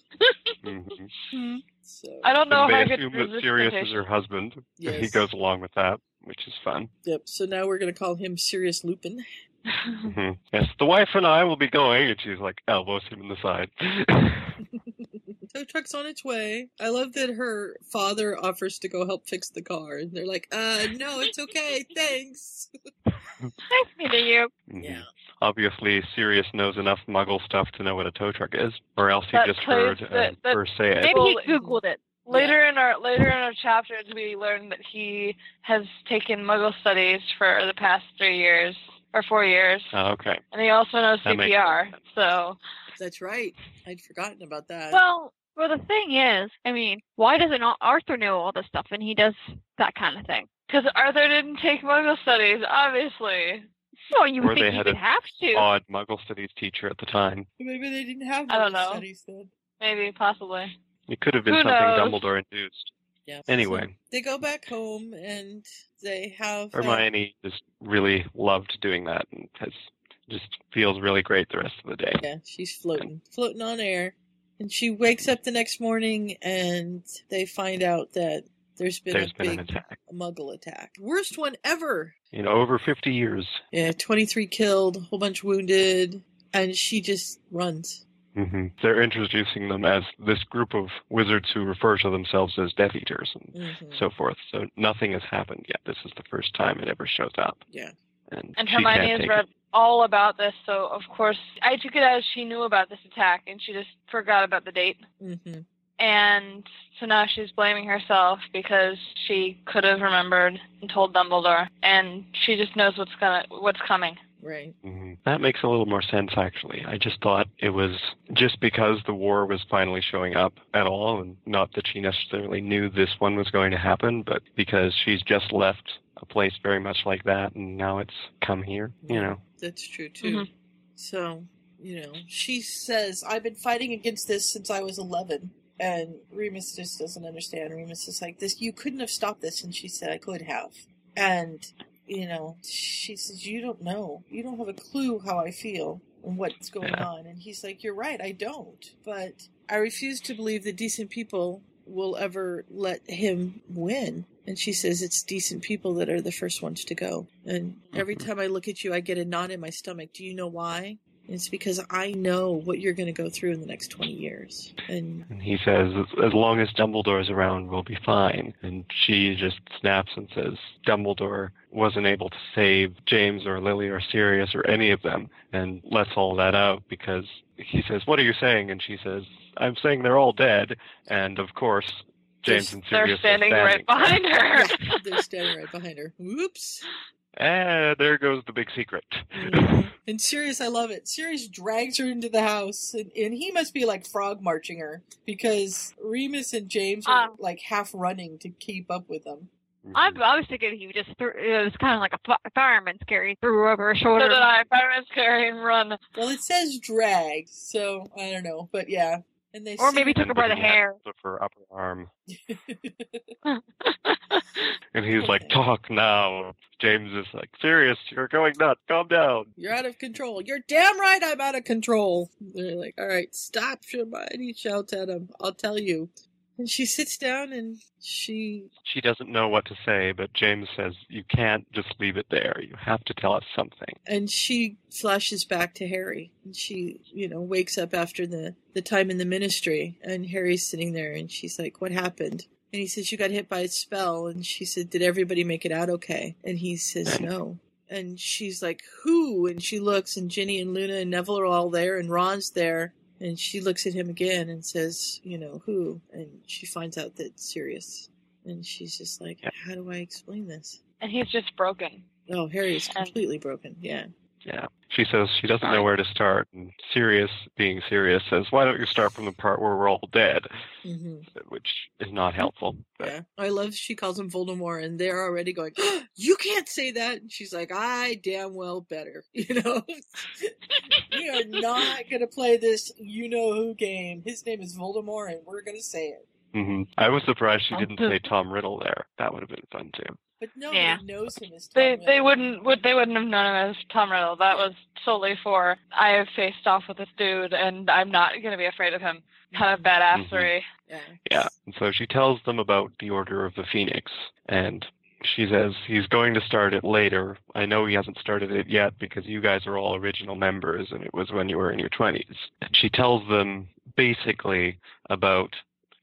[SPEAKER 11] Mm-hmm.
[SPEAKER 2] so
[SPEAKER 14] I don't know
[SPEAKER 13] and
[SPEAKER 14] how I
[SPEAKER 13] they
[SPEAKER 14] get
[SPEAKER 13] assume
[SPEAKER 14] through
[SPEAKER 13] that
[SPEAKER 14] this
[SPEAKER 13] Sirius is
[SPEAKER 14] presentation.
[SPEAKER 13] her husband. And he
[SPEAKER 2] Yes.
[SPEAKER 13] goes along with that, which is fun.
[SPEAKER 2] yep. So now we're gonna call him Sirius Lupin. [LAUGHS]
[SPEAKER 14] Mm-hmm.
[SPEAKER 13] hmm Yes, the wife and I will be going. And she's like, elbows him in the side.
[SPEAKER 2] tow truck's on its way. I love that her father offers to go help fix the car, and they're like, "Uh,
[SPEAKER 14] [LAUGHS]
[SPEAKER 2] no, it's okay, thanks." [LAUGHS]
[SPEAKER 11] nice meeting you.
[SPEAKER 2] Yeah.
[SPEAKER 13] [LAUGHS] Obviously, Sirius knows enough Muggle stuff to know what a tow truck is, or else he
[SPEAKER 14] That
[SPEAKER 13] just
[SPEAKER 14] plays-
[SPEAKER 13] heard uh,
[SPEAKER 14] that- that-
[SPEAKER 13] her say it.
[SPEAKER 14] Maybe he
[SPEAKER 11] googled it.
[SPEAKER 14] Later in our later in our chapters, we learn that he has taken Muggle studies for the past three years or four years,
[SPEAKER 13] Oh, okay.
[SPEAKER 14] and he also knows
[SPEAKER 13] That makes
[SPEAKER 14] CPR. So
[SPEAKER 2] [LAUGHS] that's right. I'd forgotten about that.
[SPEAKER 11] Well, well, the thing is, I mean, why doesn't Ar- Arthur know all this stuff and he does that kind of thing?
[SPEAKER 14] because Arthur didn't take Muggle studies, obviously.
[SPEAKER 11] Well, you
[SPEAKER 13] or they had a odd Muggle studies teacher at the time.
[SPEAKER 2] Maybe they didn't have.
[SPEAKER 14] I don't
[SPEAKER 2] Muggle
[SPEAKER 14] know.
[SPEAKER 2] studies then.
[SPEAKER 14] Maybe possibly.
[SPEAKER 13] It could have been
[SPEAKER 14] Who
[SPEAKER 13] something
[SPEAKER 14] knows?
[SPEAKER 13] Dumbledore induced.
[SPEAKER 2] Yeah.
[SPEAKER 13] Anyway,
[SPEAKER 2] They go back home and they have. uh,
[SPEAKER 13] Hermione just really loved doing that and has just feels really great the rest of the day.
[SPEAKER 2] Yeah, she's floating, floating on air, and she wakes up the next morning and they find out that there's been
[SPEAKER 13] There's
[SPEAKER 2] a
[SPEAKER 13] been an
[SPEAKER 2] big
[SPEAKER 13] attack.
[SPEAKER 2] Muggle attack, worst one ever.
[SPEAKER 13] In over 50 years.
[SPEAKER 2] Yeah, 23 killed, whole bunch wounded, and she just runs.
[SPEAKER 13] hmm They're introducing them as this group of wizards who refer to themselves as Death Eaters and
[SPEAKER 2] Mm.
[SPEAKER 13] so forth. So nothing has happened yet. This is the first time it ever shows up.
[SPEAKER 2] Yeah.
[SPEAKER 13] And,
[SPEAKER 14] And
[SPEAKER 13] she
[SPEAKER 14] Hermione
[SPEAKER 13] can't
[SPEAKER 14] has
[SPEAKER 13] take
[SPEAKER 14] read
[SPEAKER 13] it.
[SPEAKER 14] all about this, so of course I took it as she knew about this attack and she just forgot about the date.
[SPEAKER 2] Mm-hmm.
[SPEAKER 14] And so now she's blaming herself because she could have remembered and told Dumbledore, and she just knows what's gonna what's coming.
[SPEAKER 2] Right.
[SPEAKER 13] That makes a little more sense, actually. I just thought it was just because the war was finally showing up at all, and not that she necessarily knew this one was going to happen, but because she's just left a place very much like that, and now it's come here, you know.
[SPEAKER 2] That's true, too. So, you know, she says, I've been fighting against this since I was 11. And Remus just doesn't understand. Remus is like, this, you couldn't have stopped this. And she said, I could have. And, you know, she says, you don't know. You don't have a clue how I feel and what's going
[SPEAKER 12] Yeah.
[SPEAKER 2] on. And he's like, you're right, I don't. But I refuse to believe that decent people will ever let him win. And she says, it's decent people that are the first ones to go. And every time I look at you, I get a knot in my stomach. Do you know why? And it's because I know what you're going to go through in the next 20 years. And
[SPEAKER 13] And he says, as long as Dumbledore's around, we'll be fine. And she just snaps and says, Dumbledore wasn't able to save James or Lily or Sirius or any of them, and lets all that out because he says, What are you saying? And she says, I'm saying they're all dead. And of course, James and
[SPEAKER 14] They're
[SPEAKER 13] Sirius
[SPEAKER 14] standing
[SPEAKER 13] are
[SPEAKER 14] right
[SPEAKER 13] standing.
[SPEAKER 14] behind her.
[SPEAKER 2] they're standing right behind her. Whoops.
[SPEAKER 13] Ah, there goes the big secret.
[SPEAKER 2] And Sirius, I love it. Sirius drags her into the house, and, and he must be like frog marching her because Remus and James are like half running to keep up with them.
[SPEAKER 13] Mm-hmm.
[SPEAKER 11] I, I was thinking he just threw. It was kind of like a fi- fireman's carry, threw over her shoulder.
[SPEAKER 2] did I.
[SPEAKER 14] Fireman's carry and run.
[SPEAKER 2] Well, it says drag, so I don't know, but yeah. And they
[SPEAKER 11] Or
[SPEAKER 2] see-
[SPEAKER 11] maybe took her by the hair.
[SPEAKER 13] Of her upper
[SPEAKER 11] [LAUGHS]
[SPEAKER 13] arm. And he's like, Talk now. James is like, Sirius, you're going nuts. Calm down.
[SPEAKER 2] You're out of control. You're damn right I'm out of control. They're like, all right, stop, Hermione shouts at him. I'll tell you. And she sits down and she
[SPEAKER 13] she doesn't know what to say, but James says, You can't just leave it there. You have to tell us something.
[SPEAKER 2] and she flashes back to Harry. And she, you know, wakes up after the the time in the ministry, and Harry's sitting there, and she's like, "What happened?" And he says, "You got hit by a spell." And she said, "Did everybody make it out okay?" And he says, "No." And she's like, "Who?" And she looks, and Ginny and Luna and Neville are all there, and Ron's there. And she looks at him again and says, "You know who?" And she finds out that Sirius. And she's just like, "How do I explain this?"
[SPEAKER 14] And he's just broken.
[SPEAKER 2] Oh, Harry is completely broken. Yeah.
[SPEAKER 13] Yeah. She says she doesn't know where to start. And Sirius, being serious, says, Why don't you start from the part where we're all dead?
[SPEAKER 2] Mm-hmm.
[SPEAKER 13] Which is not helpful. But
[SPEAKER 2] Yeah. I love she calls him Voldemort and they're already going, [GASPS] You can't say that and she's like, I damn well better [LAUGHS] you know We are not gonna play this you know who game. His name is Voldemort and we're gonna say it.
[SPEAKER 13] hmm I was surprised she didn't say Tom Riddle there. That would have been fun, too.
[SPEAKER 2] But no
[SPEAKER 14] Yeah.
[SPEAKER 2] one knows him as Tom
[SPEAKER 14] They
[SPEAKER 2] Riddle.
[SPEAKER 14] they wouldn't would they wouldn't have known him as Tom Riddle. That was solely for I have faced off with this dude and I'm not gonna be afraid of him. Kind of
[SPEAKER 13] Mm-hmm.
[SPEAKER 14] badassery.
[SPEAKER 13] Yeah. And so she tells them about the Order of the Phoenix, and she says he's going to start it later. I know he hasn't started it yet because you guys are all original members, and it was when you were in your 20s. And she tells them basically about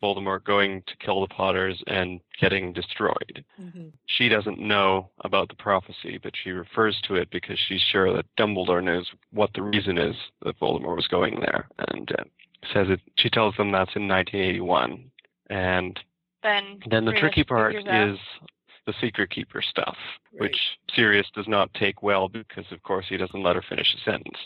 [SPEAKER 13] Voldemort going to kill the Potters and getting destroyed. She doesn't know about the prophecy, but she refers to it because she's sure that Dumbledore knows what the reason is that Voldemort was going there, and uh, says it. She tells them that's in 1981, and
[SPEAKER 14] Then
[SPEAKER 13] then the
[SPEAKER 14] Remus
[SPEAKER 13] tricky part
[SPEAKER 14] figures out-
[SPEAKER 13] is the secret keeper stuff, which Sirius does not take well because, of course, he doesn't let her finish a sentence.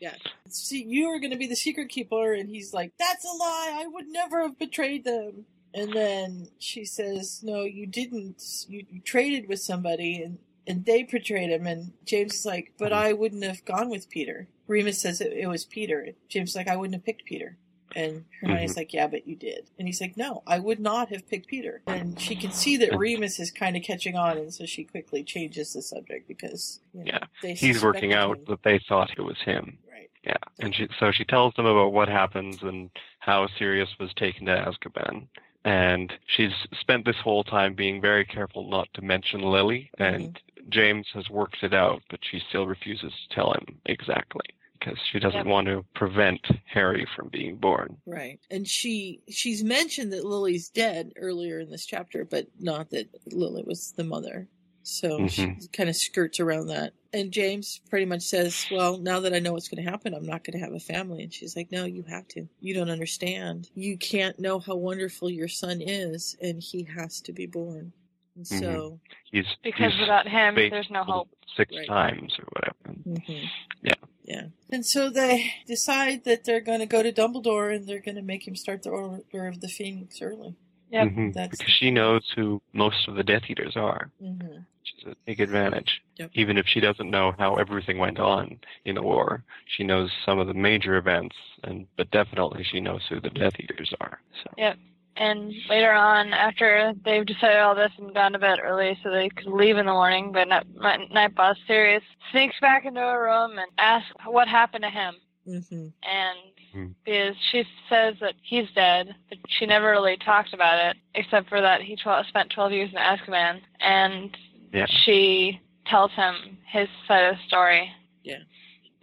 [SPEAKER 2] Yeah. See, you are going to be the secret keeper, and he's like, "That's a lie. I would never have betrayed them." And then she says, "No, you didn't. You, you traded with somebody, and and they betrayed him." And James is like, "But I wouldn't have gone with Peter." Remus says it, it was Peter. James is like, "I wouldn't have picked Peter." And Hermione's
[SPEAKER 12] Mhm.
[SPEAKER 2] like, "Yeah, but you did." And he's like, "No, I would not have picked Peter." And she can see that Remus is kind of catching on, and so she quickly changes the subject because you know,
[SPEAKER 13] yeah,
[SPEAKER 2] they
[SPEAKER 13] he's working
[SPEAKER 2] suspected
[SPEAKER 13] out
[SPEAKER 2] him.
[SPEAKER 13] that they thought it was him.
[SPEAKER 2] Right.
[SPEAKER 13] Yeah, and she so she tells them about what happens and how Sirius was taken to Azkaban, and she's spent this whole time being very careful not to mention Lily, and
[SPEAKER 2] Mm-hmm.
[SPEAKER 13] James has worked it out, but she still refuses to tell him exactly because she doesn't
[SPEAKER 2] Yep.
[SPEAKER 13] want to prevent Harry from being born.
[SPEAKER 2] Right. And she she's mentioned that Lily's dead earlier in this chapter, but not that Lily was the mother. So
[SPEAKER 13] Mm-hmm.
[SPEAKER 2] she
[SPEAKER 12] Mhm.
[SPEAKER 2] kind of skirts around that. And James pretty much says, "Well, now that I know what's going to happen, I'm not going to have a family." And she's like, "No, you have to. You don't understand. You can't know how wonderful your son is, and he has to be born." And so
[SPEAKER 13] Mhm. He's
[SPEAKER 14] Because
[SPEAKER 13] he's
[SPEAKER 14] without him,
[SPEAKER 13] spaced
[SPEAKER 14] there's no hope.
[SPEAKER 13] Six
[SPEAKER 2] Right.
[SPEAKER 13] times or whatever.
[SPEAKER 2] Mhm.
[SPEAKER 13] Yeah.
[SPEAKER 2] Yeah. And so they decide that they're going to go to Dumbledore and they're going to make him start the Order of the Phoenix early.
[SPEAKER 13] Mhm.
[SPEAKER 2] That's
[SPEAKER 13] Because she knows who most of the Death Eaters are,
[SPEAKER 2] hmm
[SPEAKER 13] which is a big advantage.
[SPEAKER 2] Yep.
[SPEAKER 13] Even if she doesn't know how everything went on in the war, she knows some of the major events, and but definitely she knows who the Death Eaters are. So
[SPEAKER 14] Yep. And later on, after they've decided all this and gone to bed early so they could leave in the morning, but not, night night bus, Sirius sneaks back into her room and asks what happened to him.
[SPEAKER 2] Mm-hmm.
[SPEAKER 14] And because she says that he's dead, but she never really talked about it, except for that he tw- spent 12 years in Azkaban. And
[SPEAKER 13] yeah,
[SPEAKER 14] she tells him his side of the story.
[SPEAKER 2] Yeah.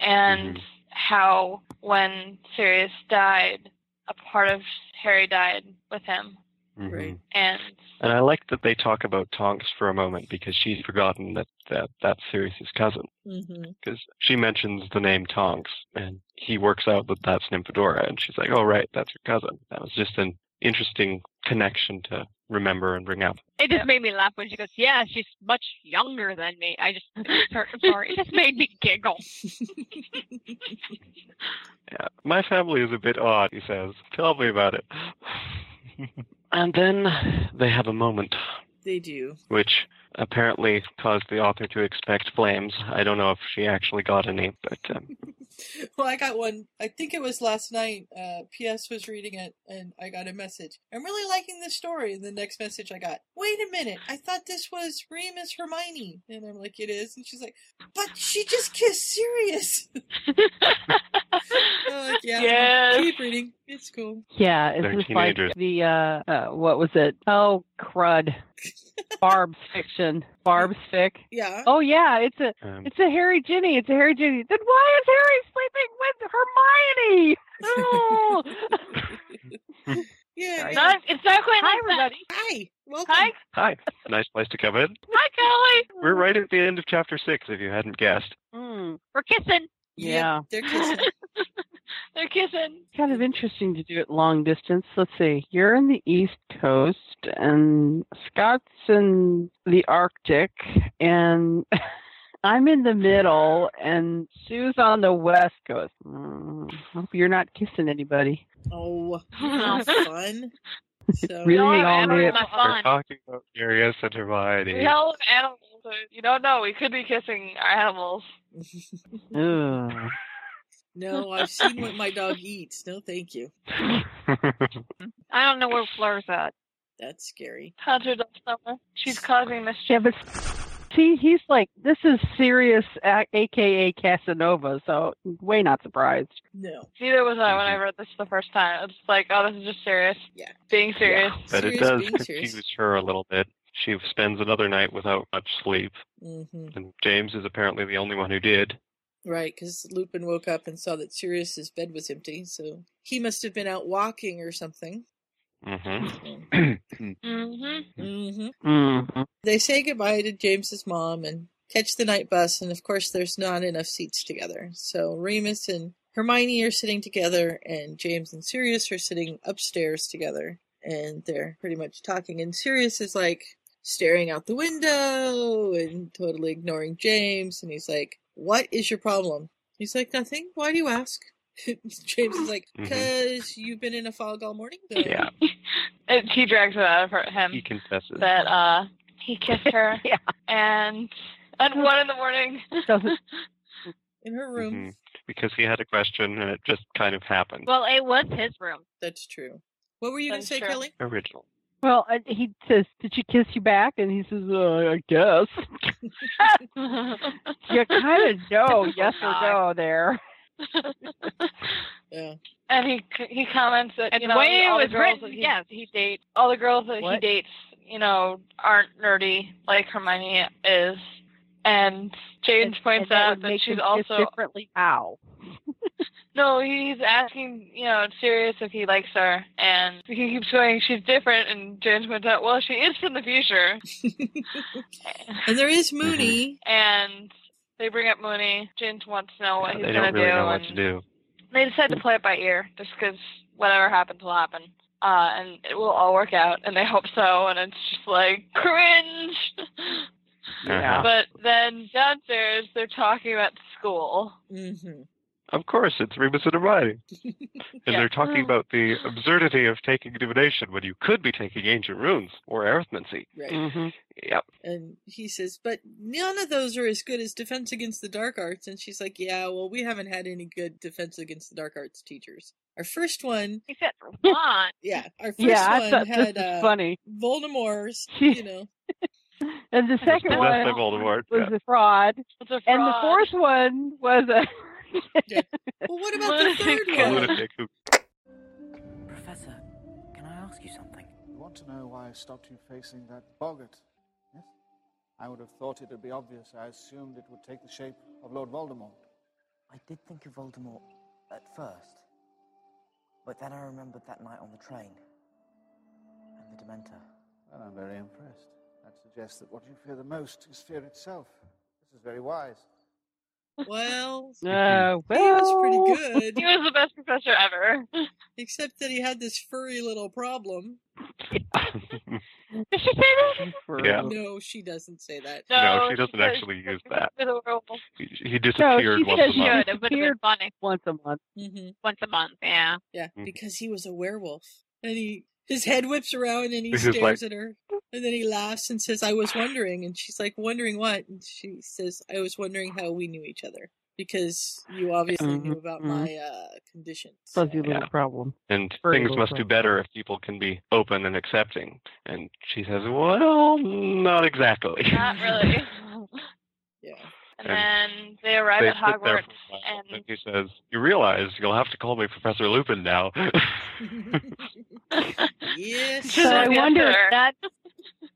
[SPEAKER 11] Mm-hmm.
[SPEAKER 14] And how when Sirius died, a part of Harry died with him.
[SPEAKER 13] mhm.
[SPEAKER 14] And
[SPEAKER 13] And I like that they talk about Tonks for a moment because she's forgotten that that that's Sirius's cousin.
[SPEAKER 2] Mm-hmm.
[SPEAKER 13] because she mentions the name Tonks, and he works out that that's Nymphadora, and she's like, "Oh right, that's your cousin." That was just an interesting connection to remember and bring up.
[SPEAKER 11] It just made me laugh when she goes, "Yeah, she's much younger than me." I just, sorry, it just made me giggle.
[SPEAKER 13] Yeah, my family is a bit odd, he says. Tell me about it. and then they have a moment,
[SPEAKER 2] They do.
[SPEAKER 13] which apparently caused the author to expect flames. I don't know if she actually got any, but um,
[SPEAKER 2] Well, I got one. I think it was last night. Uh, P.S. was reading it, and I got a message. I'm really liking this story. And the next message I got, wait a minute, I thought this was Remus Hermione, and I'm like, it is. And she's like, but she just kissed Sirius. [LAUGHS] I'm like, [LAUGHS] yeah,
[SPEAKER 14] Yes.
[SPEAKER 2] keep reading. It's cool.
[SPEAKER 12] Yeah, is
[SPEAKER 2] They're
[SPEAKER 12] this
[SPEAKER 13] teenagers.
[SPEAKER 12] like the uh, uh what was it? Oh
[SPEAKER 2] [LAUGHS]
[SPEAKER 12] crud. Barb's fiction. Barb's fic.
[SPEAKER 2] Yeah.
[SPEAKER 12] Oh yeah, it's a
[SPEAKER 13] Um,
[SPEAKER 12] it's a Harry Ginny. It's a Harry Ginny. Then why is Harry sleeping with Hermione? Oh,
[SPEAKER 2] [LAUGHS]
[SPEAKER 13] [LAUGHS]
[SPEAKER 2] yeah,
[SPEAKER 14] it's not, it's not quite
[SPEAKER 11] Hi,
[SPEAKER 14] like that.
[SPEAKER 11] everybody.
[SPEAKER 2] Hi, welcome.
[SPEAKER 14] Hi,
[SPEAKER 13] hi, [LAUGHS] nice place to come in.
[SPEAKER 14] hi, Kelly.
[SPEAKER 13] We're right at the end of chapter six, if you hadn't guessed.
[SPEAKER 12] Mm,
[SPEAKER 14] We're kissing.
[SPEAKER 12] yeah.
[SPEAKER 2] They're kissing.
[SPEAKER 14] [LAUGHS] They're
[SPEAKER 2] [LAUGHS]
[SPEAKER 14] kissing.
[SPEAKER 12] Kind of interesting to do it long distance. Let's see. You're in the East Coast, and Scott's in the Arctic, and [LAUGHS] I'm in the middle, and Sue's on the West Coast. Mm, hope you're not kissing anybody.
[SPEAKER 2] Oh, how fun. So,
[SPEAKER 12] Really
[SPEAKER 14] No, I'm
[SPEAKER 12] long
[SPEAKER 14] having
[SPEAKER 12] way-
[SPEAKER 14] my
[SPEAKER 13] We're
[SPEAKER 14] fun.
[SPEAKER 13] talking about Sirius and Hermione.
[SPEAKER 14] [SIGHS] We all have animals. so You don't know. We could be kissing our animals.
[SPEAKER 12] Ugh.
[SPEAKER 2] no, I've seen what my dog eats. No,
[SPEAKER 14] [LAUGHS]
[SPEAKER 2] thank you.
[SPEAKER 14] I don't know where Fleur's at.
[SPEAKER 2] That's scary.
[SPEAKER 14] Hunter does somewhere. She's causing mischief.
[SPEAKER 12] Yeah, but see, he's like, this is serious, a- aka Casanova, so way not surprised.
[SPEAKER 2] No.
[SPEAKER 14] Neither was I when
[SPEAKER 13] Mm-hmm.
[SPEAKER 14] I read this the first time. It's like, oh, this is just serious.
[SPEAKER 2] Yeah.
[SPEAKER 14] Being serious.
[SPEAKER 13] But it does confuse her a little bit. She spends another night without much sleep,
[SPEAKER 2] [LAUGHS] Mm-hmm.
[SPEAKER 13] and James is apparently the only one who did.
[SPEAKER 2] Right, because Lupin woke up and saw that Sirius's bed was empty, so he must have been out walking or something.
[SPEAKER 14] [SIGHS]
[SPEAKER 13] Mm-hmm.
[SPEAKER 11] Hmm.
[SPEAKER 2] Mm-hmm. Mm-hmm.
[SPEAKER 13] mm-hmm.
[SPEAKER 2] They say goodbye to James's mom and catch the night bus, and of course, there's not enough seats together. So Remus and Hermione are sitting together, and James and Sirius are sitting upstairs together, and they're pretty much talking. And Sirius is like staring out the window and totally ignoring James, and he's like, What is your problem? He's like, Nothing. Why do you ask? [LAUGHS] James is like,
[SPEAKER 13] Mhm.
[SPEAKER 2] Because you've been in a fog all morning?
[SPEAKER 14] [LAUGHS]
[SPEAKER 2] though."
[SPEAKER 13] Yeah,
[SPEAKER 14] It, he drags it out of her, him.
[SPEAKER 13] he confesses.
[SPEAKER 14] that uh he kissed her
[SPEAKER 2] [LAUGHS]
[SPEAKER 14] and at one in the morning [LAUGHS]
[SPEAKER 2] in her
[SPEAKER 13] Mhm. Because he had a question and it just kind of happened.
[SPEAKER 11] Well, it was his room.
[SPEAKER 2] That's true. What were you going to say, Kelly?
[SPEAKER 13] Original.
[SPEAKER 12] Well, uh, he says, "Did she kiss you back?" And he says, uh, "I guess." [LAUGHS] you
[SPEAKER 11] [LAUGHS]
[SPEAKER 12] kind of know, yes or no, there.
[SPEAKER 2] [LAUGHS] yeah.
[SPEAKER 14] and he he comments that
[SPEAKER 11] And
[SPEAKER 14] you
[SPEAKER 11] the
[SPEAKER 14] know
[SPEAKER 11] way it
[SPEAKER 14] all
[SPEAKER 11] was
[SPEAKER 14] the girls
[SPEAKER 11] written,
[SPEAKER 14] that he,
[SPEAKER 11] yes.
[SPEAKER 14] he dates all the girls that he
[SPEAKER 11] What?
[SPEAKER 14] dates you know aren't nerdy like Hermione is and James points
[SPEAKER 12] and that
[SPEAKER 14] out
[SPEAKER 12] would make
[SPEAKER 14] she's
[SPEAKER 12] him kiss
[SPEAKER 14] also
[SPEAKER 12] differently. How?
[SPEAKER 14] no he's asking you know Sirius if he likes her and he keeps going she's different and James points out well she is from the future
[SPEAKER 2] [LAUGHS] And
[SPEAKER 14] [LAUGHS]
[SPEAKER 2] there is Mooney.
[SPEAKER 14] and they bring up Mooney. James wants to know what he's
[SPEAKER 13] They
[SPEAKER 14] gonna
[SPEAKER 13] don't really
[SPEAKER 14] do,
[SPEAKER 13] know what
[SPEAKER 14] and
[SPEAKER 13] to do.
[SPEAKER 14] they decide to play it by ear, just 'cause whatever happens will happen, uh, and it will all work out, and they hope so. And it's just like cringe.
[SPEAKER 13] Yeah.
[SPEAKER 14] But then downstairs, they're talking about school.
[SPEAKER 2] Mm-hmm.
[SPEAKER 13] Of course, it's Remus and
[SPEAKER 14] [LAUGHS]
[SPEAKER 13] Hermione. And
[SPEAKER 14] Yeah.
[SPEAKER 13] they're talking about the absurdity of taking divination when you could be taking ancient runes or arithmancy.
[SPEAKER 2] Right.
[SPEAKER 12] Mm-hmm.
[SPEAKER 13] Yep.
[SPEAKER 2] And he says, but none of those are as good as Defense Against the Dark Arts. And she's like, yeah, well, we haven't had any good Defense Against the Dark Arts teachers. Our first one,
[SPEAKER 11] Except for
[SPEAKER 2] [LAUGHS]
[SPEAKER 11] one.
[SPEAKER 2] yeah, our first
[SPEAKER 12] Yeah, I
[SPEAKER 2] one
[SPEAKER 12] thought this
[SPEAKER 2] had
[SPEAKER 12] was
[SPEAKER 2] uh,
[SPEAKER 12] funny. [LAUGHS]
[SPEAKER 2] Voldemort's, you know.
[SPEAKER 12] And the second
[SPEAKER 13] Possessed by
[SPEAKER 12] one
[SPEAKER 13] Voldemort.
[SPEAKER 12] was
[SPEAKER 13] yeah.
[SPEAKER 12] a fraud,
[SPEAKER 14] It's a
[SPEAKER 12] and the
[SPEAKER 14] fraud.
[SPEAKER 12] fourth one was a. [LAUGHS]
[SPEAKER 2] Well, [LAUGHS] what about the third
[SPEAKER 13] A
[SPEAKER 2] one?
[SPEAKER 13] lunatic who
[SPEAKER 9] Professor, can I ask you something?
[SPEAKER 20] You want to know why I stopped you facing that boggart? Yes? I would have thought it would be obvious. I assumed it would take the shape of Lord Voldemort.
[SPEAKER 9] I did think of Voldemort at first, but then I remembered that night on the train and the Dementor.
[SPEAKER 20] Well, I'm very impressed. That suggests that what you fear the most is fear itself. This is very wise.
[SPEAKER 2] Well,
[SPEAKER 9] Uh, [LAUGHS]
[SPEAKER 2] [LAUGHS]
[SPEAKER 12] No,
[SPEAKER 2] he was pretty good.
[SPEAKER 14] Uh, [LAUGHS] He was the best professor ever. [LAUGHS]
[SPEAKER 2] Except that he had this furry little problem.
[SPEAKER 11] Does she say that?
[SPEAKER 13] Yeah.
[SPEAKER 2] No, she doesn't say that.
[SPEAKER 13] No, she doesn't actually use that. He, he disappeared
[SPEAKER 12] she
[SPEAKER 13] once
[SPEAKER 12] says
[SPEAKER 13] a month.
[SPEAKER 11] It would have been funny.
[SPEAKER 12] Once a month.
[SPEAKER 2] Mm-hmm.
[SPEAKER 11] Once a month, yeah.
[SPEAKER 2] Yeah,
[SPEAKER 13] Mm. Mm-hmm.
[SPEAKER 2] because he was a werewolf. And he his head whips around and he
[SPEAKER 13] He's
[SPEAKER 2] stares
[SPEAKER 13] just like-
[SPEAKER 2] at her. And then he laughs and says, I was wondering. And she's like, Wondering what? And she says, I was wondering how we knew each other. Because you obviously knew about
[SPEAKER 12] Mhm.
[SPEAKER 2] my uh, condition.
[SPEAKER 12] Fuzzy little
[SPEAKER 13] Mm-hmm. Yeah.
[SPEAKER 12] problem.
[SPEAKER 13] And
[SPEAKER 12] Very
[SPEAKER 13] things
[SPEAKER 12] little
[SPEAKER 13] must do
[SPEAKER 12] problem.
[SPEAKER 13] better if people can be open and accepting. And she says, Well, not exactly.
[SPEAKER 14] Not
[SPEAKER 11] [LAUGHS]
[SPEAKER 14] really.
[SPEAKER 2] yeah.
[SPEAKER 13] [LAUGHS] And
[SPEAKER 14] And, then they arrive
[SPEAKER 13] they
[SPEAKER 14] at
[SPEAKER 13] sit there for
[SPEAKER 14] Hogwarts,
[SPEAKER 13] a while,
[SPEAKER 14] and
[SPEAKER 13] And he says, You realize you'll have to call me Professor Lupin
[SPEAKER 12] [LAUGHS]
[SPEAKER 13] now. [LAUGHS]
[SPEAKER 2] [LAUGHS]
[SPEAKER 11] [LAUGHS]
[SPEAKER 2] Yes.
[SPEAKER 12] So I wonder
[SPEAKER 11] Yes, sir.
[SPEAKER 12] if that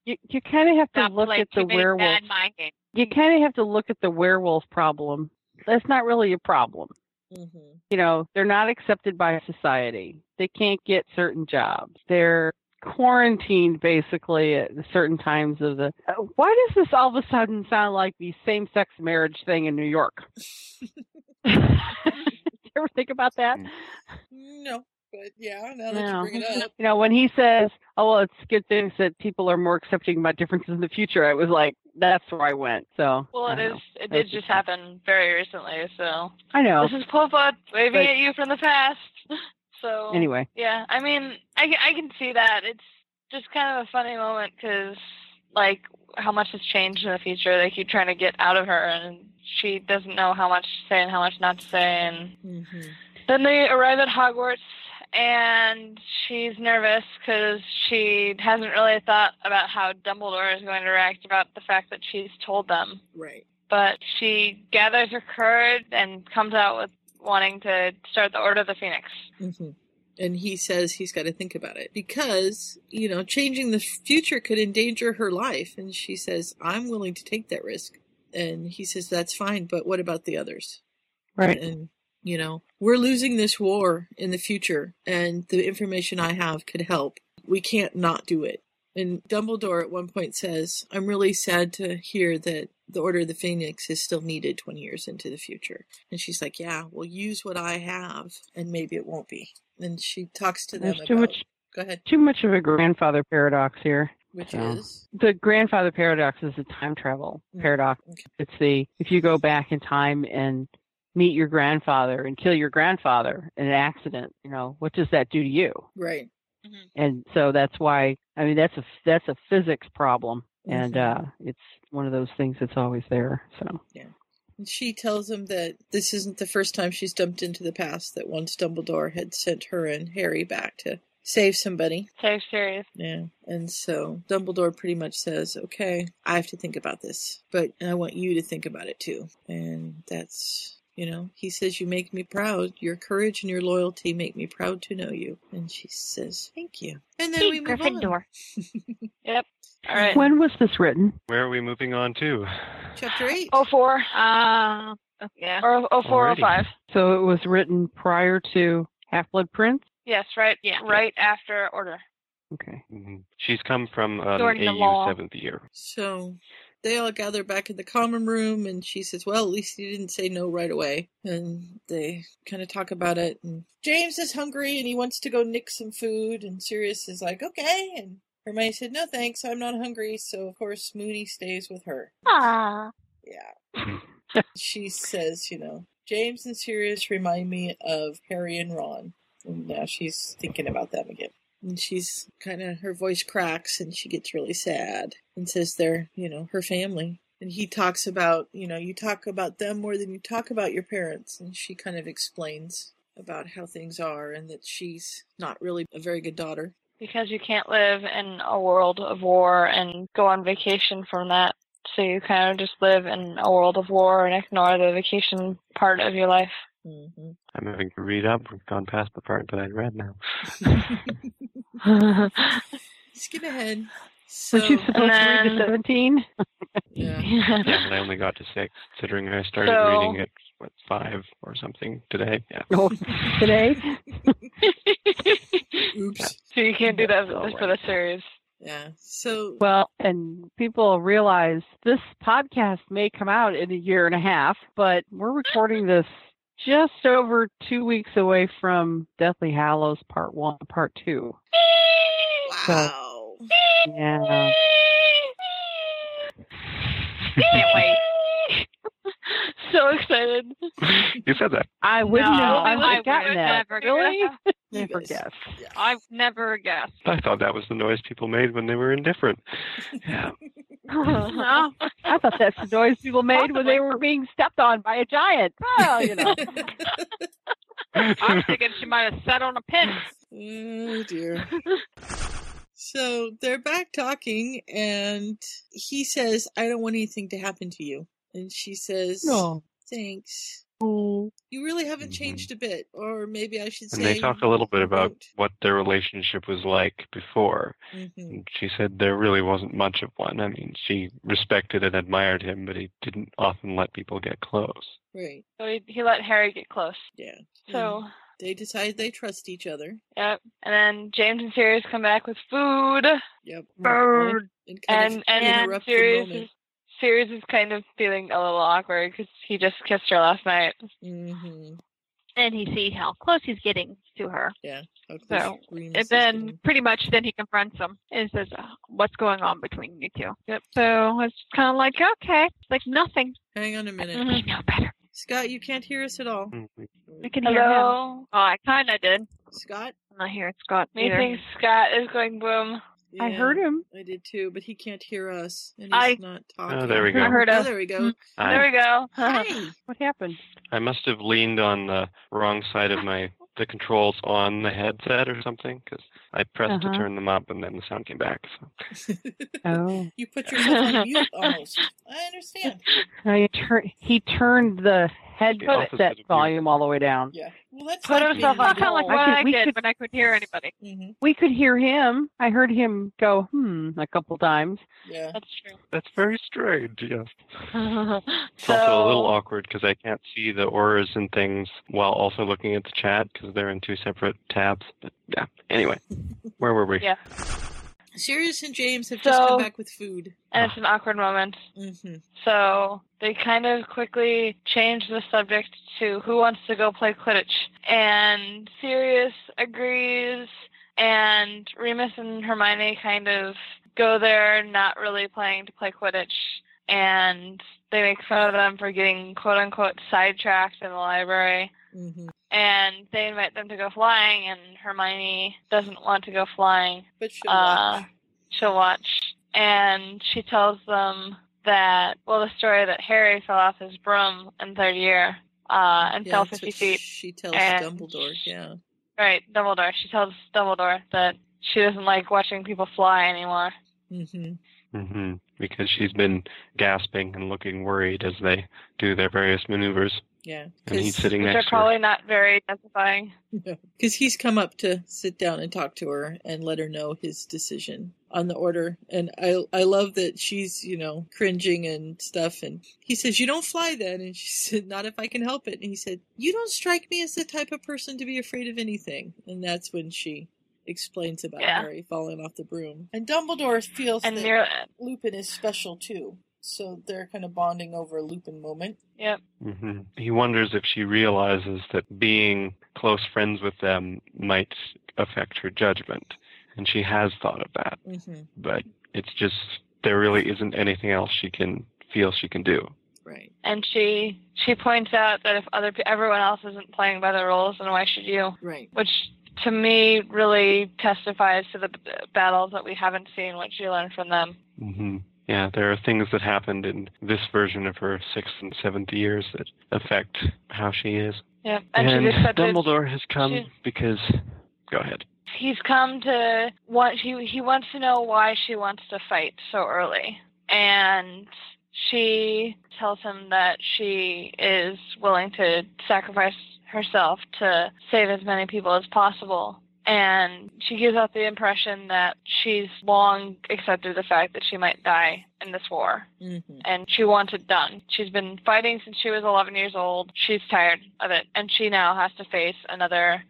[SPEAKER 12] you, you kind of have to
[SPEAKER 11] Stop
[SPEAKER 12] look
[SPEAKER 11] playing
[SPEAKER 12] at the
[SPEAKER 11] too many
[SPEAKER 12] werewolf.
[SPEAKER 11] Bad mind games.
[SPEAKER 12] You kind of have to look at the werewolf problem. That's not really a problem.
[SPEAKER 2] Mm-hmm.
[SPEAKER 12] You know, they're not accepted by society. They can't get certain jobs. They're quarantined basically at certain times of the. Uh, Why does this all of a sudden sound like the same-sex marriage thing in New York? [LAUGHS] you ever think about that?
[SPEAKER 2] Mm. No. But yeah, [LAUGHS] now that
[SPEAKER 12] No.
[SPEAKER 2] you bring
[SPEAKER 12] [LAUGHS]
[SPEAKER 2] it up.
[SPEAKER 12] You know, when he says, "Oh, well, it's good things that people are more accepting about differences in the future," I was like, "That's where I went." So.
[SPEAKER 14] well,
[SPEAKER 12] I
[SPEAKER 14] it
[SPEAKER 12] don't
[SPEAKER 14] is.
[SPEAKER 12] know. That's
[SPEAKER 14] It did just happen very recently, so.
[SPEAKER 12] I know.
[SPEAKER 14] This is Popa waving
[SPEAKER 12] But-
[SPEAKER 14] at you from the past. [LAUGHS] So
[SPEAKER 12] Anyway.
[SPEAKER 14] yeah, I mean, I ca- I can see that. It's just kind of a funny moment because like how much has changed in the future. They keep trying to get out of her, and she doesn't know how much to say and how much not to say. And
[SPEAKER 2] Mm-hmm.
[SPEAKER 14] then they arrive at Hogwarts, and she's nervous because she hasn't really thought about how Dumbledore is going to react about the fact that she's told them
[SPEAKER 2] Right.
[SPEAKER 14] but she gathers her courage and comes out with wanting to start the Order of the Phoenix.
[SPEAKER 2] hmm And he says he's got to think about it because, you know, changing the future could endanger her life. And she says, I'm willing to take that risk. And he says, that's fine, but what about the others?
[SPEAKER 12] Right.
[SPEAKER 2] And you know, we're losing this war in the future, and the information I have could help. We can't not do it. And Dumbledore at one point says, I'm really sad to hear that the Order of the Phoenix is still needed 20 years into the future. And she's like, Yeah, well, use what I have, and maybe it won't be. And she talks to them
[SPEAKER 12] There's
[SPEAKER 2] about.
[SPEAKER 12] too much
[SPEAKER 2] Go ahead.
[SPEAKER 12] too much of a grandfather paradox here.
[SPEAKER 2] Which
[SPEAKER 12] is the grandfather paradox is a time travel
[SPEAKER 2] Mm,
[SPEAKER 12] paradox. It's the if you go back in time and meet your grandfather and kill your grandfather in an accident, you know, what does that do to you?
[SPEAKER 2] Right.
[SPEAKER 12] And so that's why I mean that's a that's a physics problem and uh
[SPEAKER 2] Mhm.
[SPEAKER 12] it's one of those things that's always there. So
[SPEAKER 2] And she tells him that this isn't the first time she's dumped into the past, that once Dumbledore had sent her and Harry back to save somebody.
[SPEAKER 14] So serious.
[SPEAKER 2] Yeah. And so Dumbledore pretty much says, okay, I have to think about this, but I want you to think about it too. And that's, you know, he says, you make me proud. Your courage and your loyalty make me proud to know you. And she says, thank you. And then we move [LAUGHS] on.
[SPEAKER 14] Yep. All right.
[SPEAKER 12] when was this written?
[SPEAKER 13] Where are we moving on to?
[SPEAKER 2] Chapter 8.
[SPEAKER 14] Oh four.
[SPEAKER 11] Uh, yeah.
[SPEAKER 14] Or oh four oh
[SPEAKER 13] Alrighty.
[SPEAKER 14] five.
[SPEAKER 12] So it was written prior to Half Blood Prince?
[SPEAKER 14] Yes, right. Yeah. Right after Order.
[SPEAKER 12] Okay.
[SPEAKER 13] Mm-hmm. She's come from an
[SPEAKER 14] During the
[SPEAKER 13] AU
[SPEAKER 14] law.
[SPEAKER 13] seventh year.
[SPEAKER 2] So they all gather back in the common room, and she says, Well, at least you didn't say no right away. And they kind of talk about it. And James is hungry and he wants to go nick some food. And Sirius is like, Okay. And Hermione said, No thanks, I'm not hungry. So, of course, Moody stays with her.
[SPEAKER 11] Ah.
[SPEAKER 2] Yeah. she says, You know, James and Sirius remind me of Harry and Ron. And now she's thinking about them again. And she's kind of, her voice cracks and she gets really sad and says they're, you know, her family. And he talks about, you know, you talk about them more than you talk about your parents. And she kind of explains about how things are and that she's not really a very good daughter.
[SPEAKER 14] Because you can't live in a world of war and go on vacation from that. So you kind of just live in a world of war and ignore the vacation part of your life.
[SPEAKER 13] I'm having to read up. We've gone past the part that I read now.
[SPEAKER 2] Skip ahead. So,
[SPEAKER 12] Weren't you supposed to read
[SPEAKER 14] then-
[SPEAKER 13] [LAUGHS]
[SPEAKER 12] to seventeen?
[SPEAKER 13] Yeah, but I only got to six, considering I started
[SPEAKER 14] So-
[SPEAKER 13] reading at what five or something today. Yeah.
[SPEAKER 12] Oh, today?
[SPEAKER 2] [LAUGHS] Oops.
[SPEAKER 14] [LAUGHS] So you can't do that for for the series.
[SPEAKER 2] Yeah. So
[SPEAKER 12] Well, and people realize this podcast may come out in a year and a half, but we're recording this just over two weeks away from Deathly Hallows Part One, Part Two.
[SPEAKER 2] Wow.
[SPEAKER 12] yeah.
[SPEAKER 11] Can't [LAUGHS] wait.
[SPEAKER 14] so excited.
[SPEAKER 13] You said that.
[SPEAKER 12] I wouldn't
[SPEAKER 11] No,
[SPEAKER 12] have. I
[SPEAKER 11] I
[SPEAKER 12] would have gotten
[SPEAKER 11] would
[SPEAKER 12] that.
[SPEAKER 11] never
[SPEAKER 12] really?
[SPEAKER 11] guess.
[SPEAKER 12] Never guess.
[SPEAKER 11] I've
[SPEAKER 12] [LAUGHS]
[SPEAKER 11] never guessed.
[SPEAKER 13] [LAUGHS] I thought that was the noise people made when they were indifferent. Yeah.
[SPEAKER 11] no.
[SPEAKER 12] I thought that's the noise people made when they were being stepped on by a giant. Oh, you
[SPEAKER 11] [LAUGHS]
[SPEAKER 2] [LAUGHS]
[SPEAKER 12] know.
[SPEAKER 11] I was thinking she might have sat on a pin.
[SPEAKER 2] Oh
[SPEAKER 12] Mm,
[SPEAKER 2] dear. so they're back talking, and he says, I don't want anything to happen to you. And she says,
[SPEAKER 12] No.
[SPEAKER 2] Thanks.
[SPEAKER 11] Oh.
[SPEAKER 12] You
[SPEAKER 2] really haven't changed a bit. Or maybe I should
[SPEAKER 13] Mm-hmm. And
[SPEAKER 2] say,
[SPEAKER 13] they talk a little bit about what their relationship was like before.
[SPEAKER 2] Mhm.
[SPEAKER 13] And she said there really wasn't much of one. I mean, she respected and admired him, but he didn't often let people get close.
[SPEAKER 2] Right.
[SPEAKER 14] So he, he let Harry get close.
[SPEAKER 2] Yeah.
[SPEAKER 14] So
[SPEAKER 2] They decide they trust each other.
[SPEAKER 14] yep. And then James and Sirius come back with food.
[SPEAKER 2] Yep.
[SPEAKER 14] Food.
[SPEAKER 2] And kind
[SPEAKER 14] And
[SPEAKER 2] of
[SPEAKER 14] and,
[SPEAKER 2] interrupt the
[SPEAKER 14] Sirius
[SPEAKER 2] moment.
[SPEAKER 14] is, Sirius is kind of feeling a little awkward because he just kissed her last night.
[SPEAKER 2] Mm-hmm.
[SPEAKER 11] And he sees how close he's getting to her.
[SPEAKER 2] Yeah.
[SPEAKER 11] So, and then pretty much then he confronts him and says, "Oh, "What's going on between you two?
[SPEAKER 2] Yep.
[SPEAKER 11] So it's kind of like, "Okay, it's like nothing." Mm-hmm.
[SPEAKER 2] Hang on a minute.
[SPEAKER 11] We know better.
[SPEAKER 2] Scott, you can't hear us at all.
[SPEAKER 13] Mm-hmm.
[SPEAKER 11] I can hear
[SPEAKER 14] Hello?
[SPEAKER 11] him. Oh, I kind of did.
[SPEAKER 2] Scott?
[SPEAKER 11] I'm not hearing Scott
[SPEAKER 14] Me
[SPEAKER 11] either.
[SPEAKER 14] think Scott is going boom.
[SPEAKER 11] I heard
[SPEAKER 12] him.
[SPEAKER 2] I did too, but he can't hear us, and he's
[SPEAKER 14] I-
[SPEAKER 2] not talking.
[SPEAKER 13] Oh, there we go.
[SPEAKER 14] I heard
[SPEAKER 2] Oh,
[SPEAKER 14] us.
[SPEAKER 2] there we
[SPEAKER 11] mm-hmm.
[SPEAKER 2] go.
[SPEAKER 13] I-
[SPEAKER 14] There we go. [LAUGHS]
[SPEAKER 2] Hey,
[SPEAKER 12] what happened?
[SPEAKER 13] I must have leaned on the wrong side of my the controls on the headset or something because I pressed
[SPEAKER 12] Uh-huh.
[SPEAKER 13] to turn them up and then the sound came back. So.
[SPEAKER 12] Oh. [LAUGHS]
[SPEAKER 2] You put yourself on mute almost. I understand.
[SPEAKER 12] I tur- he turned the headset
[SPEAKER 2] also said
[SPEAKER 12] volume all the way down.
[SPEAKER 2] Yeah. Well, that's
[SPEAKER 11] Put
[SPEAKER 2] like
[SPEAKER 11] himself
[SPEAKER 2] being-
[SPEAKER 11] on kind of like what
[SPEAKER 12] I
[SPEAKER 11] I,
[SPEAKER 12] could- we
[SPEAKER 11] did
[SPEAKER 12] could-
[SPEAKER 11] when I couldn't hear anybody.
[SPEAKER 2] Mm-hmm.
[SPEAKER 12] We could hear him. I heard him go hmm a couple times.
[SPEAKER 2] Yeah,
[SPEAKER 11] that's true.
[SPEAKER 13] That's very strange. Yes. Uh-huh. It's also
[SPEAKER 11] So-
[SPEAKER 13] a little awkward because I can't see the auras and things while also looking at the chat because they're in two separate tabs. But yeah. Anyway, where were we?
[SPEAKER 3] Yeah.
[SPEAKER 2] Sirius and James have just
[SPEAKER 3] So-
[SPEAKER 2] come back with food.
[SPEAKER 14] and it's an awkward moment.
[SPEAKER 2] Mm-hmm.
[SPEAKER 14] So they kind of quickly change the subject to who wants to go play Quidditch. And Sirius agrees, and Remus and Hermione kind of go there, not really planning to play Quidditch. And they make fun of them for getting quote unquote sidetracked in the library.
[SPEAKER 2] Mm-hmm.
[SPEAKER 14] And they invite them to go flying, and Hermione doesn't want to go flying.
[SPEAKER 2] But she'll
[SPEAKER 14] uh, She'll watch. And she tells them that, well, the story that Harry fell off his broom in third year uh, and
[SPEAKER 2] Yeah,
[SPEAKER 14] fell
[SPEAKER 2] that's
[SPEAKER 14] 50
[SPEAKER 2] what
[SPEAKER 14] feet.
[SPEAKER 2] She tells
[SPEAKER 14] and-
[SPEAKER 2] Dumbledore. Yeah.
[SPEAKER 14] Right, Dumbledore. She tells Dumbledore that she doesn't like watching people fly anymore.
[SPEAKER 2] Mm-hmm.
[SPEAKER 13] hmm Because she's been gasping and looking worried as they do their various maneuvers.
[SPEAKER 2] Yeah.
[SPEAKER 13] And he's sitting
[SPEAKER 14] Which
[SPEAKER 13] next
[SPEAKER 14] are
[SPEAKER 13] to her.
[SPEAKER 14] probably not very identifying.
[SPEAKER 2] Because he's come up to sit down and talk to her and let her know his decision on the order. And I I love that she's, you know, cringing and stuff. And he says, You don't fly then. And she [LAUGHS] said, Not if I can help it. And he said, You don't strike me as the type of person to be afraid of anything. And that's when she explains about
[SPEAKER 14] Yeah.
[SPEAKER 2] Harry falling off the broom. And Dumbledore feels
[SPEAKER 14] And
[SPEAKER 2] that
[SPEAKER 14] near-
[SPEAKER 2] Lupin is special too. So they're kind of bonding over a Lupin moment.
[SPEAKER 14] Yep.
[SPEAKER 13] hmm He wonders if she realizes that being close friends with them might affect her judgment. And she has thought of that.
[SPEAKER 2] Mm-hmm.
[SPEAKER 13] But it's just, there really isn't anything else she can feel she can do.
[SPEAKER 2] Right.
[SPEAKER 14] And she she points out that if other pe- everyone else isn't playing by the rules, then why should you?
[SPEAKER 2] Right.
[SPEAKER 14] Which to me really testifies to the b- battles that we haven't seen. What she learned from them.
[SPEAKER 13] hmm Yeah, there are things that happened in this version of her sixth and seventh years that affect how she is.
[SPEAKER 14] Yeah. And, she just said that
[SPEAKER 13] Dumbledore has come
[SPEAKER 14] she-
[SPEAKER 13] because. Go ahead.
[SPEAKER 14] he's come to want he he wants to know why she wants to fight so early and she tells him that she is willing to sacrifice herself to save as many people as possible and she gives out the impression that she's long accepted the fact that she might die in this war
[SPEAKER 2] Mm-hmm.
[SPEAKER 14] and she wants it done. She's been fighting since she was 11 years old. She's tired of it, and she now has to face another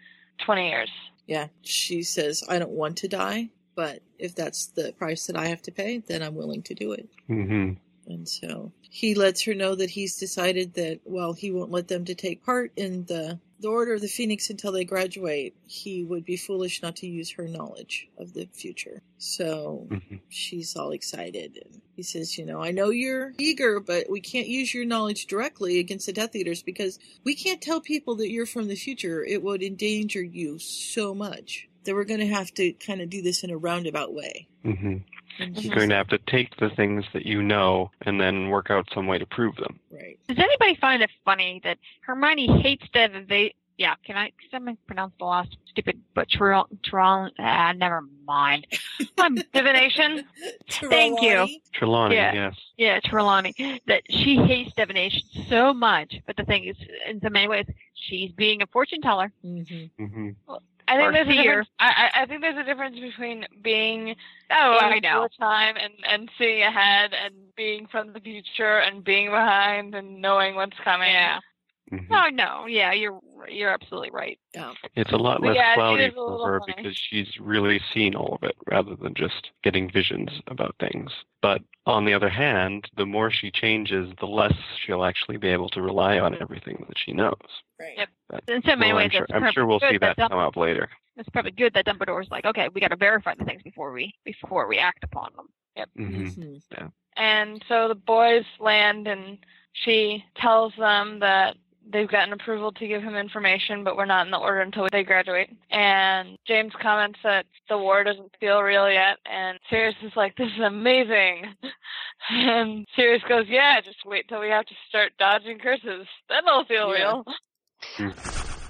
[SPEAKER 14] 20 years.
[SPEAKER 2] Yeah, she says, I don't want to die, but if that's the price that I have to pay, then I'm willing to do it.
[SPEAKER 13] hmm
[SPEAKER 2] And so he lets her know that he's decided that while he won't let them to take part in the the Order of the Phoenix until they graduate, he would be foolish not to use her knowledge of the future. So
[SPEAKER 13] Mm-hmm.
[SPEAKER 2] she's all excited and he says, you know, I know you're eager, but we can't use your knowledge directly against the Death Eaters because we can't tell people that you're from the future. It would endanger you so much that we're gonna have to kind of do this in a roundabout way.
[SPEAKER 13] hmm
[SPEAKER 2] And she's
[SPEAKER 13] You're going to have to take the things that you know and then work out some way to prove them.
[SPEAKER 2] right.
[SPEAKER 11] Does anybody find it funny that Hermione hates that they? Yeah, can I? Can someone pronounce the last stupid but Tyrell? Ah, never mind.
[SPEAKER 2] [LAUGHS]
[SPEAKER 11] Um, divination. Thank you.
[SPEAKER 13] Trelawney,
[SPEAKER 11] Yeah.
[SPEAKER 13] yes.
[SPEAKER 11] Yeah, Trelawney. That she hates divination so much, but the thing is, in so many ways, she's being a fortune teller.
[SPEAKER 2] Mm-hmm.
[SPEAKER 13] hmm
[SPEAKER 14] I think
[SPEAKER 11] Or
[SPEAKER 14] there's a
[SPEAKER 11] fear.
[SPEAKER 14] difference. I, I I think there's a difference between being
[SPEAKER 11] Oh,
[SPEAKER 14] in
[SPEAKER 11] I know.
[SPEAKER 14] the time and and seeing ahead and being from the future and being behind and knowing what's coming.
[SPEAKER 11] Yeah. Oh no, yeah, you're you're absolutely right.
[SPEAKER 13] It's a lot
[SPEAKER 14] But
[SPEAKER 13] less
[SPEAKER 14] yeah, it
[SPEAKER 13] cloudy
[SPEAKER 14] is a
[SPEAKER 13] for
[SPEAKER 14] little
[SPEAKER 13] her
[SPEAKER 14] funny.
[SPEAKER 13] because she's really seen all of it rather than just getting visions about things. But on the other hand, the more she changes, the less she'll actually be able to rely on everything that she knows.
[SPEAKER 11] Yep.
[SPEAKER 13] But-
[SPEAKER 11] In so many
[SPEAKER 13] well,
[SPEAKER 11] ways,
[SPEAKER 13] I'm sure,
[SPEAKER 11] that's
[SPEAKER 13] I'm
[SPEAKER 11] perfect.
[SPEAKER 13] sure we'll
[SPEAKER 11] Good
[SPEAKER 13] see that
[SPEAKER 11] that
[SPEAKER 13] come up later.
[SPEAKER 11] It's probably good that Dumbledore's like, okay, we got to verify the things before we before we act upon them.
[SPEAKER 14] Yep.
[SPEAKER 2] Mm-hmm.
[SPEAKER 13] Yeah.
[SPEAKER 14] And so the boys land, and she tells them that they've gotten approval to give him information, but we're not in the order until they graduate. And James comments that the war doesn't feel real yet, and Sirius is like, This is amazing. [LAUGHS] And Sirius goes, Yeah, just wait till we have [LAUGHS] to start dodging curses. Then it'll feel
[SPEAKER 2] Yeah.
[SPEAKER 14] real.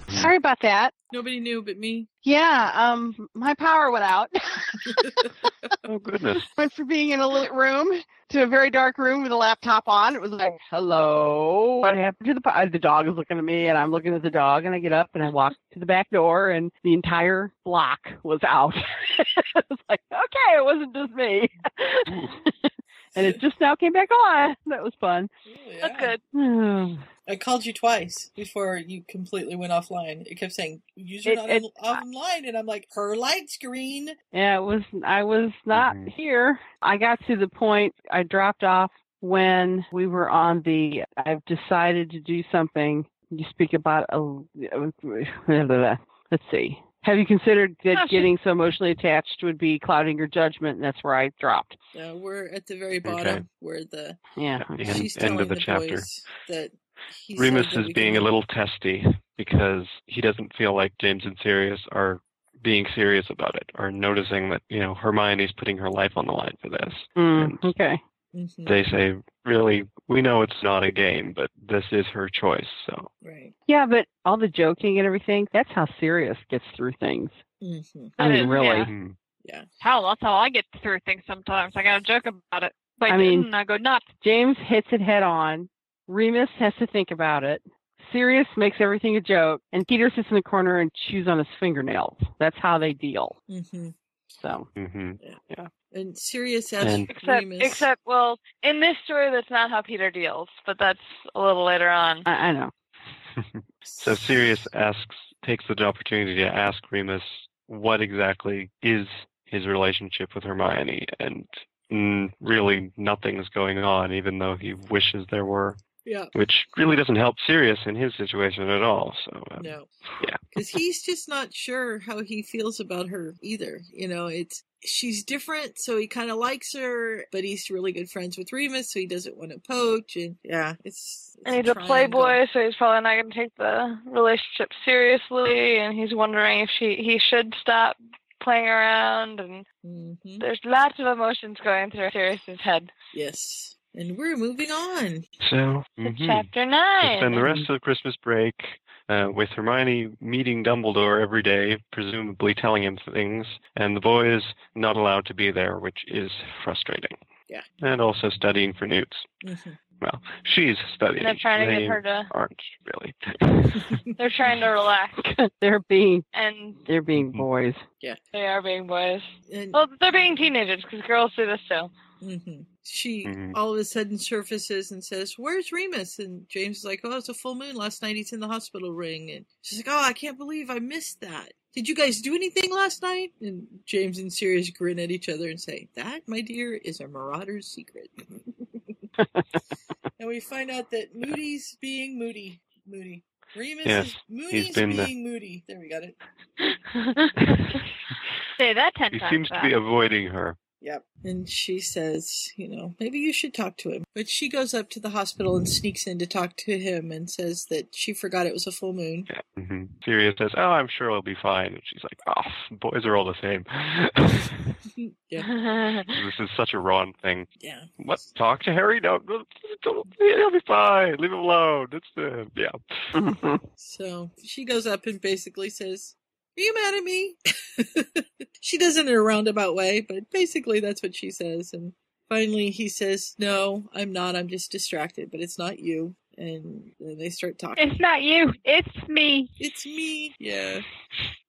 [SPEAKER 11] Sorry about that.
[SPEAKER 2] Nobody knew but me.
[SPEAKER 21] Yeah, um, my power went out.
[SPEAKER 13] oh goodness.
[SPEAKER 21] [LAUGHS] Went from being in a lit room to a very dark room with a laptop on. It was like, hello, what happened to the po-? uh, The dog is looking at me, and I'm looking at the dog, and I get up and I walk to the back door, and the entire block was out. [LAUGHS] it's like, okay, it wasn't just me. [LAUGHS] and it just now came back on. That was fun.
[SPEAKER 2] That's
[SPEAKER 11] [SIGHS]
[SPEAKER 2] good. I called you twice before you completely went offline. It kept saying user
[SPEAKER 21] It-
[SPEAKER 2] not
[SPEAKER 21] it-
[SPEAKER 2] on- online, and I'm like, um, her light screen.
[SPEAKER 12] Yeah, it was. I was not here. I got to the point. I dropped off when we were on the. I've decided to do something. You speak about a. [LAUGHS] Let's see. Have you considered that
[SPEAKER 2] Oh, shit.
[SPEAKER 12] getting so emotionally attached would be clouding your judgment? And that's where I dropped.
[SPEAKER 2] Uh, we're at the very bottom
[SPEAKER 13] Okay.
[SPEAKER 2] where the
[SPEAKER 12] Yeah.
[SPEAKER 13] The end-
[SPEAKER 2] she's
[SPEAKER 13] end
[SPEAKER 2] telling
[SPEAKER 13] of the chapter.
[SPEAKER 2] boys that he
[SPEAKER 13] Remus
[SPEAKER 2] said that
[SPEAKER 13] is
[SPEAKER 2] we
[SPEAKER 13] being
[SPEAKER 2] can-
[SPEAKER 13] a little testy because he doesn't feel like James and Sirius are being serious about it or noticing that, you know, Hermione's putting her life on the line for this.
[SPEAKER 12] Mm, okay.
[SPEAKER 13] They say, really, we know it's not a game, but this is her choice. So,
[SPEAKER 12] Yeah, but all the joking and everything—that's how Sirius gets through things.
[SPEAKER 11] Mm-hmm.
[SPEAKER 12] I mean, really.
[SPEAKER 11] Hell, that's how I get through things sometimes. I gotta joke about it. If I,
[SPEAKER 12] I mean-
[SPEAKER 11] didn't, I go nuts.
[SPEAKER 12] James hits it head on. Remus has to think about it. Sirius makes everything a joke, and Peter sits in the corner and chews on his fingernails. That's how they deal.
[SPEAKER 2] Mhm.
[SPEAKER 12] So,
[SPEAKER 13] yeah.
[SPEAKER 2] [LAUGHS] And Sirius asked
[SPEAKER 12] And-
[SPEAKER 14] Except,
[SPEAKER 2] Remus.
[SPEAKER 14] except, well, in this story, that's not how Peter deals, but that's a little later on.
[SPEAKER 12] I, I know.
[SPEAKER 13] so Sirius asks, takes the opportunity to ask Remus what exactly is his relationship with Hermione, and mm, really nothing's going on, even though he wishes there were.
[SPEAKER 2] yeah,
[SPEAKER 13] which really doesn't help Sirius in his situation at all. So um,
[SPEAKER 2] no,
[SPEAKER 13] yeah,
[SPEAKER 2] because he's just not sure how he feels about her either. You know, it's she's different, so he kind of likes her, but he's really good friends with Remus, so he doesn't want to poach. And yeah, it's, it's
[SPEAKER 14] And he's a
[SPEAKER 2] triangle.
[SPEAKER 14] playboy, so he's probably not going to take the relationship seriously, and he's wondering if she he should stop playing around. And
[SPEAKER 2] Mm-hmm.
[SPEAKER 14] there's lots of emotions going through Sirius's head.
[SPEAKER 2] Yes, and we're moving on.
[SPEAKER 13] so mhm.
[SPEAKER 14] Chapter
[SPEAKER 13] We
[SPEAKER 14] nine.
[SPEAKER 13] spend the rest of the Christmas break uh, with Hermione meeting Dumbledore every day, presumably telling him things, and the boys not allowed to be there, which is frustrating.
[SPEAKER 2] Yeah.
[SPEAKER 13] And also studying for Newts.
[SPEAKER 2] Mm-hmm.
[SPEAKER 13] Well, she's studying.
[SPEAKER 14] They're trying to get
[SPEAKER 13] They
[SPEAKER 14] her to-
[SPEAKER 13] Aren't really.
[SPEAKER 14] They're trying
[SPEAKER 13] [LAUGHS]
[SPEAKER 14] to relax,
[SPEAKER 12] [LAUGHS] they're being
[SPEAKER 14] and
[SPEAKER 12] they're being boys.
[SPEAKER 2] Yeah.
[SPEAKER 14] they are being boys.
[SPEAKER 2] And-
[SPEAKER 14] well, they're being teenagers because girls do this too.
[SPEAKER 11] Mm-hmm.
[SPEAKER 2] hmm She
[SPEAKER 14] Mhm.
[SPEAKER 2] all of a sudden surfaces and says, "Where's Remus?" And James is like, "Oh, it's a full moon last night. He's in the hospital ring." And she's like, "Oh, I can't believe I missed that. Did you guys do anything last night?" And James and Sirius grin at each other and say, "That, my dear, is a marauder's secret." [LAUGHS] and we find out that Moody's being Moody. Moody.
[SPEAKER 11] [LAUGHS]
[SPEAKER 2] Remus
[SPEAKER 13] Yes,
[SPEAKER 2] is
[SPEAKER 13] he's
[SPEAKER 2] Moody's
[SPEAKER 13] been uh, the-
[SPEAKER 2] being Moody. There we got it.
[SPEAKER 11] Say that ten
[SPEAKER 13] He
[SPEAKER 11] times.
[SPEAKER 13] seems to be avoiding her.
[SPEAKER 2] Yep. And she says, you know, maybe you should talk to him. But she goes up to the hospital and sneaks in to talk to him and says that she forgot it was a full moon.
[SPEAKER 13] hmm Sirius says, "Oh, I'm sure I'll be fine," and she's like, "Oh, boys are all the same."
[SPEAKER 2] [LAUGHS]
[SPEAKER 13] [LAUGHS]
[SPEAKER 11] [LAUGHS]
[SPEAKER 2] Yeah.
[SPEAKER 13] this is such a Ron thing.
[SPEAKER 2] Yeah.
[SPEAKER 13] What? Talk to Harry? No, don't, don't, he'll be fine. Leave him alone. It's uh,
[SPEAKER 2] [LAUGHS]
[SPEAKER 13] yeah.
[SPEAKER 2] so she goes up and basically says, Are you mad at me? [LAUGHS] she does it in a roundabout way, but basically that's what she says. And finally he says, No, I'm not. I'm just distracted, but it's not you. And then they start talking.
[SPEAKER 11] It's not you. It's me.
[SPEAKER 2] It's me. Yeah.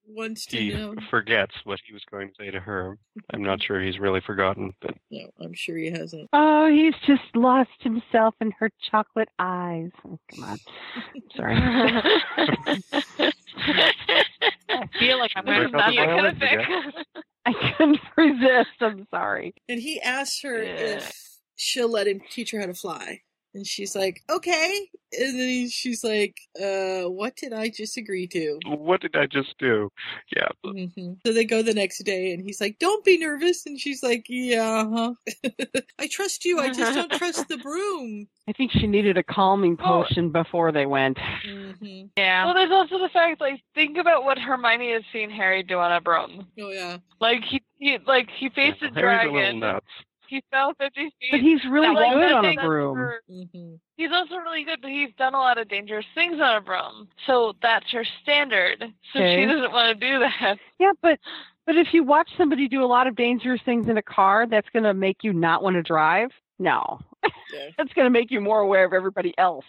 [SPEAKER 2] Wants to
[SPEAKER 13] he
[SPEAKER 2] know.
[SPEAKER 13] forgets what he was going to say to her. I'm not sure he's really forgotten, but
[SPEAKER 2] No, I'm sure he hasn't.
[SPEAKER 12] Oh, he's just lost himself in her chocolate eyes. Oh, come on.
[SPEAKER 11] [LAUGHS]
[SPEAKER 12] Sorry.
[SPEAKER 11] I feel like I'm
[SPEAKER 12] There's
[SPEAKER 11] wearing
[SPEAKER 12] nothing
[SPEAKER 11] that
[SPEAKER 12] wrong
[SPEAKER 11] kind of
[SPEAKER 12] with you
[SPEAKER 11] thing.
[SPEAKER 12] I couldn't resist. I'm sorry.
[SPEAKER 2] And he asks her
[SPEAKER 12] Yeah.
[SPEAKER 2] if she'll let him teach her how to fly. And she's like, okay. And then he, she's like, uh, what did I just agree to?
[SPEAKER 13] what did I just do? Yeah.
[SPEAKER 2] hmm So they go the next day, and he's like, don't be nervous. And she's like, yeah, huh? [LAUGHS] I trust you. I just don't
[SPEAKER 11] [LAUGHS]
[SPEAKER 2] trust the broom.
[SPEAKER 12] I think she needed a calming
[SPEAKER 11] Oh.
[SPEAKER 12] potion before they went.
[SPEAKER 2] Mm-hmm.
[SPEAKER 14] Yeah. Well, there's also the fact, like, think about what Hermione has seen Harry do on a broom.
[SPEAKER 2] Oh yeah.
[SPEAKER 14] Like he, he like he faced a
[SPEAKER 13] Harry's a
[SPEAKER 14] dragon.
[SPEAKER 13] little nuts.
[SPEAKER 14] he fell 50 feet.
[SPEAKER 12] But he's really
[SPEAKER 14] That was
[SPEAKER 12] good on a
[SPEAKER 14] nothing
[SPEAKER 12] broom.
[SPEAKER 14] for-
[SPEAKER 2] Mm-hmm.
[SPEAKER 14] He's also really good, but he's done a lot of dangerous things on a broom. So that's her standard. So
[SPEAKER 12] Okay.
[SPEAKER 14] she doesn't want to do that.
[SPEAKER 12] Yeah, but but if you watch somebody do a lot of dangerous things in a car, that's going to make you not want to drive. No, [LAUGHS] that's going to make you more aware of everybody else.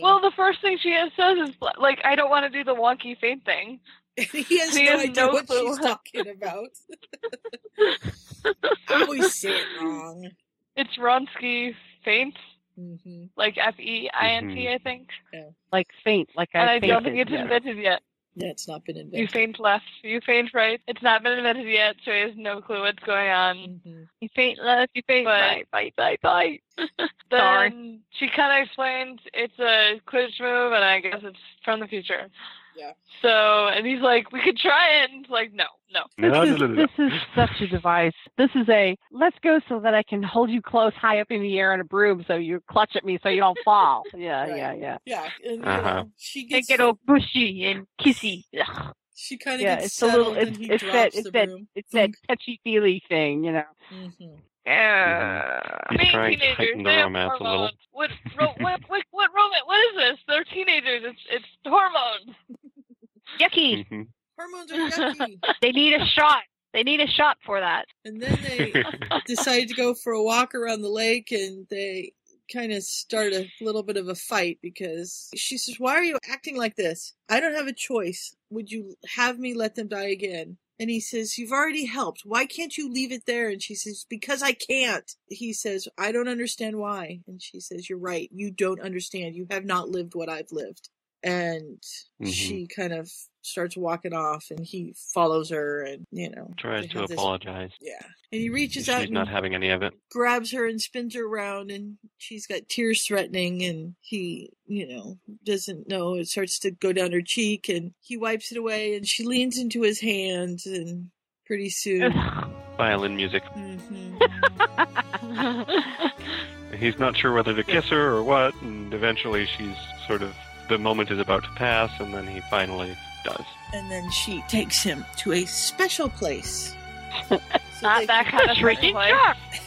[SPEAKER 14] Well, the first thing she says is, like, I don't want to do the wonky faint thing.
[SPEAKER 2] [LAUGHS] he has
[SPEAKER 14] He
[SPEAKER 2] no
[SPEAKER 14] has
[SPEAKER 2] idea
[SPEAKER 14] no
[SPEAKER 2] what
[SPEAKER 14] clue
[SPEAKER 2] she's
[SPEAKER 14] what-
[SPEAKER 2] talking about. I always say it wrong. Mm-hmm.
[SPEAKER 14] It's Ronsky faint. Like F E I N T, I think.
[SPEAKER 12] Like faint, like I.
[SPEAKER 14] and I don't
[SPEAKER 12] fainted.
[SPEAKER 14] think it's
[SPEAKER 12] Yeah.
[SPEAKER 14] invented yet.
[SPEAKER 2] Yeah, it's not been
[SPEAKER 14] You faint left, you faint right. It's not been invented yet, so he has no clue what's going on.
[SPEAKER 2] Mm-hmm.
[SPEAKER 14] You faint left, you faint right.
[SPEAKER 12] Bye, bye, bye.
[SPEAKER 14] Then
[SPEAKER 12] Sorry.
[SPEAKER 14] she kind of explains it's a Quidditch move, and I guess it's from the future.
[SPEAKER 2] Yeah.
[SPEAKER 14] So, and he's like, we could try it. And he's like, no, no.
[SPEAKER 12] This
[SPEAKER 13] No,
[SPEAKER 12] is,
[SPEAKER 13] no, no, no,
[SPEAKER 14] [LAUGHS]
[SPEAKER 12] this is such a device. This is a let's go so that I can hold you close high up in the air on a broom so you clutch at me so you don't
[SPEAKER 2] [LAUGHS]
[SPEAKER 12] fall. Yeah, yeah, yeah.
[SPEAKER 2] Yeah, and you
[SPEAKER 13] Uh-huh.
[SPEAKER 2] know, she gets
[SPEAKER 11] get all bushy and kissy. Ugh.
[SPEAKER 2] she kind of
[SPEAKER 12] yeah,
[SPEAKER 2] gets
[SPEAKER 12] it's a little
[SPEAKER 2] settled and
[SPEAKER 12] it's,
[SPEAKER 2] he
[SPEAKER 12] it's
[SPEAKER 2] drops
[SPEAKER 12] that
[SPEAKER 2] the
[SPEAKER 12] it's that
[SPEAKER 2] broom. Mm.
[SPEAKER 12] it's that touchy feely thing, you know.
[SPEAKER 2] Mm-hmm.
[SPEAKER 13] He's
[SPEAKER 14] Being
[SPEAKER 13] trying to
[SPEAKER 14] teenagers,
[SPEAKER 13] heighten the
[SPEAKER 14] they have
[SPEAKER 13] romance a little.
[SPEAKER 14] hormones. What, ro- what, what, what romance? What is this? They're teenagers. It's, it's hormones.
[SPEAKER 11] Yucky.
[SPEAKER 13] Mhm.
[SPEAKER 2] Hormones are
[SPEAKER 14] [LAUGHS]
[SPEAKER 2] yucky.
[SPEAKER 11] they need a shot. They need a shot for that.
[SPEAKER 2] And then they
[SPEAKER 13] [LAUGHS]
[SPEAKER 2] [LAUGHS] decide to go for a walk around the lake and they kind of start a little bit of a fight because she says, Why are you acting like this? I don't have a choice. Would you have me let them die again? And he says, You've already helped. Why can't you leave it there? And she says, Because I can't. He says, I don't understand why. And she says, You're right. You don't understand. You have not lived what I've lived. And
[SPEAKER 13] Mhm.
[SPEAKER 2] she kind of starts walking off and he follows her and, you know,
[SPEAKER 13] Tries
[SPEAKER 2] they
[SPEAKER 13] to
[SPEAKER 2] have this-
[SPEAKER 13] apologize.
[SPEAKER 2] yeah. And he reaches out
[SPEAKER 13] She's
[SPEAKER 2] and
[SPEAKER 13] not having any of it.
[SPEAKER 2] grabs her and spins her around, and she's got tears threatening, and he, you know, doesn't know. It starts to go down her cheek, and he wipes it away, and she leans into his hands, and
[SPEAKER 14] [LAUGHS]
[SPEAKER 2] pretty soon.
[SPEAKER 13] Violin music.
[SPEAKER 2] Hmm. Mhm.
[SPEAKER 13] He's not sure whether to kiss her or what, and eventually she's sort of the moment is about to pass, and then he finally does.
[SPEAKER 2] and then she takes him to a special
[SPEAKER 14] [LAUGHS]
[SPEAKER 2] place.
[SPEAKER 14] Not that kind of
[SPEAKER 2] Drinking
[SPEAKER 14] place.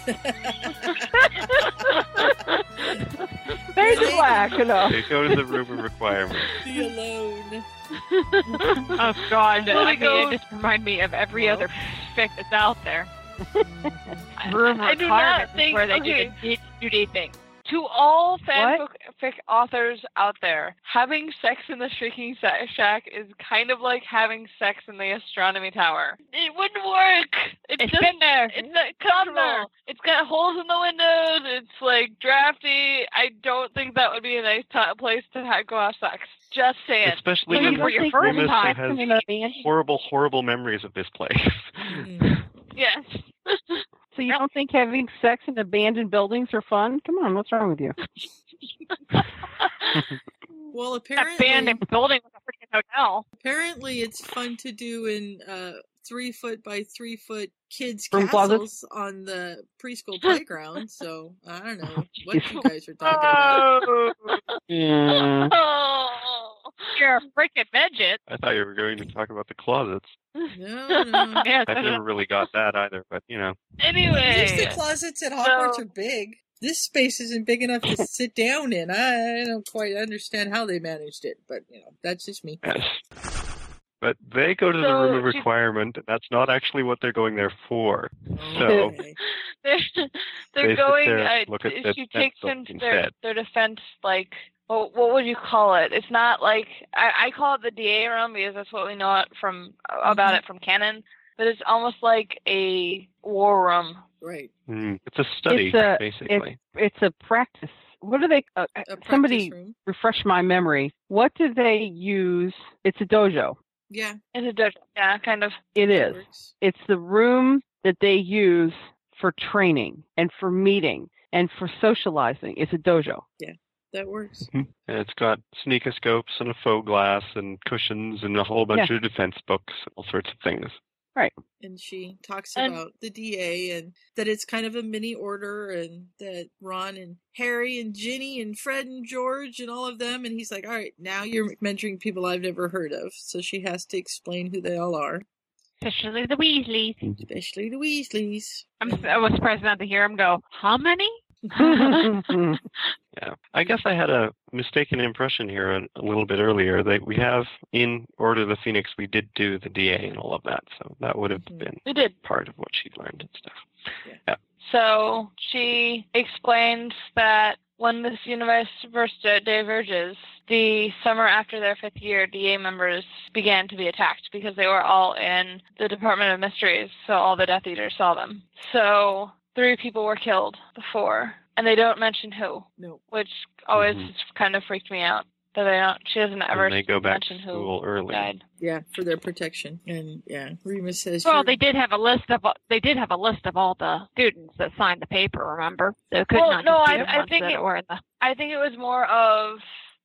[SPEAKER 12] [LAUGHS]
[SPEAKER 14] [LAUGHS]
[SPEAKER 2] [LAUGHS]
[SPEAKER 12] There's a black enough.
[SPEAKER 13] They go to the room of requirement.
[SPEAKER 2] Be
[SPEAKER 14] [LAUGHS]
[SPEAKER 2] alone.
[SPEAKER 11] Oh God!
[SPEAKER 14] Let it
[SPEAKER 11] I mean,
[SPEAKER 14] go.
[SPEAKER 11] it just remind me of every other fic that's out there. Room
[SPEAKER 14] I do
[SPEAKER 11] requirements is
[SPEAKER 14] not think
[SPEAKER 11] where they
[SPEAKER 14] okay,
[SPEAKER 11] do the nudity thing.
[SPEAKER 14] To all fanfic authors out there, having sex in the Shrieking Sa- Shack is kind of like having sex in the astronomy tower. It wouldn't work. It's,
[SPEAKER 11] It's
[SPEAKER 14] just,
[SPEAKER 11] been there.
[SPEAKER 14] It's not comfortable. It's got holes in the windows. It's like drafty. I don't think that would be a nice to place to ha- go have sex. Just saying.
[SPEAKER 13] Especially
[SPEAKER 14] Even
[SPEAKER 13] when
[SPEAKER 14] for your first
[SPEAKER 13] Remus
[SPEAKER 14] time.
[SPEAKER 13] has horrible, horrible memories of this
[SPEAKER 14] [LAUGHS]
[SPEAKER 13] place.
[SPEAKER 14] Yes. [LAUGHS]
[SPEAKER 12] So you don't think having sex in abandoned buildings are fun? Come on, what's wrong with you?
[SPEAKER 2] Well, apparently,
[SPEAKER 11] abandoned building with a freaking hotel.
[SPEAKER 2] Apparently, it's fun to do in uh, three foot by three foot kids'
[SPEAKER 12] Room closet?
[SPEAKER 2] castles on the
[SPEAKER 11] [LAUGHS]
[SPEAKER 2] preschool playground. So I don't know what you guys are talking about.
[SPEAKER 11] Oh,
[SPEAKER 12] Yeah.
[SPEAKER 11] you're a freaking midget.
[SPEAKER 13] I thought you were going to talk about the closets.
[SPEAKER 14] [LAUGHS]
[SPEAKER 2] No, no.
[SPEAKER 11] Yeah,
[SPEAKER 13] I've never really got that either, but you know.
[SPEAKER 2] At least the
[SPEAKER 14] Anyway.
[SPEAKER 2] closets at Hogwarts are big. This space isn't big enough
[SPEAKER 11] [LAUGHS]
[SPEAKER 2] to sit down in. I don't quite understand how they managed it, but you know that's just me.
[SPEAKER 13] Yes. But they go to the
[SPEAKER 14] So
[SPEAKER 13] room of
[SPEAKER 14] she-
[SPEAKER 13] requirement, and that's not actually what they're going there for.
[SPEAKER 14] [LAUGHS]
[SPEAKER 13] So
[SPEAKER 14] Mm. they're
[SPEAKER 13] They
[SPEAKER 14] they're
[SPEAKER 13] sit
[SPEAKER 14] going.
[SPEAKER 13] there and
[SPEAKER 14] uh,
[SPEAKER 13] look at
[SPEAKER 14] d-
[SPEAKER 13] the
[SPEAKER 14] she
[SPEAKER 13] defense
[SPEAKER 14] takes them to
[SPEAKER 13] instead.
[SPEAKER 14] their their defense. Like, what what would you call it? It's not like I, I call it the DA room because that's what we know it from about
[SPEAKER 2] Mm-hmm.
[SPEAKER 14] it from canon. But it's almost like a war room.
[SPEAKER 2] Right.
[SPEAKER 13] mm, it's a study,
[SPEAKER 12] it's a
[SPEAKER 13] basically.
[SPEAKER 12] It's, it's a practice. What do they? Uh, somebody refresh my memory. What do they use? It's a dojo.
[SPEAKER 2] Yeah.
[SPEAKER 14] It's a dojo. Yeah, kind of.
[SPEAKER 12] It is. It's the room that they use for training and for meeting and for socializing. It's a dojo.
[SPEAKER 2] Yeah, that works.
[SPEAKER 13] And it's got sneakoscopes and a faux glass and cushions and a whole bunch
[SPEAKER 12] Yeah.
[SPEAKER 13] of defense books, all sorts of things.
[SPEAKER 12] Right.
[SPEAKER 2] and she talks
[SPEAKER 14] And-
[SPEAKER 2] about the DA and that it's kind of a mini order and that Ron and Harry and Ginny and Fred and George and all of them and he's like, "All right, now you're mentoring people I've never heard of." So she has to explain who they all are.
[SPEAKER 11] Especially the Weasleys.
[SPEAKER 2] Especially the Weasleys.
[SPEAKER 11] I'm, s- I was surprised not to hear him go, how
[SPEAKER 21] [LAUGHS]
[SPEAKER 11] many?
[SPEAKER 13] Yeah. I guess I had a mistaken impression here a, a little bit earlier that we have in Order of the Phoenix, we did do the DA and all of that. So that would have been
[SPEAKER 14] We did.
[SPEAKER 13] part of what she learned [LAUGHS] and stuff.
[SPEAKER 14] So she explained that when this universe first diverges, the summer after their fifth year, DA members began to be attacked because they were all in the Department of Mysteries, so all the Death Eaters saw them. So three people were killed before, and they don't mention who.
[SPEAKER 2] No.
[SPEAKER 14] Which always
[SPEAKER 13] Mhm.
[SPEAKER 14] kind of freaked me out that they don't. She doesn't ever
[SPEAKER 13] and they go back to
[SPEAKER 14] mention who
[SPEAKER 13] school early.
[SPEAKER 14] died.
[SPEAKER 2] Yeah, for their protection. And yeah, Remus says.
[SPEAKER 11] Well,
[SPEAKER 2] "You're-
[SPEAKER 11] they did have a list of they did have a list of all the students that signed the paper. Remember, so it could
[SPEAKER 14] Well,
[SPEAKER 11] not
[SPEAKER 14] no,
[SPEAKER 11] just be
[SPEAKER 14] I-
[SPEAKER 11] the
[SPEAKER 14] I
[SPEAKER 11] ones
[SPEAKER 14] think
[SPEAKER 11] that
[SPEAKER 14] it-
[SPEAKER 11] were in the.
[SPEAKER 14] I think it was more of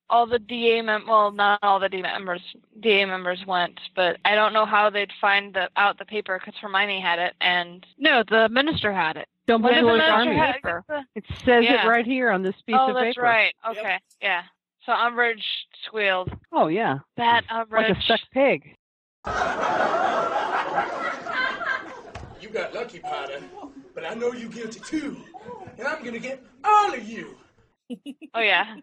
[SPEAKER 14] all the DA mem- well, not all the DA members DA members went, but I don't know how they'd find the, out the paper because Hermione had it, and
[SPEAKER 11] No, the minister had it.
[SPEAKER 14] Don't
[SPEAKER 11] When
[SPEAKER 14] believe
[SPEAKER 11] did
[SPEAKER 14] it
[SPEAKER 11] the
[SPEAKER 14] was
[SPEAKER 11] minister have
[SPEAKER 14] Army.
[SPEAKER 11] it? The-
[SPEAKER 21] It says
[SPEAKER 14] Yeah.
[SPEAKER 21] it right here on this piece
[SPEAKER 14] oh,
[SPEAKER 21] of
[SPEAKER 14] that's
[SPEAKER 21] paper.
[SPEAKER 14] right. Okay, yeah. So Umbridge squealed.
[SPEAKER 21] Oh yeah.
[SPEAKER 14] That
[SPEAKER 21] Like
[SPEAKER 14] Umbridge.
[SPEAKER 21] a stuck pig. [LAUGHS]
[SPEAKER 22] You got lucky, Potter, but I know you guilty too, and I'm gonna get all of you.
[SPEAKER 11] [LAUGHS]
[SPEAKER 14] oh
[SPEAKER 2] [LAUGHS]
[SPEAKER 14] yeah.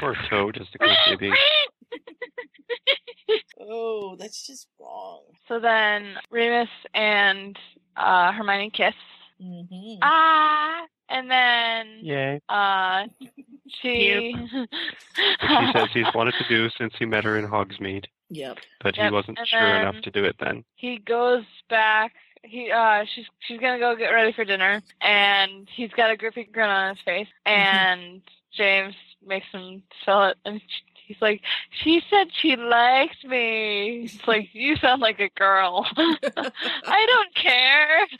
[SPEAKER 13] Poor Toad is the good baby.
[SPEAKER 2] oh, that's just wrong.
[SPEAKER 14] So then Remus and uh, Hermione kiss.
[SPEAKER 2] Mm-hmm.
[SPEAKER 14] Ah, and then
[SPEAKER 13] Yay.
[SPEAKER 2] [LAUGHS]
[SPEAKER 14] uh,
[SPEAKER 13] She
[SPEAKER 14] she.
[SPEAKER 13] says
[SPEAKER 14] [LAUGHS]
[SPEAKER 13] he's wanted to do since he met her in Hogsmeade,
[SPEAKER 2] Yep.
[SPEAKER 13] but he
[SPEAKER 14] Yep,
[SPEAKER 13] wasn't
[SPEAKER 14] and
[SPEAKER 13] sure
[SPEAKER 14] then-
[SPEAKER 13] enough to do it then.
[SPEAKER 14] he goes back. He uh, she's she's gonna go get ready for dinner, and he's got a goofy grin on his face.
[SPEAKER 2] Mm-hmm.
[SPEAKER 14] And James makes him spell it, and he's like, "She said she likes me." It's like you sound like a girl. [LAUGHS] I don't care. [LAUGHS]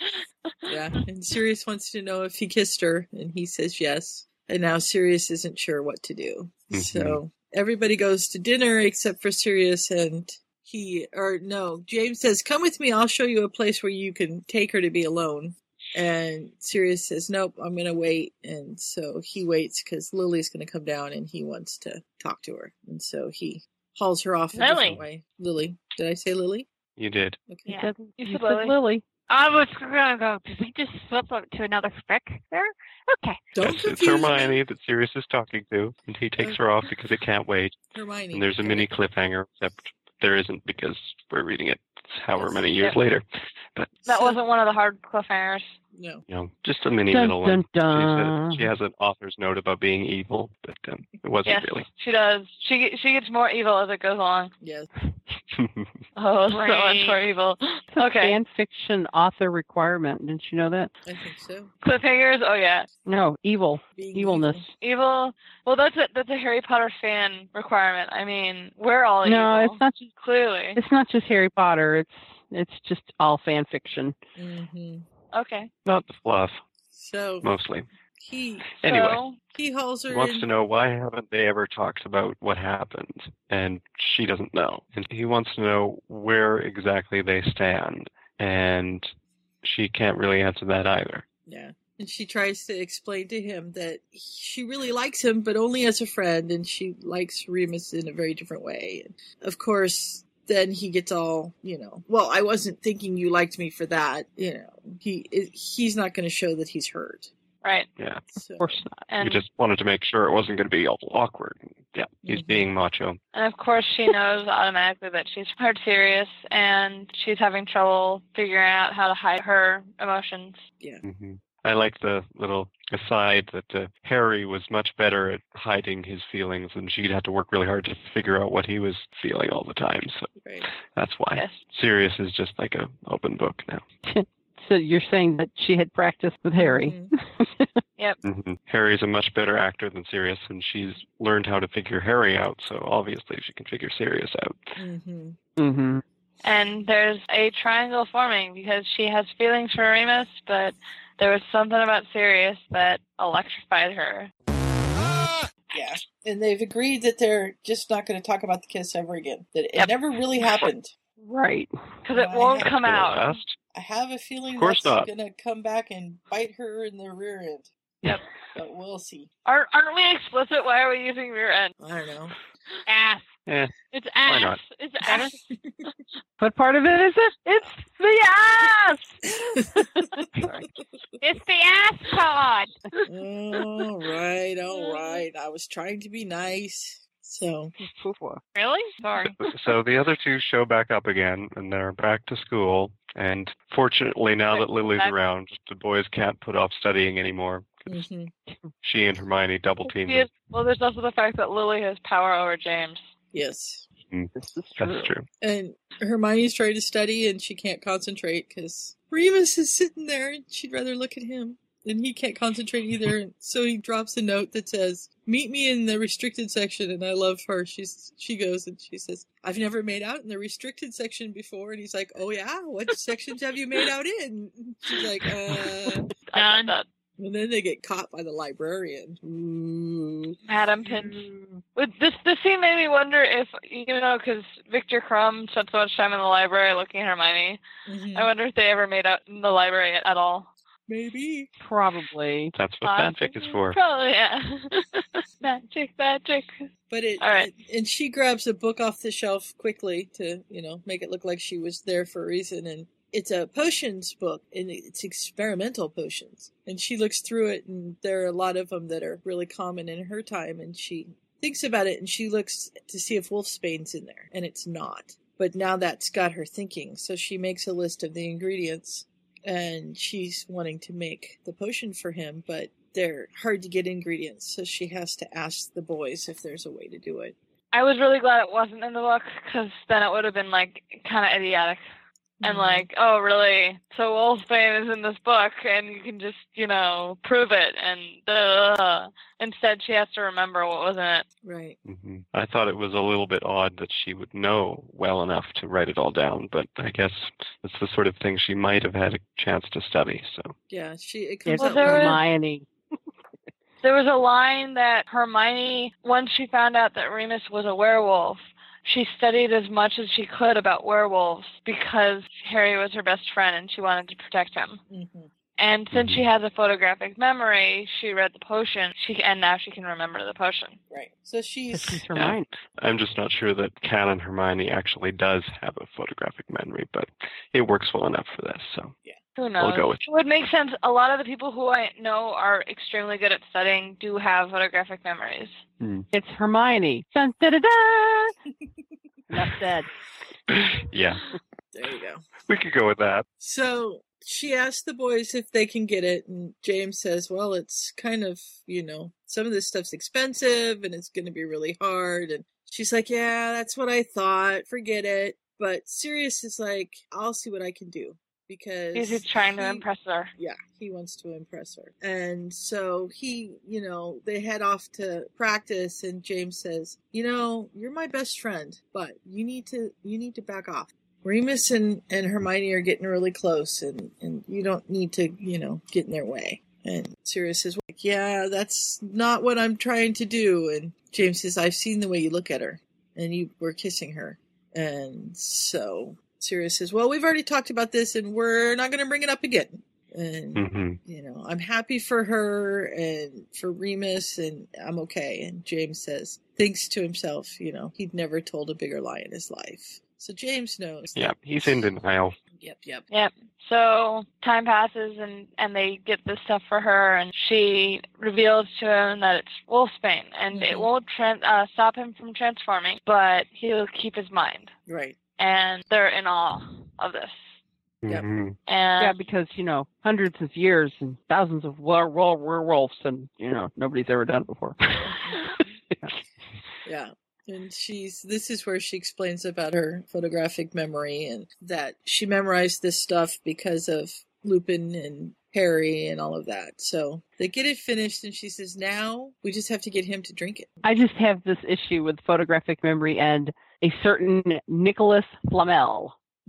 [SPEAKER 2] Yeah, and Sirius wants to know if he kissed her, and he says yes. And now Sirius isn't sure what to do. So
[SPEAKER 11] Mm-hmm.
[SPEAKER 2] everybody goes to dinner except for Sirius and he, or no, James says, Come with me, I'll show you a place where you can take her to be alone. And Sirius says, Nope, I'm going to wait. And so he waits because Lily's going to come down and he wants to talk to her. And so he hauls her off a
[SPEAKER 14] Lily.
[SPEAKER 2] different way. Lily. Did I say Lily?
[SPEAKER 13] You did.
[SPEAKER 2] Okay.
[SPEAKER 11] Yeah.
[SPEAKER 14] You
[SPEAKER 11] said
[SPEAKER 14] Lily.
[SPEAKER 11] I was gonna go. Did we just slip up to another fic there? Okay.
[SPEAKER 2] Don't Uh,
[SPEAKER 13] Yes, it's Hermione that Sirius is talking to, and he takes her off because it can't wait.
[SPEAKER 2] Hermione.
[SPEAKER 13] And there's a mini cliffhanger, except there isn't because we're reading it however many years
[SPEAKER 14] Yeah.
[SPEAKER 13] later. But
[SPEAKER 14] That wasn't one of the hard cliffhangers.
[SPEAKER 2] No.
[SPEAKER 13] you know, just a mini
[SPEAKER 14] Dun,
[SPEAKER 13] little one.
[SPEAKER 14] dun,
[SPEAKER 13] She
[SPEAKER 14] dun.
[SPEAKER 13] says She, has an author's note about being evil, but um, it wasn't
[SPEAKER 14] Yes,
[SPEAKER 13] really.
[SPEAKER 14] she does. She get- she gets more evil as it goes along. [LAUGHS]
[SPEAKER 2] Yes.
[SPEAKER 14] Oh, [LAUGHS] so much
[SPEAKER 21] Great.
[SPEAKER 14] more
[SPEAKER 2] [LAUGHS]
[SPEAKER 14] evil.
[SPEAKER 21] It's a
[SPEAKER 14] Okay.
[SPEAKER 21] fan fiction author requirement. Didn't you know that?
[SPEAKER 2] I think so.
[SPEAKER 14] Cliffhangers. Oh yeah.
[SPEAKER 21] No, evil,
[SPEAKER 2] Being
[SPEAKER 21] evilness.
[SPEAKER 14] Evil. Well, that's a that's a Harry Potter fan requirement. I mean, we're all
[SPEAKER 21] No,
[SPEAKER 14] evil.
[SPEAKER 21] it's not just
[SPEAKER 14] Clearly.
[SPEAKER 21] it's not just Harry Potter. It's it's just all fan fiction.
[SPEAKER 2] Mm-hmm.
[SPEAKER 14] Okay.
[SPEAKER 13] Not the fluff,
[SPEAKER 2] So
[SPEAKER 13] mostly.
[SPEAKER 2] he
[SPEAKER 13] Anyway.
[SPEAKER 14] So,
[SPEAKER 2] he hauls her
[SPEAKER 13] He wants
[SPEAKER 2] in.
[SPEAKER 13] to know why haven't they ever talked about what happened, and she doesn't know. And he wants to know where exactly they stand, and she can't really answer that either.
[SPEAKER 2] Yeah. And she tries to explain to him that she really likes him, but only as a friend, and she likes Remus in a very different way. And of course, then he gets all, you know, well, I wasn't thinking you liked me for that. You know, he he's not going to show that he's hurt.
[SPEAKER 14] right.
[SPEAKER 13] Yeah,
[SPEAKER 2] So,
[SPEAKER 21] of course not.
[SPEAKER 13] he
[SPEAKER 14] And
[SPEAKER 13] just wanted to make sure it wasn't going to be all awkward. Yeah, he's being macho.
[SPEAKER 14] and of course she knows automatically that she's hard serious and she's having trouble figuring out how to hide her emotions.
[SPEAKER 2] Yeah.
[SPEAKER 13] hmm I like the little aside that uh, Harry was much better at hiding his feelings, and she'd have to work really hard to figure out what he was feeling all the time. So
[SPEAKER 2] Right.
[SPEAKER 12] [LAUGHS]
[SPEAKER 13] that's why
[SPEAKER 14] Yes.
[SPEAKER 13] Sirius is just like a open book now.
[SPEAKER 21] So you're saying that she had practiced with Harry?
[SPEAKER 2] Mm-hmm.
[SPEAKER 14] Yep.
[SPEAKER 13] hmm Harry's a much better actor than Sirius, and she's learned how to figure Harry out, so obviously she can figure Sirius out.
[SPEAKER 2] hmm
[SPEAKER 21] Mm-hmm.
[SPEAKER 14] And there's a triangle forming because she has feelings for Remus, but there was something about Sirius that electrified her.
[SPEAKER 2] Yeah. And they've agreed that they're just not going to talk about the kiss ever again. That it
[SPEAKER 14] Yep.
[SPEAKER 2] never really
[SPEAKER 14] [LAUGHS]
[SPEAKER 2] happened.
[SPEAKER 21] Right.
[SPEAKER 14] Because it won't
[SPEAKER 2] Right.
[SPEAKER 14] come
[SPEAKER 13] Gonna
[SPEAKER 14] out.
[SPEAKER 13] last.
[SPEAKER 2] I have a feeling
[SPEAKER 13] Of course
[SPEAKER 2] that's
[SPEAKER 13] not.
[SPEAKER 2] going to come back and bite her in the rear end.
[SPEAKER 14] Yep.
[SPEAKER 2] But we'll see.
[SPEAKER 14] Aren't, aren't we explicit? Why are we using rear end?
[SPEAKER 2] I don't know.
[SPEAKER 11] Ass.
[SPEAKER 13] Eh,
[SPEAKER 14] It's
[SPEAKER 13] Why
[SPEAKER 14] ass.
[SPEAKER 2] [LAUGHS]
[SPEAKER 13] not?
[SPEAKER 14] It's ass.
[SPEAKER 12] What part of it is it? It's
[SPEAKER 11] the ass.
[SPEAKER 2] [LAUGHS]
[SPEAKER 11] it's the ass pod.
[SPEAKER 2] all right,
[SPEAKER 11] [LAUGHS]
[SPEAKER 2] all right. I was trying to be nice. So
[SPEAKER 11] really?
[SPEAKER 13] [LAUGHS]
[SPEAKER 11] Sorry.
[SPEAKER 13] so the other two show back up again, and they're back to school. And fortunately, now that Lily's around, the boys can't put off studying anymore.
[SPEAKER 2] Mm-hmm.
[SPEAKER 13] She and Hermione double team
[SPEAKER 14] She
[SPEAKER 13] them.
[SPEAKER 14] is- well, there's also the fact that Lily has power over James.
[SPEAKER 2] Yes.
[SPEAKER 13] Mm. That's true.
[SPEAKER 2] And Hermione's trying to study and she can't concentrate because Remus is sitting there and she'd rather look at him. And he can't concentrate either. so he drops a note that says, Meet me in the restricted section. And I love her. She's She goes and she says, I've never made out in the restricted section before. And he's like, Oh, yeah? What sections have you made out in? And she's like, Uh. And then they get caught by the librarian. Ooh.
[SPEAKER 14] Madam Pinch. With this, this scene made me wonder if you know, because Victor Crumb spent so much time in the library looking at Hermione.
[SPEAKER 2] Mhm.
[SPEAKER 14] I wonder if they ever made out in the library at, at all. [LAUGHS]
[SPEAKER 2] Maybe.
[SPEAKER 12] Probably.
[SPEAKER 13] That's what
[SPEAKER 14] Uh,
[SPEAKER 13] fanfic is for.
[SPEAKER 14] Probably, yeah. [LAUGHS] magic, magic.
[SPEAKER 2] But it,
[SPEAKER 14] All right.
[SPEAKER 2] and she grabs a book off the shelf quickly to, you know, make it look like she was there for a reason. And it's a potions book, and it's experimental potions. And she looks through it, and there are a lot of them that are really common in her time. And she thinks about it, and she looks to see if wolfsbane's in there, and it's not. But now that's got her thinking, so she makes a list of the ingredients, and she's wanting to make the potion for him, but they're hard to get ingredients, so she has to ask the boys if there's a way to do it.
[SPEAKER 14] I was really glad it wasn't in the book because then it would have been like kind of idiotic and
[SPEAKER 2] Mhm.
[SPEAKER 14] like, oh, really? So Wolfsbane is in this book, and you can just you know prove it. And uh, instead, she has to remember what was in it.
[SPEAKER 2] Right.
[SPEAKER 13] I thought it was a little bit odd that she would know well enough to write it all down, but I guess it's the sort of thing she might have had a chance to study. So
[SPEAKER 2] Yeah, she it
[SPEAKER 12] It's
[SPEAKER 2] comes out
[SPEAKER 14] there was-
[SPEAKER 2] with-
[SPEAKER 12] Hermione.
[SPEAKER 14] There was a line that Hermione, once she found out that Remus was a werewolf, she studied as much as she could about werewolves because Harry was her best friend and she wanted to protect him.
[SPEAKER 2] Mm-hmm.
[SPEAKER 14] And since she
[SPEAKER 13] Mm-hmm.
[SPEAKER 14] has a photographic memory, she read the potion. She and now she can remember the potion.
[SPEAKER 2] Right. So she's
[SPEAKER 12] Hermione.
[SPEAKER 13] I'm just not sure that Canon Hermione actually does have a photographic memory, but it works well enough for this. So
[SPEAKER 14] Who knows?
[SPEAKER 13] We'll go with-
[SPEAKER 14] it would make sense. A lot of the people who I know are extremely good at studying do have photographic memories.
[SPEAKER 13] Hmm.
[SPEAKER 12] It's Hermione. Dun, da, da,
[SPEAKER 2] [COUGHS]
[SPEAKER 12] da. Enough said.
[SPEAKER 13] yeah,
[SPEAKER 2] There you go.
[SPEAKER 13] we could go with that.
[SPEAKER 2] So she asks the boys if they can get it, and James says, "Well, it's kind of you know some of this stuff's expensive, and it's going to be really hard." And she's like, "Yeah, that's what I thought. Forget it." But Sirius is like, "I'll see what I can do." Because
[SPEAKER 14] He's just trying to
[SPEAKER 2] he-
[SPEAKER 14] impress her.
[SPEAKER 2] Yeah, he wants to impress her. And so he, you know, they head off to practice and James says, "You know, you're my best friend, but you need to you need to back off. Remus and and Hermione are getting really close and and you don't need to, you know, get in their way." And Sirius says, like, "Yeah, that's not what I'm trying to do." And James says, "I've seen the way you look at her and you were kissing her." And so Sirius says, "Well, we've already talked about this and we're not going to bring it up again." And
[SPEAKER 13] Mhm.
[SPEAKER 2] you know, I'm happy for her and for Remus, and I'm okay. And James says, thinks to himself, you know, he'd never told a bigger lie in his life. So James knows.
[SPEAKER 13] Yeah, he's in denial.
[SPEAKER 2] Yep, yep.
[SPEAKER 14] Yep. So time passes and and they get this stuff for her, and she reveals to him that it's Wolfsbane, and it
[SPEAKER 2] Mhm.
[SPEAKER 14] won't tran uh, stop him from transforming, but he'll keep his mind.
[SPEAKER 2] Right.
[SPEAKER 14] And they're in awe of this.
[SPEAKER 13] Mhm.
[SPEAKER 14] And
[SPEAKER 12] yeah, because you know, hundreds of years and thousands of wer- wer- werewolves, and you know, nobody's ever done it before.
[SPEAKER 2] Yeah. And she's this is where she explains about her photographic memory and that she memorized this stuff because of Lupin and Harry and all of that. So they get it finished, and she says, now we just have to get him to drink it.
[SPEAKER 12] I just have this issue with photographic memory and a certain Nicholas Flamel.
[SPEAKER 2] [LAUGHS]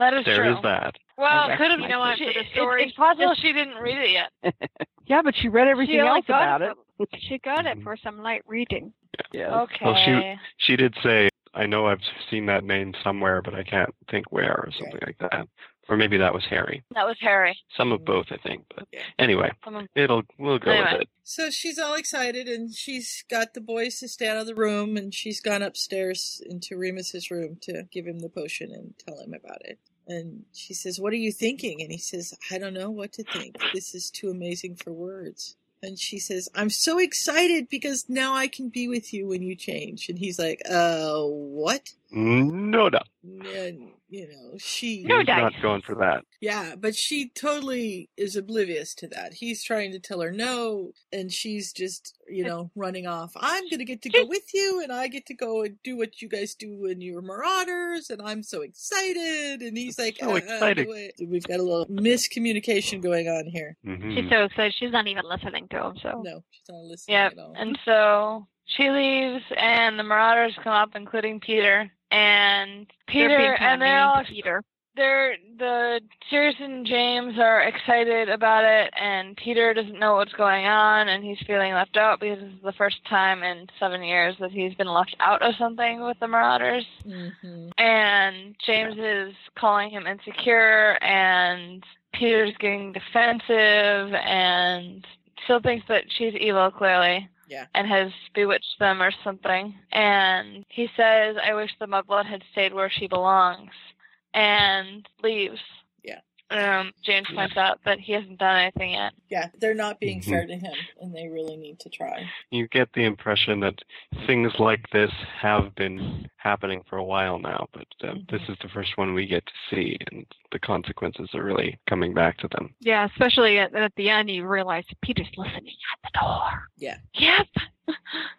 [SPEAKER 14] that is
[SPEAKER 12] There
[SPEAKER 14] true.
[SPEAKER 12] is [LAUGHS] that.
[SPEAKER 14] Well,
[SPEAKER 12] Okay.
[SPEAKER 14] could have
[SPEAKER 12] You
[SPEAKER 14] been
[SPEAKER 12] know what,
[SPEAKER 14] She,
[SPEAKER 12] for the
[SPEAKER 14] it-
[SPEAKER 12] story-
[SPEAKER 14] it's possible she didn't read it yet.
[SPEAKER 2] [LAUGHS]
[SPEAKER 12] yeah, but she read everything
[SPEAKER 11] only
[SPEAKER 12] else
[SPEAKER 11] got
[SPEAKER 12] about it.
[SPEAKER 11] for- She got it for some light reading.
[SPEAKER 14] Okay.
[SPEAKER 13] Well, she she did say, "I know I've seen that name somewhere, but I can't think where," or something like that. Or maybe that was Harry.
[SPEAKER 14] That was Harry.
[SPEAKER 13] Some of both, I think. But anyway,
[SPEAKER 14] Someone-
[SPEAKER 13] it'll we'll go with
[SPEAKER 14] Anyway.
[SPEAKER 13] it.
[SPEAKER 2] So she's all excited and she's got the boys to stay out of the room and she's gone upstairs into Remus's room to give him the potion and tell him about it. And she says, What are you thinking? And he says, I don't know what to think. This is too amazing for words. And she says, I'm so excited because now I can be with you when you change. And he's like, Uh, what?
[SPEAKER 13] No, no,
[SPEAKER 2] And, you know, she.
[SPEAKER 13] He's not going for that.
[SPEAKER 2] Yeah, but she totally is oblivious to that. He's trying to tell her no, and she's just, you know, running off. I'm going to get to go with you, and I get to go and do what you guys do when you're marauders, and I'm so excited. And he's like,
[SPEAKER 13] So
[SPEAKER 2] uh, uh,
[SPEAKER 13] exciting.
[SPEAKER 2] wait. We've got a little miscommunication going on here.
[SPEAKER 14] Mm-hmm.
[SPEAKER 2] Mm.
[SPEAKER 11] She's so excited. She's not even listening to him. So
[SPEAKER 2] no, she's not listening
[SPEAKER 14] Yep. And so she leaves, and the Marauders come up, including Peter and
[SPEAKER 11] They're being
[SPEAKER 14] Peter,
[SPEAKER 11] kinda mean
[SPEAKER 14] and they're
[SPEAKER 11] to
[SPEAKER 14] all
[SPEAKER 11] Peter.
[SPEAKER 14] They're the Sirius and James are excited about it, and Peter doesn't know what's going on, and he's feeling left out because this is the first time in seven years that he's been left out of something with the Marauders.
[SPEAKER 2] Mm-hmm.
[SPEAKER 14] And James is calling him insecure, and Peter's getting defensive, and still thinks that she's evil, clearly.
[SPEAKER 2] Yeah.
[SPEAKER 14] And has bewitched them or something. And he says, I wish the mudblood had stayed where she belongs. And leaves.
[SPEAKER 2] Yeah.
[SPEAKER 14] Um, James
[SPEAKER 2] Yeah.
[SPEAKER 14] points out that he hasn't done anything yet.
[SPEAKER 2] Yeah, they're not being
[SPEAKER 13] Mhm.
[SPEAKER 2] fair to him, and they really need to try.
[SPEAKER 13] You get the impression that things like this have been happening for a while now, but uh, this is the first one we get to see, and the consequences are really coming back to them.
[SPEAKER 11] Yeah, especially at, at the end, you realize Peter's listening at the door.
[SPEAKER 2] Yeah.
[SPEAKER 11] Yep.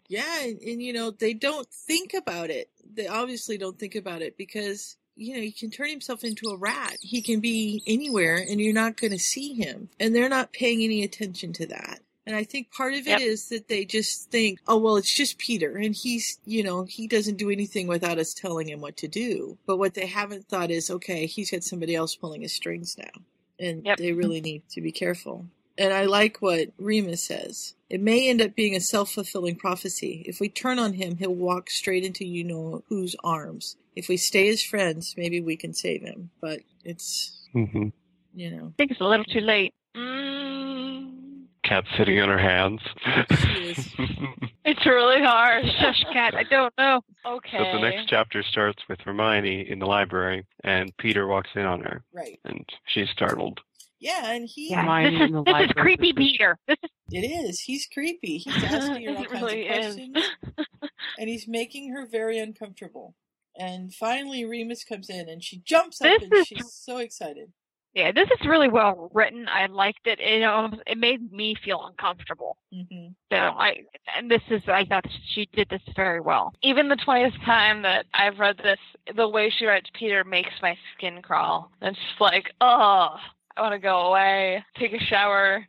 [SPEAKER 2] Yeah, and, and you know, they don't think about it. They obviously don't think about it because, you know, he can turn himself into a rat. He can be anywhere and you're not going to see him. And they're not paying any attention to that. And I think part of it is
[SPEAKER 14] Yep.
[SPEAKER 2] that they just think, oh, well, it's just Peter and he's, you know, he doesn't do anything without us telling him what to do. But what they haven't thought is, okay, he's got somebody else pulling his strings now. And they really need to be careful. And I like what Rima says. It may end up being a self fulfilling prophecy. If we turn on him, he'll walk straight into you know whose arms. If we stay as friends, maybe we can save him. But it's,
[SPEAKER 13] Mm-hmm.
[SPEAKER 2] you know.
[SPEAKER 11] I think it's a little too late.
[SPEAKER 13] Cat sitting on her hands. [LAUGHS]
[SPEAKER 14] It's really hard.
[SPEAKER 11] Shush, cat. I don't know.
[SPEAKER 14] Okay.
[SPEAKER 13] So the next chapter starts with Hermione in the library, and Peter walks in on her,
[SPEAKER 2] Right.
[SPEAKER 13] and she's startled.
[SPEAKER 2] Yeah, and he.
[SPEAKER 13] Yeah, Lying this is- in the this is library creepy,
[SPEAKER 2] Peter. It is. He's creepy. He's asking her all
[SPEAKER 14] It
[SPEAKER 2] kinds
[SPEAKER 14] really
[SPEAKER 2] of
[SPEAKER 14] is.
[SPEAKER 2] questions, and he's making her very uncomfortable. And finally, Remus comes in, and she jumps up,
[SPEAKER 11] This
[SPEAKER 2] and
[SPEAKER 11] is-
[SPEAKER 2] she's so excited.
[SPEAKER 11] Yeah, this is really well written. I liked it. It um, it made me feel uncomfortable.
[SPEAKER 2] Mm-hmm.
[SPEAKER 11] So I and this is I thought she did this very well.
[SPEAKER 14] Even the 20th time that I've read this, the way she writes Peter makes my skin crawl. And it's just like, oh, I want to go away, take a shower.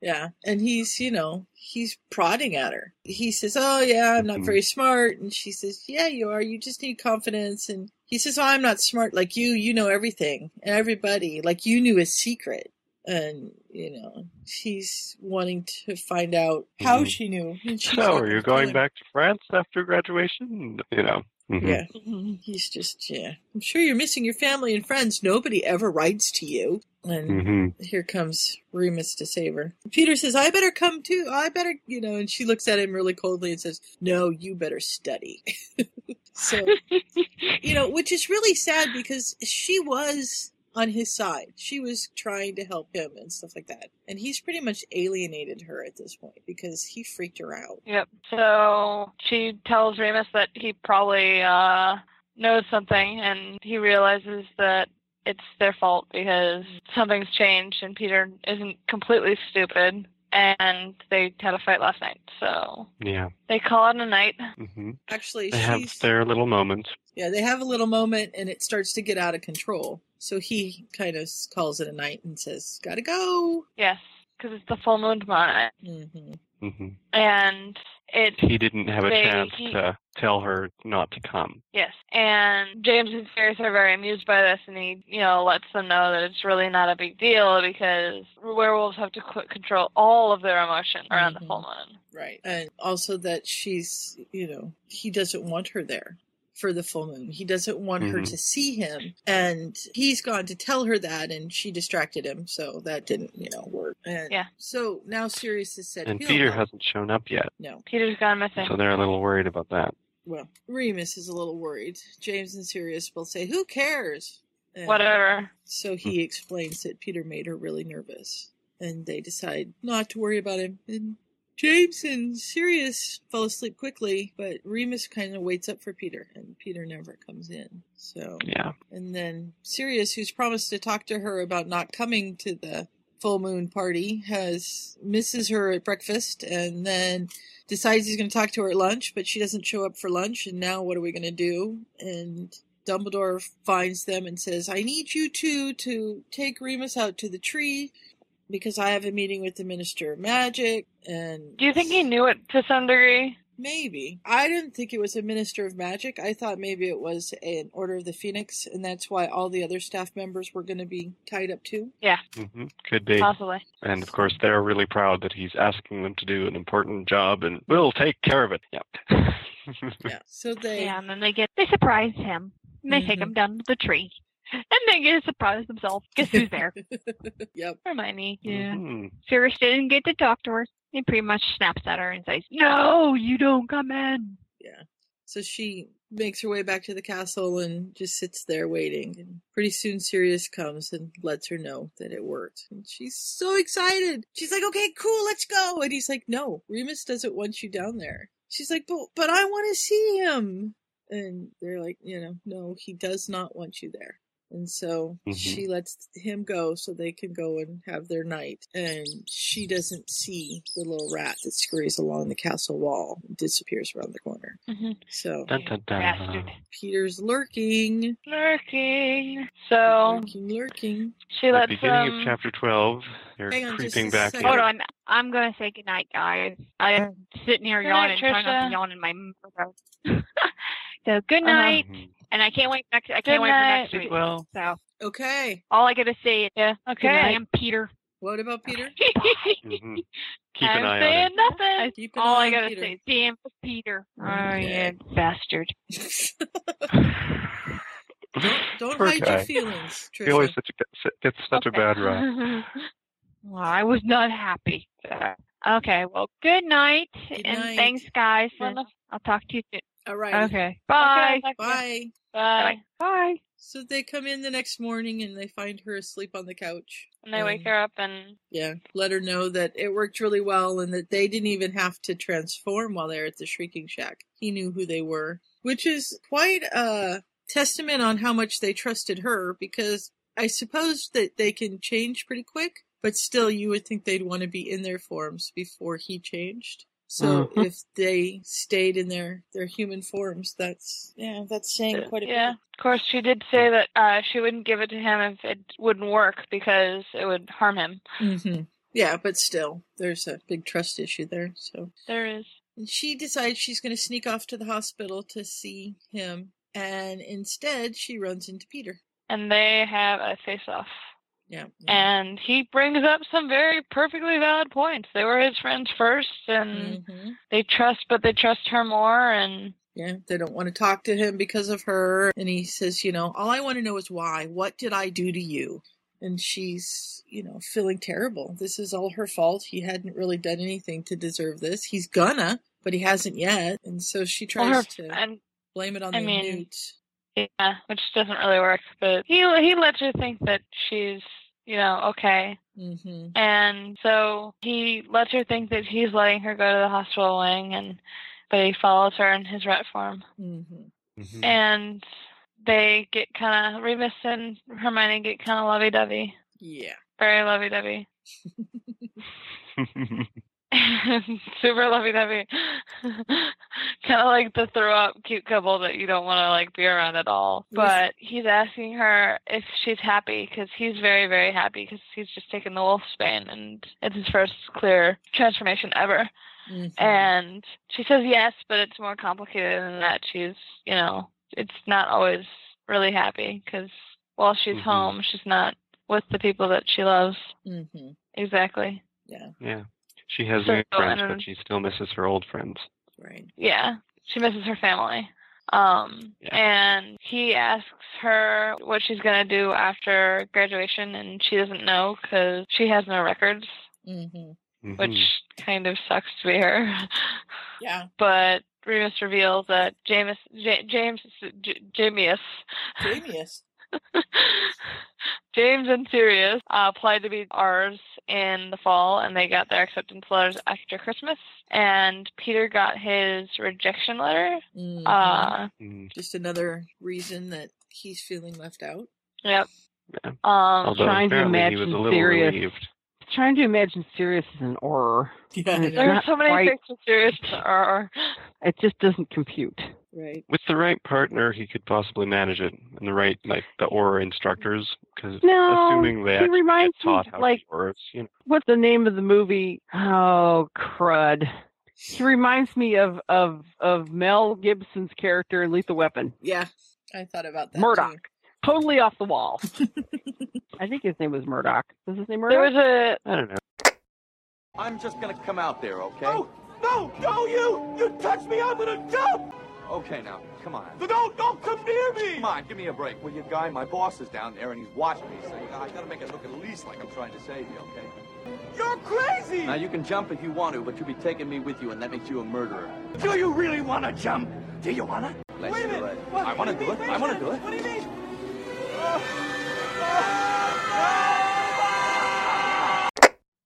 [SPEAKER 2] Yeah, and he's you know he's prodding at her. He says, "Oh yeah, I'm
[SPEAKER 13] Mm-hmm.
[SPEAKER 2] not very smart," and she says, "Yeah, you are. You just need confidence." And he says, "Oh, I'm not smart like you. You know everything, and everybody. Like you knew his secret." And you know she's wanting to find out how
[SPEAKER 13] Mhm.
[SPEAKER 2] she knew. And she's
[SPEAKER 13] So
[SPEAKER 2] not
[SPEAKER 13] are
[SPEAKER 2] gonna
[SPEAKER 13] you
[SPEAKER 2] tell
[SPEAKER 13] going
[SPEAKER 2] him.
[SPEAKER 13] back to France after graduation? You know. Mhm.
[SPEAKER 2] Yeah. Mm-hmm, He's just, yeah. I'm sure you're missing your family and friends. Nobody ever writes to you. And
[SPEAKER 13] Mhm.
[SPEAKER 2] here comes Remus to save her. Peter says, I better come too. I better, you know, and she looks at him really coldly and says, No, you better study. [LAUGHS] so, you know, which is really sad because she was on his side. She was trying to help him and stuff like that. And he's pretty much alienated her at this point because he freaked her out.
[SPEAKER 14] Yep. So she tells Remus that he probably uh, knows something, and he realizes that it's their fault because something's changed, and Peter isn't completely stupid. And they had a fight last night, so
[SPEAKER 13] Yeah.
[SPEAKER 14] they call it a night.
[SPEAKER 13] hmm
[SPEAKER 2] Actually,
[SPEAKER 13] They have
[SPEAKER 2] she's
[SPEAKER 13] their little moment.
[SPEAKER 2] Yeah, they have a little moment and it starts to get out of control. So he kind of calls it a night and says, Gotta go.
[SPEAKER 14] Yes, because it's the full moon tomorrow night.
[SPEAKER 2] Mm-hmm.
[SPEAKER 13] hmm
[SPEAKER 14] And it
[SPEAKER 13] He didn't have a
[SPEAKER 14] they-
[SPEAKER 13] chance
[SPEAKER 14] he-
[SPEAKER 13] to tell her not to come.
[SPEAKER 14] Yes, and James and Ferris are very amused by this, and he, you know, lets them know that it's really not a big deal because werewolves have to qu- control all of their emotion around
[SPEAKER 2] Mm-hmm.
[SPEAKER 14] the full moon.
[SPEAKER 2] Right. And also that she's, you know, he doesn't want her there for the full moon. He doesn't want her
[SPEAKER 13] Mm-hmm.
[SPEAKER 23] Mhm.
[SPEAKER 2] to see him. And he's gone to tell her that, and she distracted him. So that didn't, you know, work. And yeah. So now Sirius has said,
[SPEAKER 13] And
[SPEAKER 2] he'll
[SPEAKER 13] Peter
[SPEAKER 2] help.
[SPEAKER 13] hasn't shown up yet,
[SPEAKER 2] No. Peter's gone missing.
[SPEAKER 13] so they're a little worried about that.
[SPEAKER 2] Well, Remus is a little worried. James and Sirius both say, Who cares? And
[SPEAKER 14] Whatever.
[SPEAKER 2] So he explains that Peter made her really nervous. And they decide not to worry about him. And James and Sirius fall asleep quickly, but Remus kind of waits up for Peter, and Peter never comes in. So.
[SPEAKER 13] Yeah.
[SPEAKER 2] And then Sirius, who's promised to talk to her about not coming to the full moon party, has misses her at breakfast and then decides he's going to talk to her at lunch, but she doesn't show up for lunch. And now what are we going to do? And Dumbledore finds them and says, I need you two to take Remus out to the tree because I have a meeting with the Minister of Magic. And
[SPEAKER 14] Do you think he knew it to some degree?
[SPEAKER 2] Maybe. I didn't think it was a Minister of Magic. I thought maybe it was an Order of the Phoenix, and that's why all the other staff members were going to be tied up too.
[SPEAKER 14] Yeah,
[SPEAKER 13] hmm Could be.
[SPEAKER 14] possibly.
[SPEAKER 13] And of course, they're really proud that he's asking them to do an important job, and we'll take care of it. Yeah. [LAUGHS]
[SPEAKER 2] So they Mm-hmm.
[SPEAKER 11] yeah, and then they get they surprise him. And they take him down to the tree, and they get to surprise themselves. Guess who's there?
[SPEAKER 2] [LAUGHS] yep,
[SPEAKER 11] Hermione. Yeah,
[SPEAKER 13] Mhm.
[SPEAKER 11] Sirius didn't get to talk to her. He pretty much snaps at her and says, "No, Oh, you don't come in."
[SPEAKER 2] Yeah. So she makes her way back to the castle and just sits there waiting. And pretty soon Sirius comes and lets her know that it worked. And she's so excited. She's like, okay, cool, let's go. And he's like, no, Remus doesn't want you down there. She's like, but, but I want to see him. And they're like, you know, no, he does not want you there. And so
[SPEAKER 23] Mhm.
[SPEAKER 2] she lets him go so they can go and have their night. And she doesn't see the little rat that scurries along the castle wall and disappears around the corner. So
[SPEAKER 13] Dun, dun, dun. Bastard.
[SPEAKER 2] Peter's lurking.
[SPEAKER 14] Lurking. So
[SPEAKER 2] lurking, lurking.
[SPEAKER 14] She
[SPEAKER 13] At
[SPEAKER 14] lets
[SPEAKER 13] the beginning
[SPEAKER 14] um,
[SPEAKER 13] of chapter 12, they're
[SPEAKER 11] Hang on just
[SPEAKER 13] creeping back in.
[SPEAKER 11] Hold on, I'm gonna say goodnight, guys. I'm sitting here
[SPEAKER 14] Good
[SPEAKER 11] yawning,
[SPEAKER 14] night,
[SPEAKER 11] trying not
[SPEAKER 14] Trisha.
[SPEAKER 11] to yawn in my mouth. [LAUGHS] so good
[SPEAKER 2] Uh-huh.
[SPEAKER 11] night, and I can't wait next. I can't
[SPEAKER 14] Good
[SPEAKER 11] wait for next
[SPEAKER 14] night.
[SPEAKER 11] week.
[SPEAKER 14] Well.
[SPEAKER 11] So
[SPEAKER 2] okay,
[SPEAKER 11] all I gotta say is yeah.
[SPEAKER 14] okay.
[SPEAKER 11] Damn Peter.
[SPEAKER 2] What
[SPEAKER 11] [LAUGHS]
[SPEAKER 2] about Peter?
[SPEAKER 13] Mhm.
[SPEAKER 14] Keep
[SPEAKER 11] I'm
[SPEAKER 14] an eye on
[SPEAKER 11] saying
[SPEAKER 14] him.
[SPEAKER 11] nothing.
[SPEAKER 2] an
[SPEAKER 11] all
[SPEAKER 2] eye
[SPEAKER 11] I
[SPEAKER 2] on
[SPEAKER 11] gotta
[SPEAKER 2] Peter.
[SPEAKER 11] say is damn Peter. Oh yeah,
[SPEAKER 2] Okay.
[SPEAKER 11] bastard.
[SPEAKER 2] [LAUGHS] Don't
[SPEAKER 13] Poor
[SPEAKER 2] hide
[SPEAKER 13] guy. [LAUGHS]
[SPEAKER 2] your feelings,
[SPEAKER 13] He always
[SPEAKER 2] Trisha.
[SPEAKER 13] such a, gets such a bad
[SPEAKER 11] [LAUGHS]
[SPEAKER 13] rap.
[SPEAKER 11] well, I was not happy. Okay, well, good night, and
[SPEAKER 14] night.
[SPEAKER 11] thanks, guys. and
[SPEAKER 14] Wonderful.
[SPEAKER 11] I'll talk to you soon.
[SPEAKER 2] All right.
[SPEAKER 11] Okay. Bye.
[SPEAKER 14] Okay,
[SPEAKER 2] Bye.
[SPEAKER 14] Bye.
[SPEAKER 11] Bye.
[SPEAKER 2] So they come in the next morning and they find her asleep on the couch.
[SPEAKER 14] And they wake her up and
[SPEAKER 2] Yeah, let her know that it worked really well and that they didn't even have to transform while they were at the Shrieking Shack. He knew who they were, which is quite a testament on how much they trusted her because I suppose that they can change pretty quick, but still you would think they'd want to be in their forms before he changed. So
[SPEAKER 23] Mhm.
[SPEAKER 2] if they stayed in their, their human forms, that's yeah, that's saying quite a bit.
[SPEAKER 14] yeah. Of course, she did say that uh, she wouldn't give it to him if it wouldn't work because it would harm him.
[SPEAKER 2] hmm Yeah, but still, there's a big trust issue there. So
[SPEAKER 14] There is.
[SPEAKER 2] and she decides she's going to sneak off to the hospital to see him, and instead she runs into Peter.
[SPEAKER 14] And they have a face off.
[SPEAKER 2] Yeah.
[SPEAKER 14] And he brings up some very perfectly valid points. They were his friends first, and
[SPEAKER 2] Mm-hmm.
[SPEAKER 14] they trust, but they trust her more. And
[SPEAKER 2] Yeah, they don't want to talk to him because of her. And he says, you know, all I want to know is why. What did I do to you? And she's, you know, feeling terrible. This is all her fault. He hadn't really done anything to deserve this. He's gonna, but he hasn't yet. And so she tries
[SPEAKER 14] her-
[SPEAKER 2] to
[SPEAKER 14] and
[SPEAKER 2] blame it on
[SPEAKER 14] I
[SPEAKER 2] the
[SPEAKER 14] mean,
[SPEAKER 2] newt.
[SPEAKER 14] yeah, which doesn't really work. But he he lets her think that she's you know okay,
[SPEAKER 2] Mm-hmm.
[SPEAKER 14] and so he lets her think that he's letting her go to the hospital wing, and but he follows her in his rat form.
[SPEAKER 2] Mm-hmm.
[SPEAKER 14] and they get kind of Remus and Hermione get kind of lovey-dovey,
[SPEAKER 2] Yeah.
[SPEAKER 14] very lovey-dovey, [LAUGHS] super lovey-dovey, [LAUGHS] kind of like the throw-up cute couple that you don't want to like be around at all.
[SPEAKER 23] Yes.
[SPEAKER 14] But he's asking her if she's happy because he's very very happy because he's just taken the wolf's bane and it's his first clear transformation ever.
[SPEAKER 2] mm-hmm.
[SPEAKER 14] And she says yes, but it's more complicated than that. She's, you know, it's not always really happy because while she's
[SPEAKER 13] Mhm.
[SPEAKER 14] home, she's not with the people that she loves.
[SPEAKER 2] Mm-hmm.
[SPEAKER 14] Exactly.
[SPEAKER 2] Yeah.
[SPEAKER 13] Yeah. She has
[SPEAKER 14] So,
[SPEAKER 13] new friends,
[SPEAKER 14] um,
[SPEAKER 13] but she still misses her old friends.
[SPEAKER 2] Right.
[SPEAKER 14] Yeah. She misses her family. Um, and he asks her what she's gonna do after graduation, and she doesn't know because she has no records,
[SPEAKER 2] Mm-hmm.
[SPEAKER 14] which kind of sucks to be her.
[SPEAKER 2] Yeah.
[SPEAKER 14] But Remus reveals that James, J- James, J- Jamius,
[SPEAKER 2] Jamius.
[SPEAKER 14] [LAUGHS] James and Sirius uh, applied to be ours in the fall, and they got their acceptance letters after Christmas. And Peter got his rejection letter. Uh,
[SPEAKER 2] Mm-hmm. Just another reason that he's feeling left out.
[SPEAKER 14] yep.
[SPEAKER 13] Yeah.
[SPEAKER 14] Um,
[SPEAKER 13] Although
[SPEAKER 21] trying to
[SPEAKER 13] apparently he was
[SPEAKER 21] imagine
[SPEAKER 13] a little
[SPEAKER 21] Sirius.
[SPEAKER 13] relieved.
[SPEAKER 21] Trying to imagine Sirius is an horror.
[SPEAKER 2] Yeah,
[SPEAKER 21] And it's
[SPEAKER 14] There are
[SPEAKER 21] not
[SPEAKER 14] so many
[SPEAKER 21] quite-
[SPEAKER 14] things with Sirius that are.
[SPEAKER 21] It just doesn't compute.
[SPEAKER 2] Right.
[SPEAKER 13] With the right partner, he could possibly manage it, and the right, like the aura instructors, because
[SPEAKER 21] No,
[SPEAKER 13] assuming they
[SPEAKER 21] he
[SPEAKER 13] actually
[SPEAKER 21] reminds
[SPEAKER 13] get taught
[SPEAKER 21] me,
[SPEAKER 13] how
[SPEAKER 21] like-
[SPEAKER 13] to aura, you know,
[SPEAKER 21] What's the name of the movie? Oh crud! He reminds me of of of Mel Gibson's character in Lethal Weapon.
[SPEAKER 2] Yeah, I thought about that.
[SPEAKER 21] Murdoch.
[SPEAKER 2] too.
[SPEAKER 21] Totally off the wall. [LAUGHS] I think his name was Murdoch. Was his name
[SPEAKER 14] There
[SPEAKER 21] Murdoch?
[SPEAKER 14] was a
[SPEAKER 13] I don't know.
[SPEAKER 22] I'm just gonna come out there, okay? No, no, no, you! You touch me, I'm gonna jump! Okay, now, come on. No, don't, don't come near me! Come on, give me a break, will you, guy? My boss is down there and he's watching me, so you know, I gotta make it look at least like I'm trying to save you, okay? You're crazy! Now, you can jump if you want to, but you'll be taking me with you, and that makes you a murderer. Do you really wanna jump? Do you wanna? Let's do it. I wanna do it. I wanna do it. What do you mean?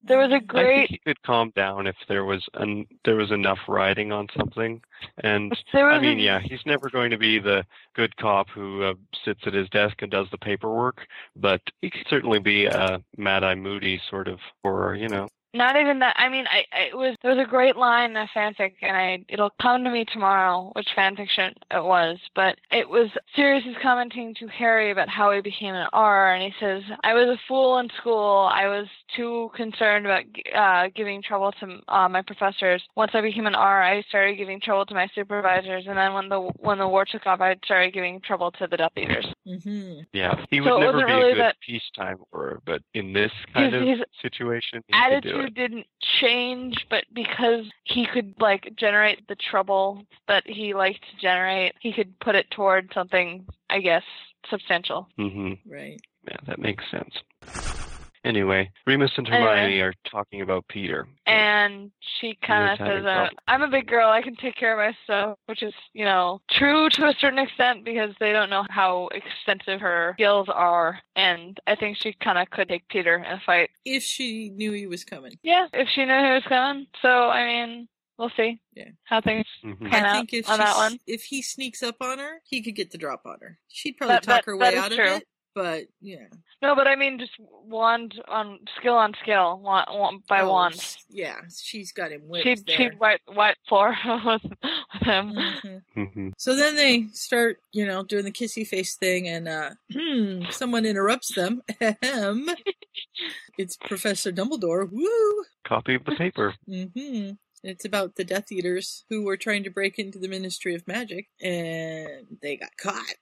[SPEAKER 14] there was a
[SPEAKER 13] I
[SPEAKER 14] great
[SPEAKER 13] think he could calm down if there was an there was enough riding on something. And
[SPEAKER 14] There was
[SPEAKER 13] I mean,
[SPEAKER 14] a-
[SPEAKER 13] yeah, he's never going to be the good cop who uh, sits at his desk and does the paperwork, but he could certainly be a Mad Eye Moody sort of, or you know,
[SPEAKER 14] Not even that. I mean, I, I it was there was a great line in a fanfic, and I it'll come to me tomorrow which fanfiction it was, but it was Sirius is commenting to Harry about how he became an R, and he says, "I was a fool in school. I was too concerned about uh, giving trouble to uh, my professors. Once I became an R, I started giving trouble to my supervisors, and then when the when the war took off, I started giving trouble to the Death Eaters."
[SPEAKER 2] Mm-hmm.
[SPEAKER 13] yeah, he would
[SPEAKER 14] So it
[SPEAKER 13] never
[SPEAKER 14] wasn't
[SPEAKER 13] be
[SPEAKER 14] really
[SPEAKER 13] a good
[SPEAKER 14] that-
[SPEAKER 13] peacetime or, but in this kind
[SPEAKER 14] His-
[SPEAKER 13] of
[SPEAKER 14] his
[SPEAKER 13] situation, he could do it.
[SPEAKER 14] attitude didn't change, but because he could like generate the trouble that he liked to generate, he could put it toward something, I guess, substantial.
[SPEAKER 13] hmm
[SPEAKER 2] Right.
[SPEAKER 13] Yeah, that makes sense. Anyway, Remus and
[SPEAKER 14] Anyway.
[SPEAKER 13] Hermione are talking about Peter.
[SPEAKER 14] And she kind of
[SPEAKER 13] You're tired,
[SPEAKER 14] says, uh,
[SPEAKER 13] Doc.
[SPEAKER 14] "I'm a big girl. I can take care of myself," which is, you know, true to a certain extent because they don't know how extensive her skills are. And I think she kind of could take Peter in a fight.
[SPEAKER 2] If she knew he was coming.
[SPEAKER 14] Yeah, if she knew he was coming. So I mean, we'll see.
[SPEAKER 2] Yeah.
[SPEAKER 14] How things
[SPEAKER 13] Mhm.
[SPEAKER 14] pan
[SPEAKER 2] I
[SPEAKER 14] out
[SPEAKER 2] think if
[SPEAKER 14] on
[SPEAKER 2] she
[SPEAKER 14] that
[SPEAKER 2] s-
[SPEAKER 14] one.
[SPEAKER 2] if he sneaks up on her, he could get the drop on her. She'd probably
[SPEAKER 14] That-
[SPEAKER 2] talk
[SPEAKER 14] that-
[SPEAKER 2] her
[SPEAKER 14] that
[SPEAKER 2] way
[SPEAKER 14] is
[SPEAKER 2] out
[SPEAKER 14] true.
[SPEAKER 2] of it. But yeah,
[SPEAKER 14] No, but I mean just wand on skill on skill, wand, wand by
[SPEAKER 2] Oh,
[SPEAKER 14] wand.
[SPEAKER 2] s- yeah, she's got him whipped
[SPEAKER 14] She'd
[SPEAKER 2] there. Mm-hmm.
[SPEAKER 14] she'd wipe wipe floor [LAUGHS] with, with him.
[SPEAKER 13] hmm
[SPEAKER 2] So then they start, you know, doing the kissy face thing, and uh, [CLEARS THROAT] someone interrupts them. [LAUGHS] Ahem. it's Professor Dumbledore. Woo!
[SPEAKER 13] Copy of the
[SPEAKER 14] [LAUGHS]
[SPEAKER 13] paper.
[SPEAKER 2] hmm It's about the Death Eaters who were trying to break into the Ministry of Magic, and they got caught.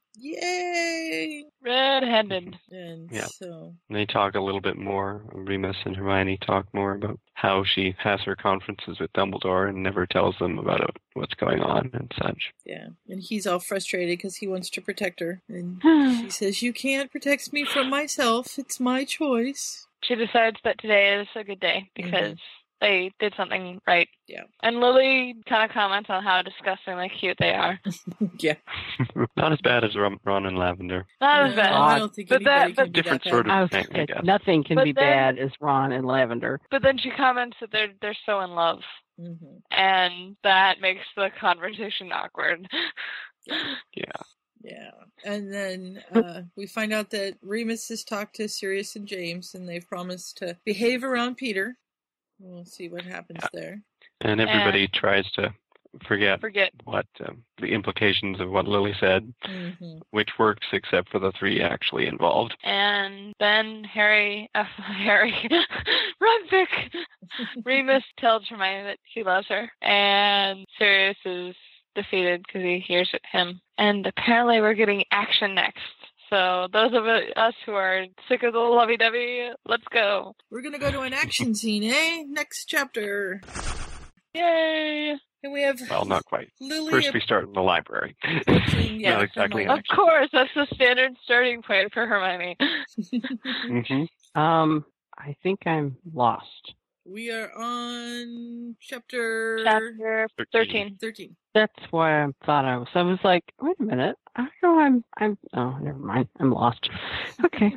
[SPEAKER 2] Yay!
[SPEAKER 14] Red-handed.
[SPEAKER 2] And
[SPEAKER 13] Yeah.
[SPEAKER 2] so,
[SPEAKER 13] And They talk a little bit more. Remus and Hermione talk more about how she has her conferences with Dumbledore and never tells them about it, what's going on and such.
[SPEAKER 2] yeah. And he's all frustrated because he wants to protect her. And
[SPEAKER 14] [SIGHS]
[SPEAKER 2] she says, You can't protect me from myself. It's my choice.
[SPEAKER 14] She decides that today is a good day because they did something right.
[SPEAKER 2] Mm-hmm. Yeah.
[SPEAKER 14] And Lily kind of comments on how disgustingly cute they are.
[SPEAKER 2] [LAUGHS] yeah.
[SPEAKER 14] [LAUGHS]
[SPEAKER 13] Not as bad as Ron Ron and Lavender.
[SPEAKER 14] Not as
[SPEAKER 2] No,
[SPEAKER 14] bad.
[SPEAKER 2] I don't think
[SPEAKER 14] Uh, but that,
[SPEAKER 2] anybody
[SPEAKER 14] but
[SPEAKER 2] can do
[SPEAKER 13] Different
[SPEAKER 2] that
[SPEAKER 13] sort of
[SPEAKER 2] bad.
[SPEAKER 21] was
[SPEAKER 13] thing, I
[SPEAKER 21] gonna say,
[SPEAKER 13] guess.
[SPEAKER 21] Oh, nothing can
[SPEAKER 14] But
[SPEAKER 21] be
[SPEAKER 14] then-
[SPEAKER 21] bad as Ron and Lavender.
[SPEAKER 14] But then she comments that they're they're so in love,
[SPEAKER 2] Mm-hmm.
[SPEAKER 14] and that makes the conversation [LAUGHS] awkward. [LAUGHS]
[SPEAKER 2] Yeah. And then uh, we find out that Remus has talked to Sirius and James, and they've promised to behave around Peter. We'll see what happens there.
[SPEAKER 13] And everybody tries to forget
[SPEAKER 14] Forget.
[SPEAKER 13] what um, the implications of what Lily said,
[SPEAKER 2] hmm
[SPEAKER 13] which works except for the three actually involved.
[SPEAKER 14] And then Harry, [LAUGHS] uh, Harry, Runvick, Remus tells Hermione that he loves her, and Sirius is defeated because he hears it him. And apparently, we're getting action next. So those of us who are sick of the lovey-dovey, let's go!
[SPEAKER 2] We're going to go to an action scene, eh? Next chapter.
[SPEAKER 14] Yay!
[SPEAKER 2] And we have
[SPEAKER 13] Well, not quite.
[SPEAKER 2] [LAUGHS] Lily
[SPEAKER 13] First,
[SPEAKER 2] of-
[SPEAKER 13] we start in the library. [LAUGHS]
[SPEAKER 2] Yeah,
[SPEAKER 13] not exactly.
[SPEAKER 14] Of course, that's the standard starting point for Hermione.
[SPEAKER 21] Mm-hmm. Um, I think I'm lost.
[SPEAKER 2] we are on chapter
[SPEAKER 14] chapter 13.
[SPEAKER 2] 13.
[SPEAKER 21] That's why I thought I was. I was like, wait a minute. I know I'm. I'm. Oh, never mind. I'm lost.
[SPEAKER 13] [LAUGHS]
[SPEAKER 21] Okay,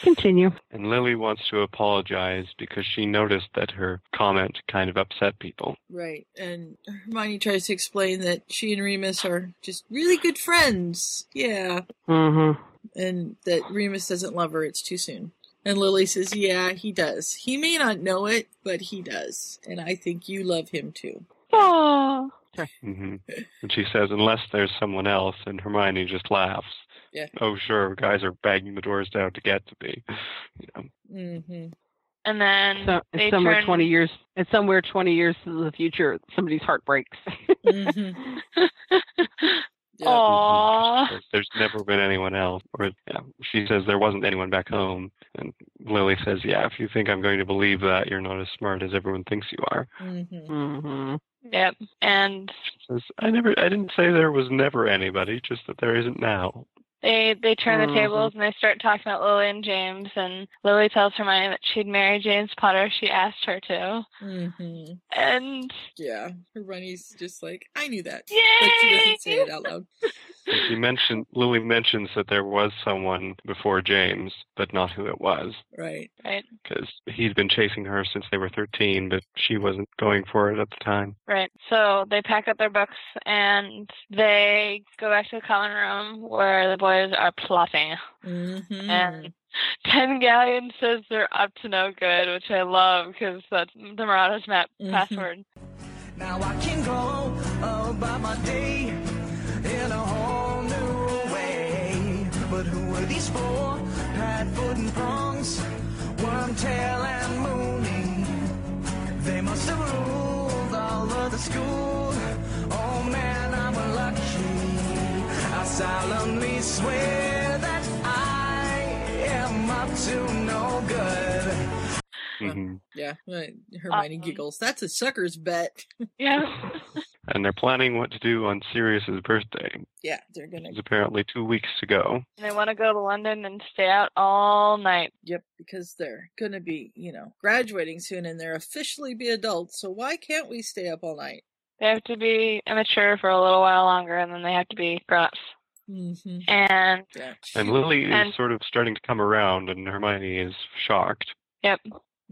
[SPEAKER 21] continue.
[SPEAKER 13] And Lily wants to apologize because she noticed that her comment kind of upset people.
[SPEAKER 2] Right. And Hermione tries to explain that she and Remus are just really good friends. Yeah.
[SPEAKER 21] Mm-hmm.
[SPEAKER 2] And that Remus doesn't love her. It's too soon. And Lily says, Yeah, he does. He may not know it, but he does. And I think you love him too.
[SPEAKER 21] Oh.
[SPEAKER 2] [LAUGHS]
[SPEAKER 13] hmm And she says, unless there's someone else, and Hermione just laughs.
[SPEAKER 2] Yeah.
[SPEAKER 13] Oh, sure, guys are banging the doors down to get to me. [LAUGHS] You know,
[SPEAKER 2] Mm-hmm.
[SPEAKER 14] And then
[SPEAKER 21] So
[SPEAKER 14] they
[SPEAKER 21] it's somewhere
[SPEAKER 14] turn,
[SPEAKER 21] twenty years. It's somewhere twenty years to the future. Somebody's heart breaks.
[SPEAKER 13] Mm-hmm.
[SPEAKER 14] Aww.
[SPEAKER 13] there's- there's never been anyone else. Or yeah, she says there wasn't anyone back home, and Lily says, "Yeah, if you think I'm going to believe that, you're not as smart as everyone thinks you are."
[SPEAKER 2] Mm-hmm.
[SPEAKER 21] Mm-hmm.
[SPEAKER 14] Yep. And
[SPEAKER 13] Says, I never, I didn't say there was never anybody, just that there isn't now.
[SPEAKER 14] They they turn
[SPEAKER 2] Mm-hmm.
[SPEAKER 14] the
[SPEAKER 13] Mhm.
[SPEAKER 14] tables and they start talking about Lily and James and Lily tells Hermione that she'd marry James Potter if she asked her to.
[SPEAKER 2] Mm-hmm.
[SPEAKER 14] And
[SPEAKER 2] Yeah. Hermione's just like, I knew that. But she
[SPEAKER 14] Yay!
[SPEAKER 2] doesn't say it
[SPEAKER 14] [LAUGHS]
[SPEAKER 2] out loud.
[SPEAKER 13] And she mentioned, Lily mentions that there was someone before James, but not who it was,
[SPEAKER 2] Right.
[SPEAKER 14] Right.
[SPEAKER 13] because he'd been chasing her since they were 13, but she wasn't going for it at the time.
[SPEAKER 14] Right. So they pack up their books and they go back to the common room where the boys are plotting.
[SPEAKER 2] Mm-hmm.
[SPEAKER 14] And Ten Galleon says they're up to no good, which I love because that's the Marauders map
[SPEAKER 2] Mm-hmm.
[SPEAKER 14] password.
[SPEAKER 23] Now I can go about my day in a whole new way. But who are these four hat-foot and prongs? Wormtail and Mooney. They must have ruled all of the school. Oh man, I'm lucky. I solemnly swear that I am up to no good.
[SPEAKER 13] hmm
[SPEAKER 2] Yeah. Right. Hermione giggles. That's a sucker's bet.
[SPEAKER 14] Um, [LAUGHS] Yeah.
[SPEAKER 13] And they're planning what to do on Sirius's birthday.
[SPEAKER 2] yeah. They're going to
[SPEAKER 13] It's apparently two weeks to go.
[SPEAKER 14] And they want to go to London and stay out all night.
[SPEAKER 2] Yep, because they're going to be, you know, graduating soon and they're officially be adults. So why can't we stay up all night?
[SPEAKER 14] They have to be immature for a little while longer, and then they have to be grown-ups.
[SPEAKER 2] Mm-hmm.
[SPEAKER 14] And
[SPEAKER 13] And Lily is
[SPEAKER 14] And-
[SPEAKER 13] sort of starting to come around, and Hermione is shocked.
[SPEAKER 14] yep.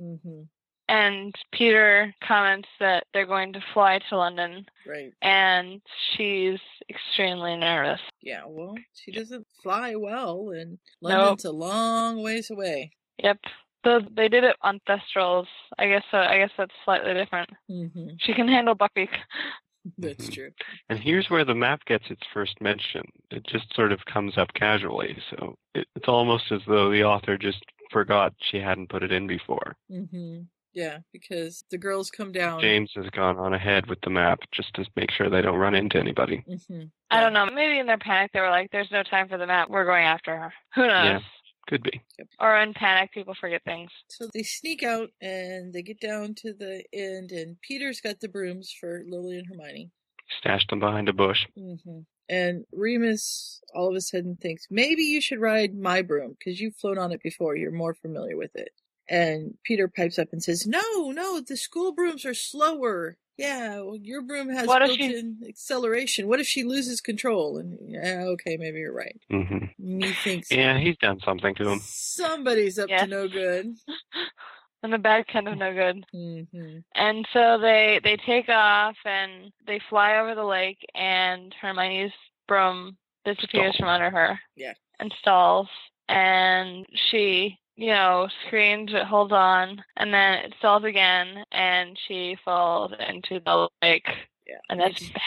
[SPEAKER 2] Mm-hmm.
[SPEAKER 14] And Peter comments that they're going to fly to London,
[SPEAKER 2] Right.
[SPEAKER 14] and she's extremely nervous.
[SPEAKER 2] Yeah. Well, she doesn't fly well, and
[SPEAKER 14] Nope.
[SPEAKER 2] London's a long ways away.
[SPEAKER 14] Yep. So they did it on Thestrals. I guess so. I guess that's slightly different.
[SPEAKER 2] Mm-hmm.
[SPEAKER 14] She can handle Buckbeak.
[SPEAKER 2] [LAUGHS] That's true.
[SPEAKER 13] And here's where the map gets its first mention. It just sort of comes up casually, so it, it's almost as though the author just forgot she hadn't put it in before.
[SPEAKER 2] Mm-hmm. Yeah, because the girls come down.
[SPEAKER 13] James has gone on ahead with the map just to make sure they don't run into anybody.
[SPEAKER 2] Mm-hmm.
[SPEAKER 14] [LAUGHS] I don't know. Maybe in their panic, they were like, "There's no time for the map. We're going after her." Who knows?
[SPEAKER 13] Yeah, could be.
[SPEAKER 14] Or in panic, people forget things.
[SPEAKER 2] So they sneak out and they get down to the end, and Peter's got the brooms for Lily and Hermione.
[SPEAKER 13] Stashed them behind a bush.
[SPEAKER 2] Mm-hmm. And Remus all of a sudden thinks maybe you should ride my broom because you've flown on it before. You're more familiar with it. And Peter pipes up and says, "No, no, the school brooms are slower. Yeah, well, your broom has
[SPEAKER 14] What if she-
[SPEAKER 2] built-in acceleration. What if she loses control?" And yeah, okay, maybe you're right.
[SPEAKER 13] hmm
[SPEAKER 2] Methinks
[SPEAKER 13] Yeah, he's done something to him.
[SPEAKER 2] somebody's up to no good.
[SPEAKER 14] [LAUGHS] And the bad kind of no good.
[SPEAKER 2] Mm-hmm.
[SPEAKER 14] And so they they take off and they fly over the lake, and Hermione's broom disappears
[SPEAKER 2] Stalls.
[SPEAKER 14] from under her
[SPEAKER 24] [GASPS]
[SPEAKER 2] Yeah.
[SPEAKER 14] and stalls, and she you know screams but holds on, and then it stalls again, and she falls into the lake.
[SPEAKER 2] Yeah.
[SPEAKER 14] And that's bad.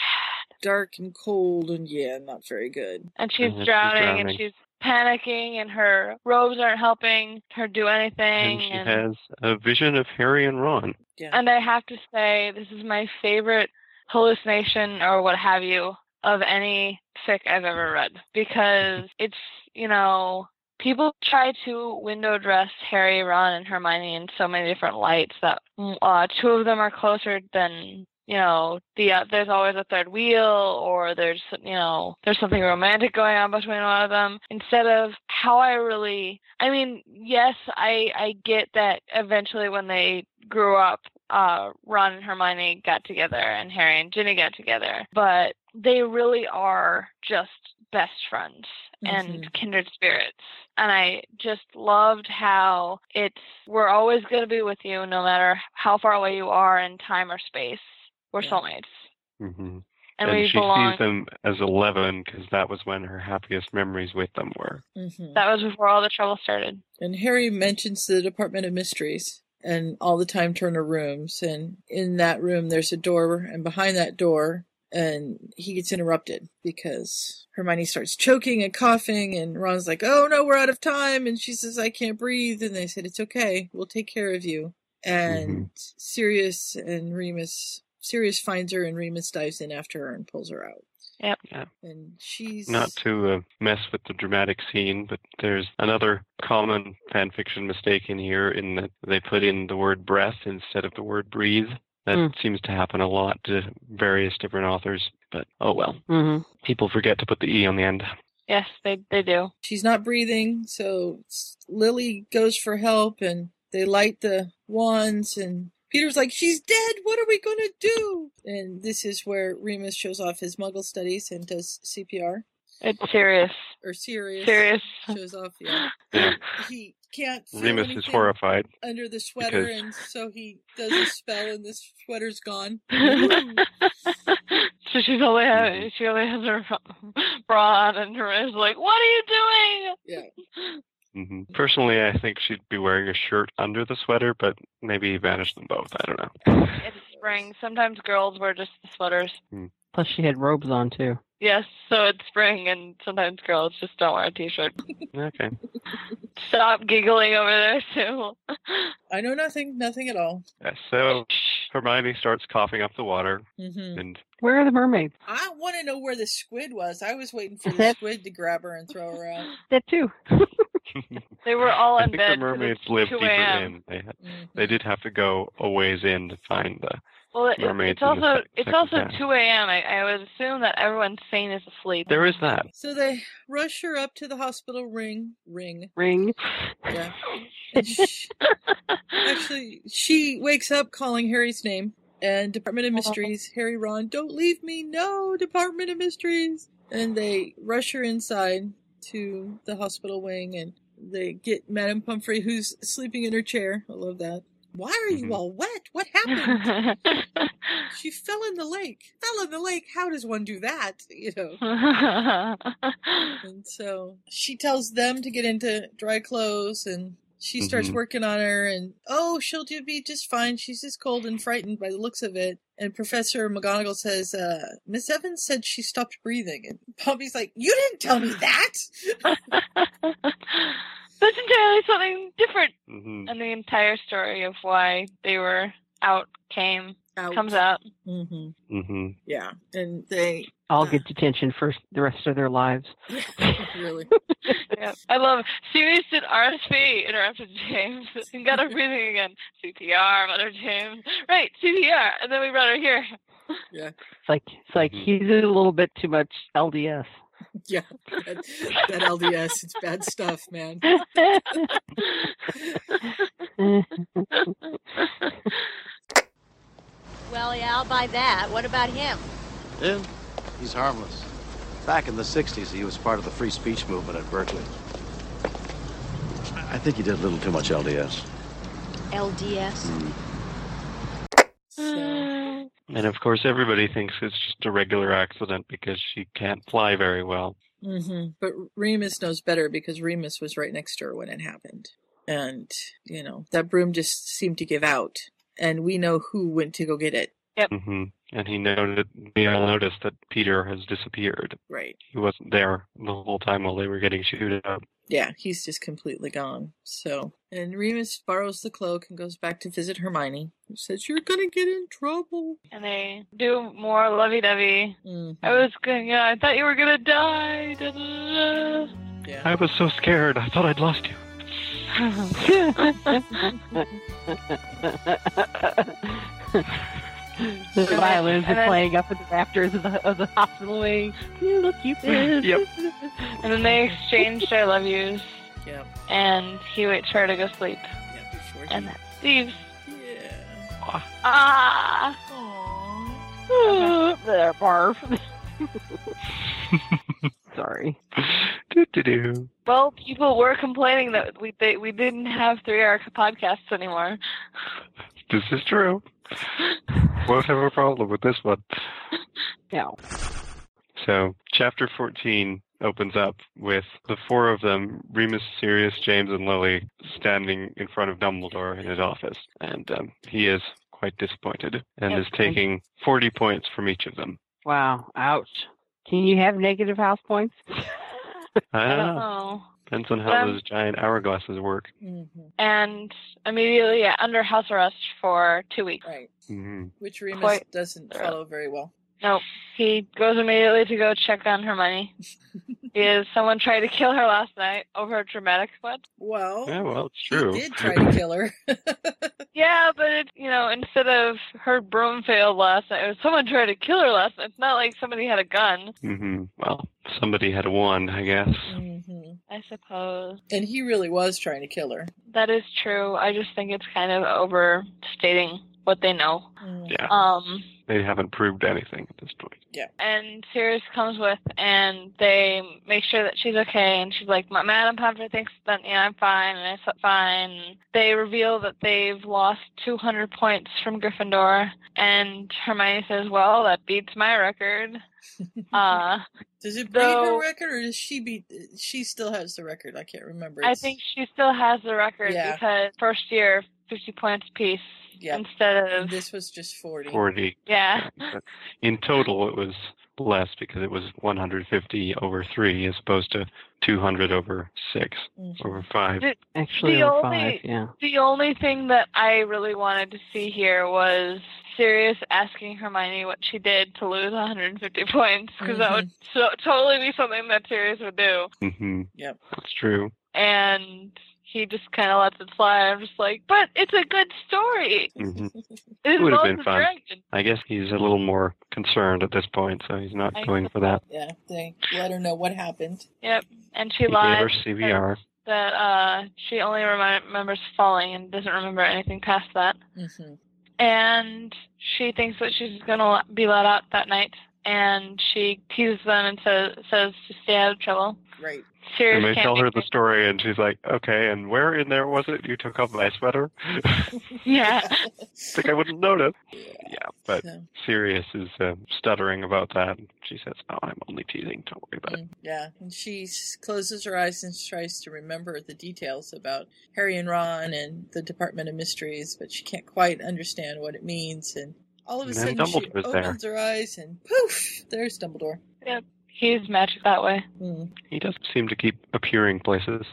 [SPEAKER 2] Dark and cold, and yeah, not very good.
[SPEAKER 14] And she's drowning, and she's panicking, and her robes aren't helping her do anything.
[SPEAKER 13] And she has a vision of Harry and Ron.
[SPEAKER 14] And I have to say, this is my favorite hallucination or what have you of any fic I've ever read because it's, you know, people try to window dress Harry, Ron, and Hermione in so many different lights that mm, uh, two of them are closer than you know, the uh, there's always a third wheel, or there's you know, there's something romantic going on between a lot of them. Instead of how I really, I mean, yes, I I get that eventually when they grew up, uh, Ron and Hermione got together, and Harry and Ginny got together, but they really are just best friends and kindred spirits. And I just loved how it's we're always going to be with you no matter how far away you are in time or space. We're soulmates.
[SPEAKER 13] Mm-hmm.
[SPEAKER 14] And we
[SPEAKER 13] she
[SPEAKER 14] belong-
[SPEAKER 13] sees them as 11 because that was when her happiest memories with them were.
[SPEAKER 14] That was before all the trouble started. [LAUGHS]
[SPEAKER 2] And Harry mentions the Department of Mysteries and all the time turner rooms. And in that room, there's a door, and behind that door, and he gets interrupted because Hermione starts choking and coughing. And Ron's like, Oh no, we're out of time. And she says, I can't breathe. And they said, It's okay. We'll take care of you. And Sirius and Remus, Sirius finds her, and Remus dives in after her and pulls her out.
[SPEAKER 14] Yep.
[SPEAKER 2] And she's
[SPEAKER 13] Not to uh, mess with the dramatic scene, but there's another common fanfiction mistake in here in that they put in the word breath instead of the word breathe. That
[SPEAKER 12] Hmm.
[SPEAKER 13] seems to happen a lot to various different authors, but oh well.
[SPEAKER 12] Mm-hmm.
[SPEAKER 13] People forget to put the E on the end.
[SPEAKER 14] Yes, they they do.
[SPEAKER 2] She's not breathing, so s- Lily goes for help, and they light the wands, and Peter's like, "She's dead. What are we gonna do?" And this is where Remus shows off his Muggle studies and does CPR.
[SPEAKER 14] It's serious.
[SPEAKER 2] Or serious.
[SPEAKER 14] Serious.
[SPEAKER 2] Shows off. Yeah.
[SPEAKER 13] Yeah.
[SPEAKER 2] He can't. feel
[SPEAKER 13] Remus is
[SPEAKER 2] anything
[SPEAKER 13] horrified
[SPEAKER 2] under the sweater,
[SPEAKER 13] because-
[SPEAKER 2] and so he does a spell, and the
[SPEAKER 14] [LAUGHS]
[SPEAKER 2] sweater's gone.
[SPEAKER 14] So she's only ha she only has her [LAUGHS] bra on and her is like, "What are you
[SPEAKER 2] doing?"
[SPEAKER 14] Yeah.
[SPEAKER 13] hmm Personally, I think she'd be wearing a shirt under the sweater, but maybe banish them both. I don't
[SPEAKER 12] [LAUGHS]
[SPEAKER 13] know.
[SPEAKER 14] It's spring. Sometimes girls wear just the sweaters.
[SPEAKER 12] Plus, she had robes on too.
[SPEAKER 14] Yes, so it's spring, and sometimes girls just don't wear a t-shirt.
[SPEAKER 13] Okay.
[SPEAKER 14] Stop giggling over there, Sue.
[SPEAKER 2] I know nothing. Nothing at all.
[SPEAKER 13] Yeah, so Hermione starts coughing up the water,
[SPEAKER 2] Mm-hmm.
[SPEAKER 13] and
[SPEAKER 12] Where are the mermaids?
[SPEAKER 2] I want to know where the squid was. I was waiting for
[SPEAKER 14] [LAUGHS]
[SPEAKER 2] the
[SPEAKER 12] That's-
[SPEAKER 2] squid to grab her and throw her out.
[SPEAKER 12] That too.
[SPEAKER 14] They were all
[SPEAKER 13] I
[SPEAKER 14] in
[SPEAKER 13] think
[SPEAKER 14] bed.
[SPEAKER 13] the mermaids live
[SPEAKER 14] 2
[SPEAKER 13] deeper
[SPEAKER 14] a.m..
[SPEAKER 13] in. They ha- they
[SPEAKER 14] Mm-hmm.
[SPEAKER 13] did have to go a ways in to find the
[SPEAKER 14] Well, it,
[SPEAKER 13] mermaids.
[SPEAKER 14] it's
[SPEAKER 13] in the
[SPEAKER 14] also
[SPEAKER 13] sec-
[SPEAKER 14] it's
[SPEAKER 13] second
[SPEAKER 14] also
[SPEAKER 13] half.
[SPEAKER 14] 2 a.m. I, I would assume that everyone sane is asleep.
[SPEAKER 13] There is that.
[SPEAKER 2] So they rush her up to the hospital ring. Ring.
[SPEAKER 12] Ring.
[SPEAKER 2] Yeah. And she- actually, she wakes up calling Harry's name and Department of Mysteries. Harry, Ron, don't leave me. No, Department of Mysteries. And they rush her inside to the hospital wing and they get Madame Pomfrey, who's sleeping in her chair. I love that. Why are you all wet? What happened? she fell in the lake. Fell in the lake. How does one do that? [LAUGHS] You know. and so she tells them to get into dry clothes and she starts
[SPEAKER 12] Mhm.
[SPEAKER 2] working on her and oh she'll do be just fine she's just cold and frightened by the looks of it and professor mcgonagall says uh, miss evans said she stopped breathing and pompey's like you didn't tell me that
[SPEAKER 14] That's entirely something different.
[SPEAKER 13] Mhm.
[SPEAKER 14] And the entire story of why they were out came comes out.
[SPEAKER 2] Mm-hmm.
[SPEAKER 13] Mm-hmm.
[SPEAKER 2] yeah and they
[SPEAKER 12] All get detention for the rest of their lives.
[SPEAKER 2] really
[SPEAKER 14] [LAUGHS] yeah. I love Sirius did RSV interrupted James [LAUGHS] and got her breathing again. CPR, muttered James. Right, CPR, and then we brought her here.
[SPEAKER 2] Yeah.
[SPEAKER 12] It's like it's like
[SPEAKER 13] Mm-hmm.
[SPEAKER 12] he's a little bit too much LDS.
[SPEAKER 2] [LAUGHS] yeah that, that lds it's bad stuff man [LAUGHS]
[SPEAKER 24] Well, yeah, I'll buy that. What about him?
[SPEAKER 25] Yeah, he's harmless. Back in the 60s, he was part of the free speech movement at Berkeley. I I think he did a little too much LDS.
[SPEAKER 24] LDS.
[SPEAKER 13] And of course, everybody thinks it's just a regular accident because she can't fly very well.
[SPEAKER 2] hmm But Remus knows better because Remus was right next to her when it happened. And, you know, that broom just seemed to give out. And we know who went to go get it.
[SPEAKER 13] hmm And he noted, they all noticed that Peter has disappeared.
[SPEAKER 2] Right.
[SPEAKER 13] He wasn't there the whole time while they were getting chewed up.
[SPEAKER 2] Yeah, he's just completely gone. So, and Remus borrows the cloak and goes back to visit Hermione, who says, You're going to get in trouble.
[SPEAKER 14] And they do more lovey dovey.
[SPEAKER 2] Mm-hmm.
[SPEAKER 14] I was going, yeah, I thought you were gonna die. Da, da, da, da.
[SPEAKER 13] I was so scared. I thought I'd lost you.
[SPEAKER 12] The
[SPEAKER 14] then-
[SPEAKER 12] violins
[SPEAKER 14] and
[SPEAKER 12] are
[SPEAKER 14] then-
[SPEAKER 12] playing up in the rafters of the, [LAUGHS] of the hospital wing. You look
[SPEAKER 2] [LAUGHS]
[SPEAKER 12] cupid.
[SPEAKER 14] Yep. [LAUGHS] And then they exchanged their love yous.
[SPEAKER 2] Yep.
[SPEAKER 14] And he waits for her to go sleep.
[SPEAKER 2] Yep, sure.
[SPEAKER 14] And that leaves.
[SPEAKER 2] Yeah.
[SPEAKER 14] Ah.
[SPEAKER 12] there, barf. Sorry.
[SPEAKER 13] Do-do-do.
[SPEAKER 14] [LAUGHS] Well, people were complaining that we they, we didn't have three-hour podcasts anymore.
[SPEAKER 13] This is
[SPEAKER 14] [LAUGHS]
[SPEAKER 13] true. Won't have a problem with this one.
[SPEAKER 12] No.
[SPEAKER 13] So, chapter 14 opens up with the four of them Remus, Sirius, James, and Lily standing in front of Dumbledore in his office. And um, he is quite disappointed and
[SPEAKER 12] Yep.
[SPEAKER 13] is taking 40 points from each of them.
[SPEAKER 12] Wow. Ouch. Can you have negative house points?
[SPEAKER 13] [LAUGHS] I don't know.
[SPEAKER 14] Oh.
[SPEAKER 13] Depends on how
[SPEAKER 14] Well-
[SPEAKER 13] those giant hourglasses work.
[SPEAKER 14] And immediately under house arrest for two weeks.
[SPEAKER 2] Right.
[SPEAKER 13] Mm-hmm.
[SPEAKER 2] Which Remus
[SPEAKER 14] Quite-
[SPEAKER 2] doesn't follow very well.
[SPEAKER 14] No, he goes immediately to go check on [LAUGHS] Hermione. is someone tried to kill her last night over a dramatic what?
[SPEAKER 2] Well,
[SPEAKER 13] Yeah, well, it's true.
[SPEAKER 2] did try to kill her. [LAUGHS]
[SPEAKER 14] yeah, but it, you know, instead of her broom failed last night, it was someone tried to kill her last night. It's not like somebody had a gun,
[SPEAKER 13] hmm Well, somebody had one, I guess.
[SPEAKER 14] I suppose.
[SPEAKER 2] And he really was trying to kill her.
[SPEAKER 14] That is true. I just think it's kind of overstating what they know.
[SPEAKER 13] Yeah.
[SPEAKER 14] Um,
[SPEAKER 13] They haven't proved anything at this point.
[SPEAKER 2] Yeah.
[SPEAKER 14] And Sirius comes with, and they make sure that she's okay. And she's like, "Ma- "Madam Pomfrey thinks that yeah, I'm fine, and I slept fine." And they reveal that they've lost 200 points from Gryffindor, and Hermione says, "Well, that beats my
[SPEAKER 2] [LAUGHS]
[SPEAKER 14] record." uh,
[SPEAKER 2] Does it beat
[SPEAKER 14] Though-
[SPEAKER 2] her record, or does she beat? She still has the record. I can't remember.
[SPEAKER 14] I
[SPEAKER 2] It's-
[SPEAKER 14] think she still has the record
[SPEAKER 2] Yeah.
[SPEAKER 14] because first year, 50 points apiece instead of
[SPEAKER 2] this was just 40.
[SPEAKER 13] 40.
[SPEAKER 14] Yeah.
[SPEAKER 13] But in total, it was less because it was 150 over 3 as opposed to 200 over 6 over 5.
[SPEAKER 14] The-
[SPEAKER 13] Mm-hmm. Actually,
[SPEAKER 14] the
[SPEAKER 13] over
[SPEAKER 14] only,
[SPEAKER 13] five, yeah.
[SPEAKER 14] The only thing that I really wanted to see here was Sirius asking Hermione what she did to lose 150 points, because that would
[SPEAKER 2] Mm-hmm.
[SPEAKER 14] so, totally be something that Sirius would do.
[SPEAKER 13] hmm
[SPEAKER 2] Yep.
[SPEAKER 13] That's true.
[SPEAKER 14] And he just kind of lets it slide. I'm just like, but it's a good story.
[SPEAKER 13] hmm
[SPEAKER 14] [LAUGHS] It
[SPEAKER 13] Would have
[SPEAKER 14] involves
[SPEAKER 13] been
[SPEAKER 14] a
[SPEAKER 13] fun.
[SPEAKER 14] dragon.
[SPEAKER 13] I guess he's a little more concerned at this point, so he's not
[SPEAKER 14] I
[SPEAKER 13] going for that.
[SPEAKER 2] Yeah, they let her know what happened.
[SPEAKER 14] Yep. And she
[SPEAKER 13] He gave her
[SPEAKER 14] lied
[SPEAKER 13] CVR.
[SPEAKER 14] that uh, she only remi- remembers falling and doesn't remember anything past that.
[SPEAKER 2] Mm-hmm.
[SPEAKER 14] and she thinks that she's gonna let- be let out that night. And she teases them and says says to stay out of trouble.
[SPEAKER 2] Great.
[SPEAKER 13] And
[SPEAKER 14] Serious
[SPEAKER 13] they
[SPEAKER 14] can't
[SPEAKER 13] tell
[SPEAKER 14] make
[SPEAKER 13] her the story, and she's like, okay, and where in there was it you took off my sweater?
[SPEAKER 14] Yeah.
[SPEAKER 13] [LAUGHS] think I wouldn't notice. Yeah, but
[SPEAKER 2] Yeah.
[SPEAKER 13] Sirius is uh, stuttering about that. She says, "Oh, I'm only teasing. Don't worry about it."
[SPEAKER 2] Yeah, and she s- closes her eyes and tries to remember the details about Harry and Ron and the Department of Mysteries, but she can't quite understand what it means. And all of a
[SPEAKER 13] And then
[SPEAKER 2] sudden, she
[SPEAKER 13] Dumbledore's there.
[SPEAKER 2] opens her eyes and poof, there's Dumbledore.
[SPEAKER 14] Yep, he's magic that way.
[SPEAKER 13] He does seem to keep appearing places.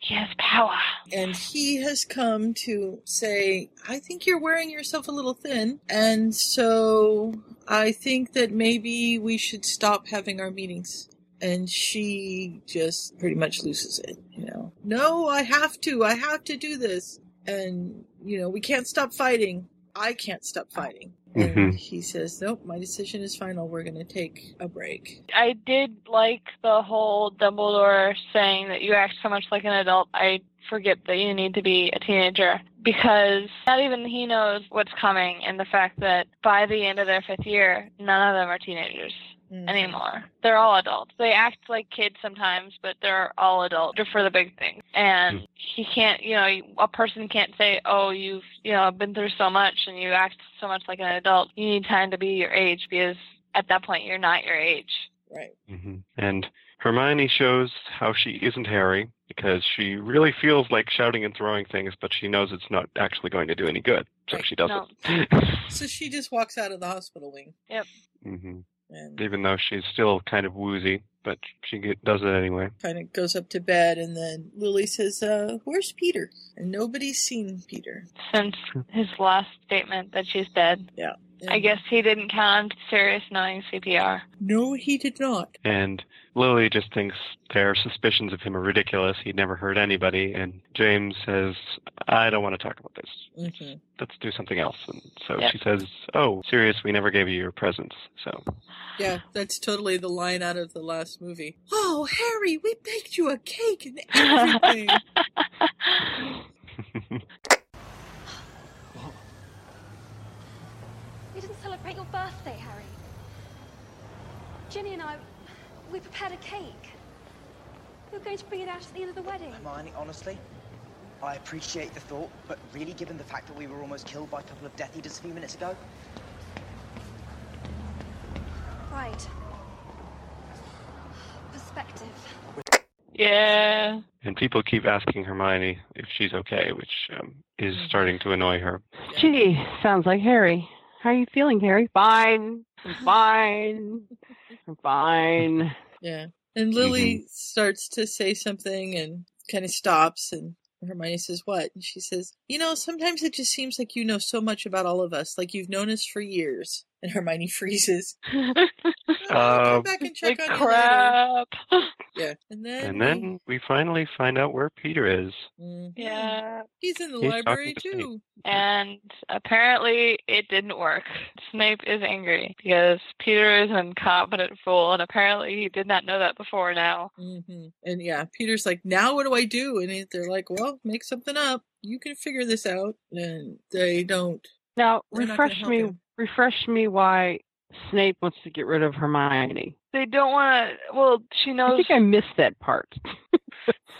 [SPEAKER 14] He has power.
[SPEAKER 2] And he has come to say, I think you're wearing yourself a little thin. And so I think that maybe we should stop having our meetings. [LAUGHS] And she just pretty much loses it, you know. No, I have to. I have to do this. And, you know, we can't stop fighting. I can't stop fighting. And he says, Nope, my decision is final. We're going to take a break.
[SPEAKER 14] I did like the whole Dumbledore saying that you act so much like an adult. I forget that you need to be a teenager because not even he knows what's coming, and the fact that by the end of their fifth year, none of them are teenagers
[SPEAKER 2] Mm-hmm.
[SPEAKER 14] anymore. They're all adults. They act like kids sometimes, but they're all adults for the big things. And he can't, you know, a person can't say, "Oh, you've, you know, been through so much and you act so much like an adult. You need time to be your age because at that point you're not your age."
[SPEAKER 2] Right.
[SPEAKER 13] hmm And Hermione shows how she isn't Harry because she really feels like shouting and throwing things, but she knows it's not actually going to do any good, so she doesn't. [LAUGHS]
[SPEAKER 2] So she just walks out of the hospital wing.
[SPEAKER 14] Yep.
[SPEAKER 13] hmm
[SPEAKER 2] And-
[SPEAKER 13] Even though she's still kind of woozy, but she get, does it anyway.
[SPEAKER 2] kind of goes up to bed and then Lily says, uh, where's [LAUGHS] Peter? And nobody's seen Peter.
[SPEAKER 14] Since his last statement that she's dead.
[SPEAKER 2] Yeah.
[SPEAKER 14] I guess he didn't count serious knowing CPR.
[SPEAKER 2] No, he did not.
[SPEAKER 13] And Lily just thinks their suspicions of him are ridiculous. He'd never hurt anybody. And James says, I don't want to talk about this.
[SPEAKER 2] Mhm.
[SPEAKER 13] Let's do something else. And so
[SPEAKER 2] Yeah.
[SPEAKER 13] she says, Oh, serious, we never gave you your presents. So
[SPEAKER 2] Yeah, that's totally the line out of the last movie. Oh, Harry, we baked you a cake [LAUGHS] and everything.
[SPEAKER 4] You didn't celebrate your birthday, Harry. Ginny and I, we prepared a cake. We were going to bring it out at the end of the wedding.
[SPEAKER 9] Hermione, honestly, I appreciate the thought, but really, given the fact that we were almost killed by a couple of Death Eaters a few minutes
[SPEAKER 4] [LAUGHS]
[SPEAKER 9] ago,
[SPEAKER 4] Right. Perspective.
[SPEAKER 14] Yeah.
[SPEAKER 13] And people keep asking Hermione if she's okay, which um, is
[SPEAKER 14] Mm.
[SPEAKER 13] starting to annoy
[SPEAKER 14] [LAUGHS]
[SPEAKER 13] her.
[SPEAKER 12] Gee, sounds like Harry. How are you feeling, Harry? Fine. I'm fine. I'm fine. Mm-hmm.
[SPEAKER 2] yeah. And Lily starts to say something and kind of stops and Hermione says, What? And she says, You know, sometimes it just seems like you know so much about all of us, like you've known us for years. And Hermione
[SPEAKER 12] [LAUGHS]
[SPEAKER 2] [LAUGHS] freezes.
[SPEAKER 13] Uh,
[SPEAKER 2] Come back and check on you later. Yeah. And then,
[SPEAKER 13] and then we finally find out where Peter is.
[SPEAKER 14] Yeah.
[SPEAKER 2] He's in
[SPEAKER 13] the He's library, talking to
[SPEAKER 14] too. And apparently it didn't work. Snape is angry because Peter is an incompetent fool and apparently he did not know that before now.
[SPEAKER 2] Mm-hmm. and yeah, Peter's like, Now what do I do? And they're like, Well, make something up. You can figure this out. And they don't.
[SPEAKER 12] Now,
[SPEAKER 2] They're not gonna
[SPEAKER 12] refresh
[SPEAKER 2] help
[SPEAKER 12] me.
[SPEAKER 2] him.
[SPEAKER 12] Refresh me why Snape wants to get rid of Hermione.
[SPEAKER 14] They don't want to. Well, she
[SPEAKER 12] I
[SPEAKER 14] knows.
[SPEAKER 12] think I missed that part.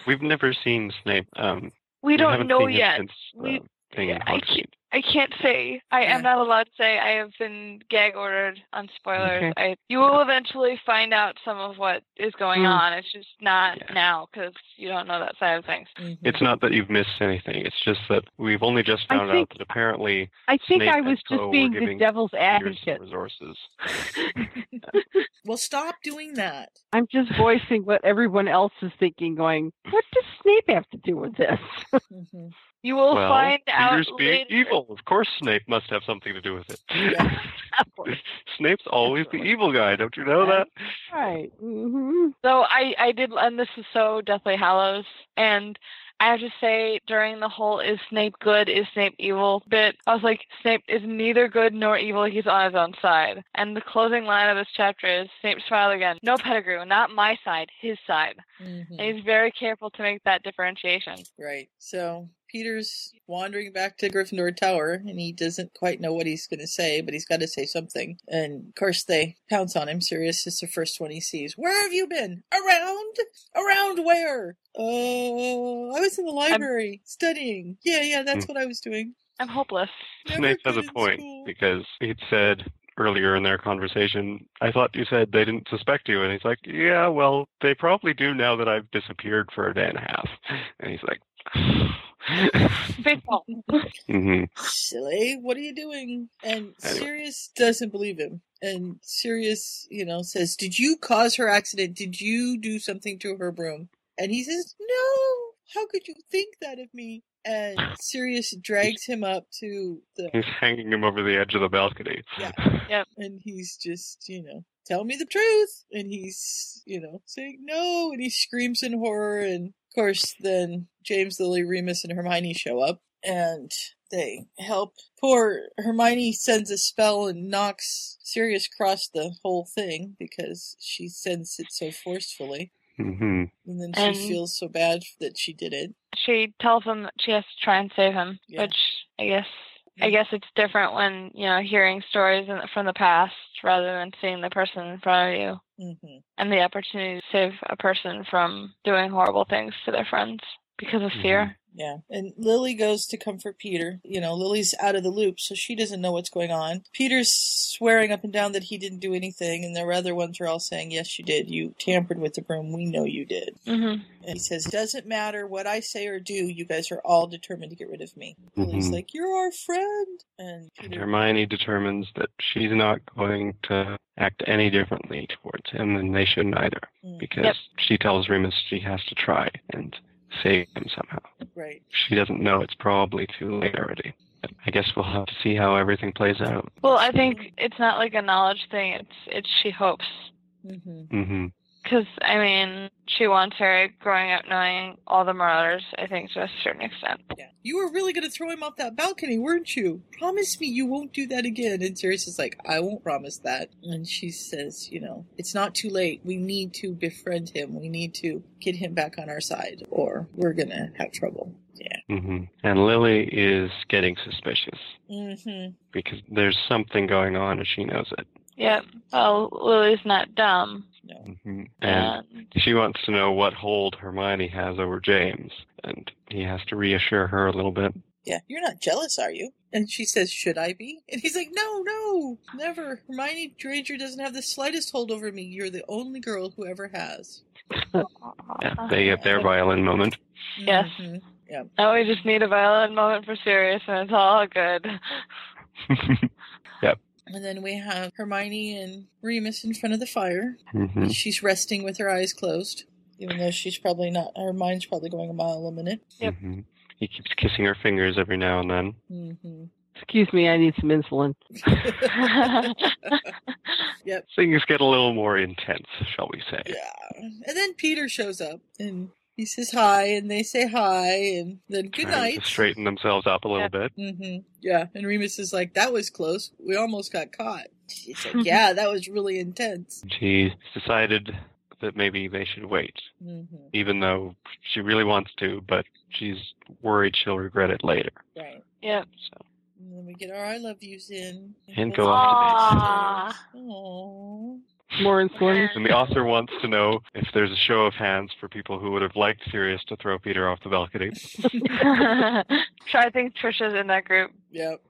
[SPEAKER 13] We've never seen Snape. Um,
[SPEAKER 14] we don't
[SPEAKER 13] haven't
[SPEAKER 14] know
[SPEAKER 13] seen him
[SPEAKER 14] yet.
[SPEAKER 13] since the
[SPEAKER 14] We,
[SPEAKER 13] thing in
[SPEAKER 14] I
[SPEAKER 13] Hogsmeade.
[SPEAKER 14] can't. I can't say. I am not allowed to say. I have been gag ordered on
[SPEAKER 13] Okay.
[SPEAKER 14] spoilers. I, you will eventually find out some of what is going
[SPEAKER 13] Mm.
[SPEAKER 14] on. It's just not now because you don't know that side of things.
[SPEAKER 13] It's not that you've missed anything. It's just that we've only just
[SPEAKER 12] I
[SPEAKER 13] found
[SPEAKER 12] think-
[SPEAKER 13] out that apparently
[SPEAKER 12] I think
[SPEAKER 13] Snape
[SPEAKER 12] I
[SPEAKER 13] and
[SPEAKER 12] was just
[SPEAKER 13] Co. were
[SPEAKER 12] being the
[SPEAKER 13] giving
[SPEAKER 12] devil's
[SPEAKER 13] Peter some
[SPEAKER 12] advocate.
[SPEAKER 13] Resources.
[SPEAKER 2] Well, stop doing that.
[SPEAKER 12] I'm just voicing what everyone else is thinking. Going, what does Snape have to do with this? [LAUGHS]
[SPEAKER 2] Mm-hmm.
[SPEAKER 14] You will
[SPEAKER 13] well,
[SPEAKER 14] find out
[SPEAKER 13] Peter's being
[SPEAKER 14] later.
[SPEAKER 13] evil. Of course, Snape must have something to do with it. [LAUGHS] Snape's always the evil guy. Don't you know that?
[SPEAKER 12] Right. Mm-hmm.
[SPEAKER 14] So I, I did, and this is so Deathly Hallows. And I have to say, during the whole "Is Snape good? Is Snape evil?" bit, I was like, Snape is neither good nor evil. He's on his own side. And the closing line of this chapter is, "Snape smiled again. No Pettigrew, not my side, his side." And he's very careful to make that differentiation.
[SPEAKER 2] Mm-hmm. Right. So Peter's wandering back to Gryffindor Tower and he doesn't quite know what he's going to say, but he's got to say something. And of course, they pounce on him. Sirius is the first one he sees. Where have you been? Around? Around where? Oh, I was in the library studying. Yeah, yeah, that's
[SPEAKER 13] Hmm.
[SPEAKER 2] what I was doing.
[SPEAKER 14] I'm hopeless.
[SPEAKER 13] Snape has a point because he'd said earlier in their conversation, I thought you said they didn't suspect you. And he's like, Yeah, well, they probably do now that I've disappeared for a day and a half. And he's like, [SIGHS]
[SPEAKER 14] Faithful.
[SPEAKER 13] hmm
[SPEAKER 2] silly what are you doing and sirius doesn't believe him and sirius you know says did you cause her accident did you do something to her broom and he says no how could you think that of me and sirius drags him up to the
[SPEAKER 13] He's hanging him over the edge of the balcony.
[SPEAKER 2] yeah and he's just you know tell me the truth and he's you know saying no and he screams in horror and of course then james lily remus and hermione show up and they help poor hermione sends a spell and knocks sirius across the whole thing because she sends it so forcefully
[SPEAKER 13] hmm
[SPEAKER 2] and then
[SPEAKER 14] And-
[SPEAKER 2] she feels so bad that she did it
[SPEAKER 14] She tells him that she has to try and save him,
[SPEAKER 2] Yeah.
[SPEAKER 14] which I guess I guess it's different when you know hearing stories in, from the past rather than seeing the person in front of you.
[SPEAKER 2] mm-hmm.
[SPEAKER 14] and the opportunity to save a person from doing horrible things to their friends because of fear.
[SPEAKER 2] Yeah. And Lily goes to comfort Peter. You know, Lily's out of the loop, so she doesn't know what's going on. Peter's swearing up and down that he didn't do anything, and the other ones are all saying, Yes, you did. You tampered with the broom. We know you did.
[SPEAKER 14] Mm-hmm.
[SPEAKER 2] And he says, Doesn't matter what I say or do, you guys are all determined to get rid of me. Lily's
[SPEAKER 13] Mhm.
[SPEAKER 2] like, You're our friend. And
[SPEAKER 13] And
[SPEAKER 2] Peter,
[SPEAKER 13] Hermione determines that she's not going to act any differently towards him, and they shouldn't either, because
[SPEAKER 2] Yep.
[SPEAKER 13] she tells Remus she has to try and save him somehow.
[SPEAKER 2] right.
[SPEAKER 13] She doesn't know it's probably too late already. I guess we'll have to see how everything plays out.
[SPEAKER 14] Well, I think it's not like a knowledge thing. It's it's she hopes
[SPEAKER 2] Mm-hmm.
[SPEAKER 13] hmm
[SPEAKER 14] because I mean she wants her growing up knowing all the marauders. I think to a certain extent.
[SPEAKER 2] You were really going to throw him off that balcony, weren't you? Promise me you won't do that again. And Sirius is like, I won't promise that. And she says, you know, it's not too late. We need to befriend him. We need to get him back on our side, or we're going to have trouble. Yeah.
[SPEAKER 13] hmm And Lily is getting suspicious
[SPEAKER 2] Mm-hmm.
[SPEAKER 13] because there's something going on and she knows it.
[SPEAKER 14] Yep. Oh, Lily's not dumb.
[SPEAKER 13] hmm And she wants to know what hold Hermione has over James, and he has to reassure her a little bit.
[SPEAKER 2] Yeah. You're not jealous, are you? And she says, Should I be? And he's like, No, no, never. Hermione Granger doesn't have the slightest hold over me. You're the only girl who ever
[SPEAKER 14] [LAUGHS]
[SPEAKER 2] has.
[SPEAKER 13] Yeah, they get their violin moment.
[SPEAKER 14] Yes.
[SPEAKER 2] Mm-hmm. Yep.
[SPEAKER 14] Now we just need a violin moment for
[SPEAKER 2] [LAUGHS]
[SPEAKER 14] Sirius, and it's all good.
[SPEAKER 2] And then we have Hermione and Remus in front of the fire.
[SPEAKER 13] Mhm.
[SPEAKER 2] She's resting with her eyes closed, even though she's probably not, her mind's probably going a mile a minute. [LAUGHS]
[SPEAKER 13] hmm He keeps kissing her fingers every now and then.
[SPEAKER 2] Mm-hmm.
[SPEAKER 21] Excuse me, I need some insulin.
[SPEAKER 2] yep.
[SPEAKER 13] Things get a little more intense, shall we say?
[SPEAKER 2] And then Peter shows up and he says hi, and they say hi, and then good
[SPEAKER 13] Trying
[SPEAKER 2] night.
[SPEAKER 13] To straighten themselves up a little bit.
[SPEAKER 2] hmm Yeah. And Remus is like, That was close. We almost got caught. She's like, Yeah, that was really intense.
[SPEAKER 13] She's decided that maybe they should wait,
[SPEAKER 2] Mm-hmm.
[SPEAKER 13] even though she really wants to, but she's worried she'll regret it later.
[SPEAKER 2] [LAUGHS] Right.
[SPEAKER 14] Yep.
[SPEAKER 2] And then we get our I love yous in.
[SPEAKER 13] And go off
[SPEAKER 2] to bed. Aww.
[SPEAKER 21] More insulin.
[SPEAKER 13] And the author wants to know if there's a show of hands for people who would have liked Sirius to throw Peter off the balcony.
[SPEAKER 14] [LAUGHS] so I think Trisha's in that group.
[SPEAKER 2] Yep.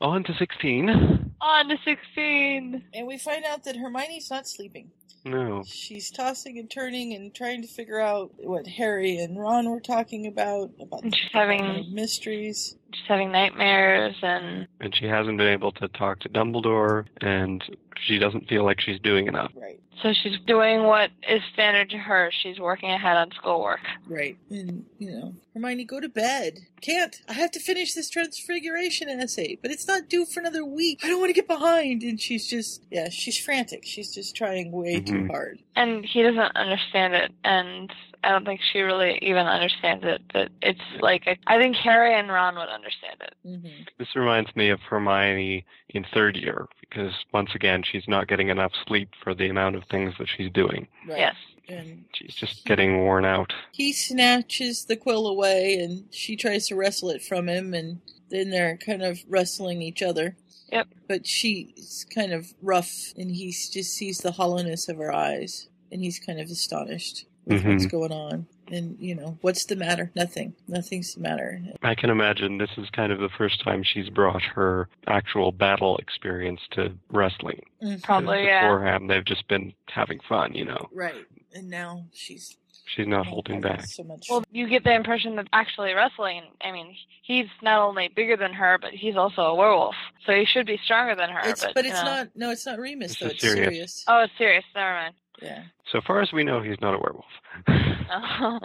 [SPEAKER 13] On to 16.
[SPEAKER 14] On to 16.
[SPEAKER 2] And we find out that Hermione's not sleeping.
[SPEAKER 13] [LAUGHS] No.
[SPEAKER 2] She's tossing and turning and trying to figure out what Harry and Ron were talking about about the
[SPEAKER 14] She's having
[SPEAKER 2] Department of mysteries.
[SPEAKER 14] She's having nightmares and
[SPEAKER 13] And she hasn't been able to talk to Dumbledore, and she doesn't feel like she's doing enough.
[SPEAKER 2] Right.
[SPEAKER 14] so she's doing what is standard to her. She's working ahead on schoolwork.
[SPEAKER 2] Right. And you know, Hermione, go to bed. Can't. I have to finish this Transfiguration essay, but it's not due for another week. I don't want to get behind. And she's just, yeah, she's frantic. She's just trying way too
[SPEAKER 14] Mhm.
[SPEAKER 2] hard.
[SPEAKER 14] And he doesn't understand it, and I don't think she really even understands it. But it's like I I think Harry and Ron would understand it.
[SPEAKER 13] This reminds me of Hermione in third year, because once again, she's not getting enough sleep for the amount of things that she's doing.
[SPEAKER 2] Right.
[SPEAKER 14] Yes.
[SPEAKER 2] And
[SPEAKER 13] She's just getting worn out.
[SPEAKER 2] he snatches the quill away, and she tries to wrestle it from him, and then they're kind of wrestling each other.
[SPEAKER 14] Yep.
[SPEAKER 2] But she's kind of rough, and he just sees the hollowness of her eyes, and he's kind of astonished with
[SPEAKER 13] Mhm.
[SPEAKER 2] what's going on. And you know, what's the matter? Nothing. Nothing's the matter.
[SPEAKER 13] I can imagine this is kind of the first time she's brought her actual battle experience to wrestling.
[SPEAKER 2] Mm-hmm.
[SPEAKER 14] Probably, yeah.
[SPEAKER 13] Beforehand, they've just been having fun, you know.
[SPEAKER 2] Right. And now she's
[SPEAKER 13] She's not holding back.
[SPEAKER 2] so much.
[SPEAKER 14] Well, you get the impression that actually wrestling. I mean, he's not only bigger than her, but he's also a werewolf, so he should be stronger than her.
[SPEAKER 2] It's,
[SPEAKER 14] but
[SPEAKER 2] but
[SPEAKER 14] you
[SPEAKER 2] it's
[SPEAKER 14] know.
[SPEAKER 2] not. No, it's not Remus
[SPEAKER 13] This
[SPEAKER 2] though.
[SPEAKER 13] is
[SPEAKER 2] It's
[SPEAKER 13] serious.
[SPEAKER 2] serious.
[SPEAKER 14] Oh, it's serious. Never mind.
[SPEAKER 2] Yeah.
[SPEAKER 13] So far as we know, he's not a werewolf.
[SPEAKER 14] No.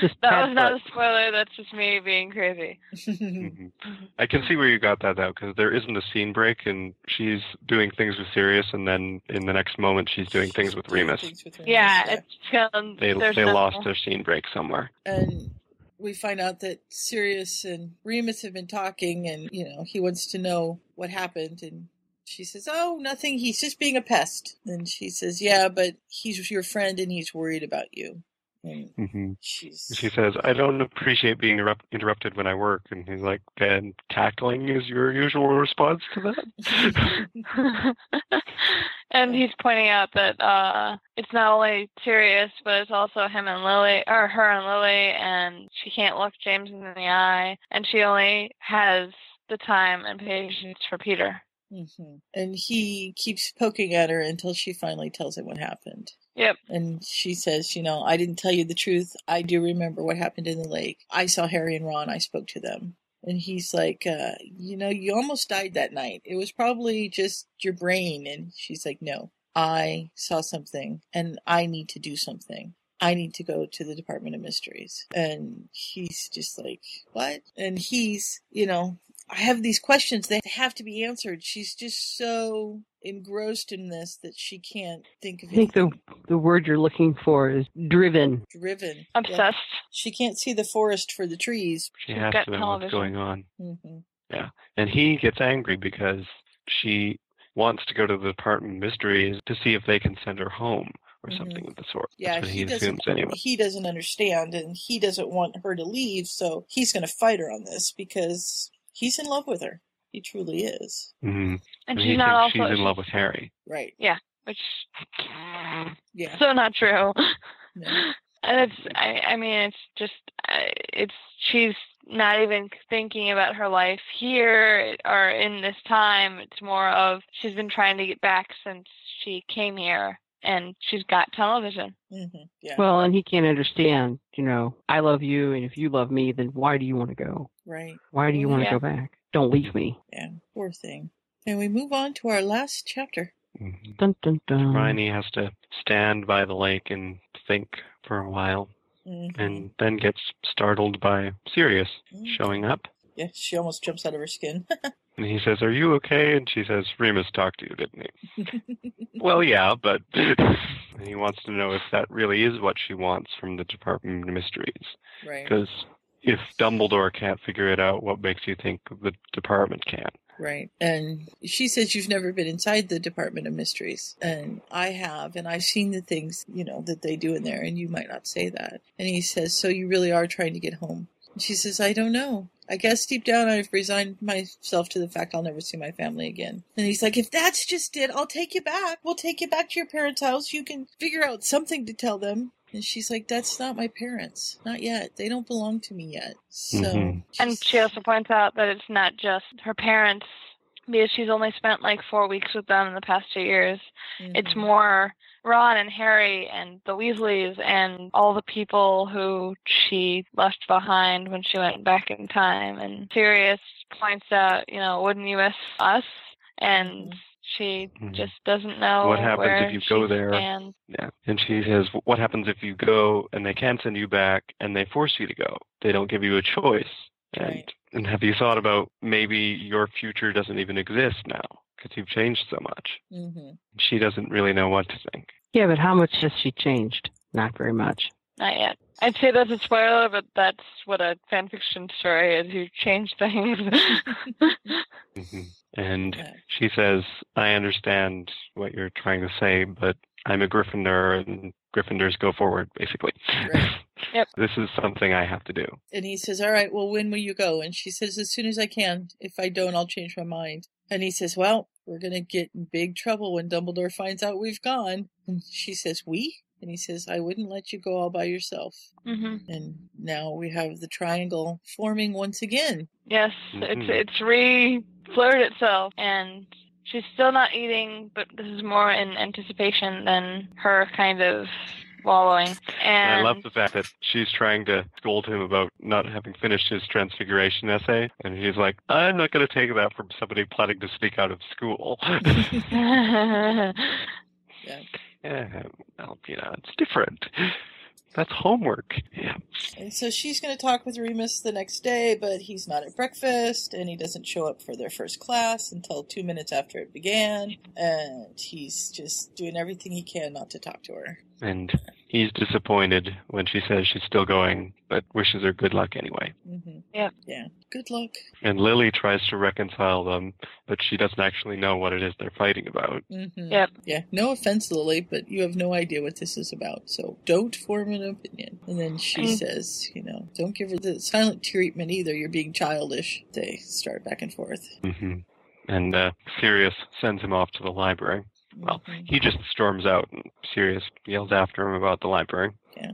[SPEAKER 21] just
[SPEAKER 14] [LAUGHS] that was not a spoiler. That's just me being
[SPEAKER 2] [LAUGHS]
[SPEAKER 14] crazy.
[SPEAKER 13] Mm-hmm. I can see where you got that though, because there isn't a scene break, and she's doing things with Sirius, and then in the next moment, she's doing things with Remus.
[SPEAKER 14] Yeah, it's um,
[SPEAKER 13] They
[SPEAKER 14] there's
[SPEAKER 13] they
[SPEAKER 14] no-
[SPEAKER 13] lost their scene break somewhere.
[SPEAKER 2] and we find out that Sirius and Remus have been talking, and you know he wants to know what happened, and she says, "Oh, nothing. He's just being a pest." And she says, "Yeah, but he's your friend, and he's worried about you." And
[SPEAKER 13] hmm
[SPEAKER 2] she's
[SPEAKER 13] She says, "I don't appreciate being erupt- interrupted when I work," and he's like, "And tackling is your usual response to that." [LAUGHS]
[SPEAKER 14] and he's pointing out that uh, it's not only Sirius, but it's also him and Lily, or her and Lily, and she can't look James in the eye, and she only has the time and patience for Peter.
[SPEAKER 2] hmm and he keeps poking at her until she finally tells him what happened.
[SPEAKER 14] Yep.
[SPEAKER 2] And she says, "You know, I didn't tell you the truth. I do remember what happened in the lake. I saw Harry and Ron. I spoke to them." And he's like, uh, "You know, you almost died that night. It was probably just your brain." And she's like, "No, I saw something, and I need to do something. I need to go to the Department of Mysteries. And he's just like, what? And he's, you know, I have these questions. They have to be answered. She's just so engrossed in this that she can't think of
[SPEAKER 12] I think
[SPEAKER 2] anything.
[SPEAKER 12] the the word you're looking for is driven.
[SPEAKER 2] Driven.
[SPEAKER 14] Obsessed.
[SPEAKER 2] She can't see the forest for the trees.
[SPEAKER 13] She has to know what's going on.
[SPEAKER 2] hmm
[SPEAKER 13] Yeah. And he gets angry because she wants to go to the Department of Mysteries to see if they can send her home or
[SPEAKER 2] Mhm.
[SPEAKER 13] something of the sort.
[SPEAKER 2] Yeah,
[SPEAKER 13] That's what
[SPEAKER 2] he,
[SPEAKER 13] he,
[SPEAKER 2] doesn't.
[SPEAKER 13] assumes anyway.
[SPEAKER 2] He doesn't understand, and he doesn't want her to leave. So he's going to fight her on this because he's in love with her. He truly is.
[SPEAKER 13] hmm
[SPEAKER 14] And
[SPEAKER 13] he
[SPEAKER 14] she's not
[SPEAKER 13] thinks
[SPEAKER 14] also-
[SPEAKER 13] she's in love with Harry.
[SPEAKER 2] Right.
[SPEAKER 14] Yeah, which
[SPEAKER 2] yeah,
[SPEAKER 14] so not true. And it's I, I mean it's just I- it's she's not even thinking about her life here or in this time. It's more of she's been trying to get back since she came here, and she's got television.
[SPEAKER 2] Mm-hmm. Yeah.
[SPEAKER 12] Well, and he can't understand. You know, I love you, and if you love me, then why do you want to go?
[SPEAKER 2] Right.
[SPEAKER 12] Why do you want to
[SPEAKER 2] Yeah.
[SPEAKER 12] go back? Don't leave me.
[SPEAKER 2] Yeah. Poor thing. And we move on to our last chapter.
[SPEAKER 12] Dun dun dun.
[SPEAKER 13] Hermione has to stand by the lake and think for a while
[SPEAKER 14] Mm-hmm.
[SPEAKER 2] Mhm.
[SPEAKER 13] and then gets startled by Sirius showing up.
[SPEAKER 2] Mm. Yeah, she almost jumps out of her skin. [LAUGHS]
[SPEAKER 13] And he says, Are you okay? And she says, Remus talked to you, didn't
[SPEAKER 14] [LAUGHS]
[SPEAKER 13] he? well, yeah, but. [LAUGHS] and he wants to know if that really is what she wants from the Department of Mysteries.
[SPEAKER 2] Right.
[SPEAKER 13] Because if Dumbledore can't figure it out, what makes you think the department can?
[SPEAKER 2] Right. And she says you've never been inside the Department of Mysteries. And I have, and I've seen the things, you know, that they do in there, and you might not say that. And he says, So you really are trying to get home. And she says, I don't know. I guess deep down I've resigned myself to the fact I'll never see my family again. And he's like, If that's just it, I'll take you back. We'll take you back to your parents' house. You can figure out something to tell them. And she's like, That's not my parents. Not yet. They don't belong to me yet. So
[SPEAKER 11] Mm-hmm.
[SPEAKER 13] Mm-hmm.
[SPEAKER 14] Mhm. And she also points out that it's not just her parents, because she's only spent like four weeks with them in the past two years. It's more Ron and Harry and the Weasleys and all the people who she left behind when she went back in time. And Sirius points out, you know, wouldn't you miss us? And she
[SPEAKER 13] Mhm.
[SPEAKER 14] just doesn't know
[SPEAKER 13] what happens
[SPEAKER 14] Oh, where
[SPEAKER 13] if you go
[SPEAKER 14] she
[SPEAKER 13] there?
[SPEAKER 14] stands.
[SPEAKER 13] Yeah. And she says, What happens if you go and they can send you back and they force you to go? They don't give you a choice. And, and have you thought about maybe your future doesn't even exist now because you've changed so much?
[SPEAKER 2] Mhm.
[SPEAKER 13] She doesn't really know what to think.
[SPEAKER 12] Yeah, but how much has she changed? Not very much.
[SPEAKER 14] Not yet. I'd say that's a spoiler, but that's what a fan fiction story is. You change things.
[SPEAKER 13] And she says, I understand what you're trying to say, but I'm a Gryffindor and Gryffindors go forward, basically.
[SPEAKER 14] Yep.
[SPEAKER 13] [LAUGHS] this is something I have to do.
[SPEAKER 2] And he says, All right, well, when will you go? And she says, As soon as I can. If I don't, I'll change my mind. And he says, Well, we're going to get in big trouble when Dumbledore finds out we've gone. And she says, We? And he says, I wouldn't let you go all by yourself.
[SPEAKER 14] hmm
[SPEAKER 2] And now we have the triangle forming once again.
[SPEAKER 14] Yes,
[SPEAKER 2] Mhm.
[SPEAKER 14] it's it's re flirted itself, and she's still not eating, but this is more in anticipation than her kind of wallowing.
[SPEAKER 13] And I
[SPEAKER 14] And
[SPEAKER 13] love the fact that she's trying to scold him about not having finished his transfiguration essay. And he's like, I'm not going to take that from somebody planning to sneak out of school. yeah, well, you know, it's different. That's homework. Yeah.
[SPEAKER 2] And so she's going to talk with Remus the next day, but he's not at breakfast and he doesn't show up for their first class until two minutes after it began. And he's just doing everything he can not to talk to her.
[SPEAKER 13] And he's disappointed when she says she's still going, but wishes her good luck anyway.
[SPEAKER 2] Mm-hmm.
[SPEAKER 14] Yeah.
[SPEAKER 2] Yeah. Good luck.
[SPEAKER 13] And Lily tries to reconcile them, but she doesn't actually know what it is they're fighting about.
[SPEAKER 2] Mm-hmm.
[SPEAKER 14] Yep.
[SPEAKER 2] Yeah. No offense, Lily, but you have no idea what this is about, so don't form an opinion. And then she
[SPEAKER 14] Mm.
[SPEAKER 2] says, you know, don't give her the silent treatment either. You're being childish. They start back and forth.
[SPEAKER 13] hmm And uh, Sirius sends him off to the library. Well,
[SPEAKER 14] Mm-hmm.
[SPEAKER 13] he just storms out, and Sirius yells after him about the library.
[SPEAKER 2] Yeah.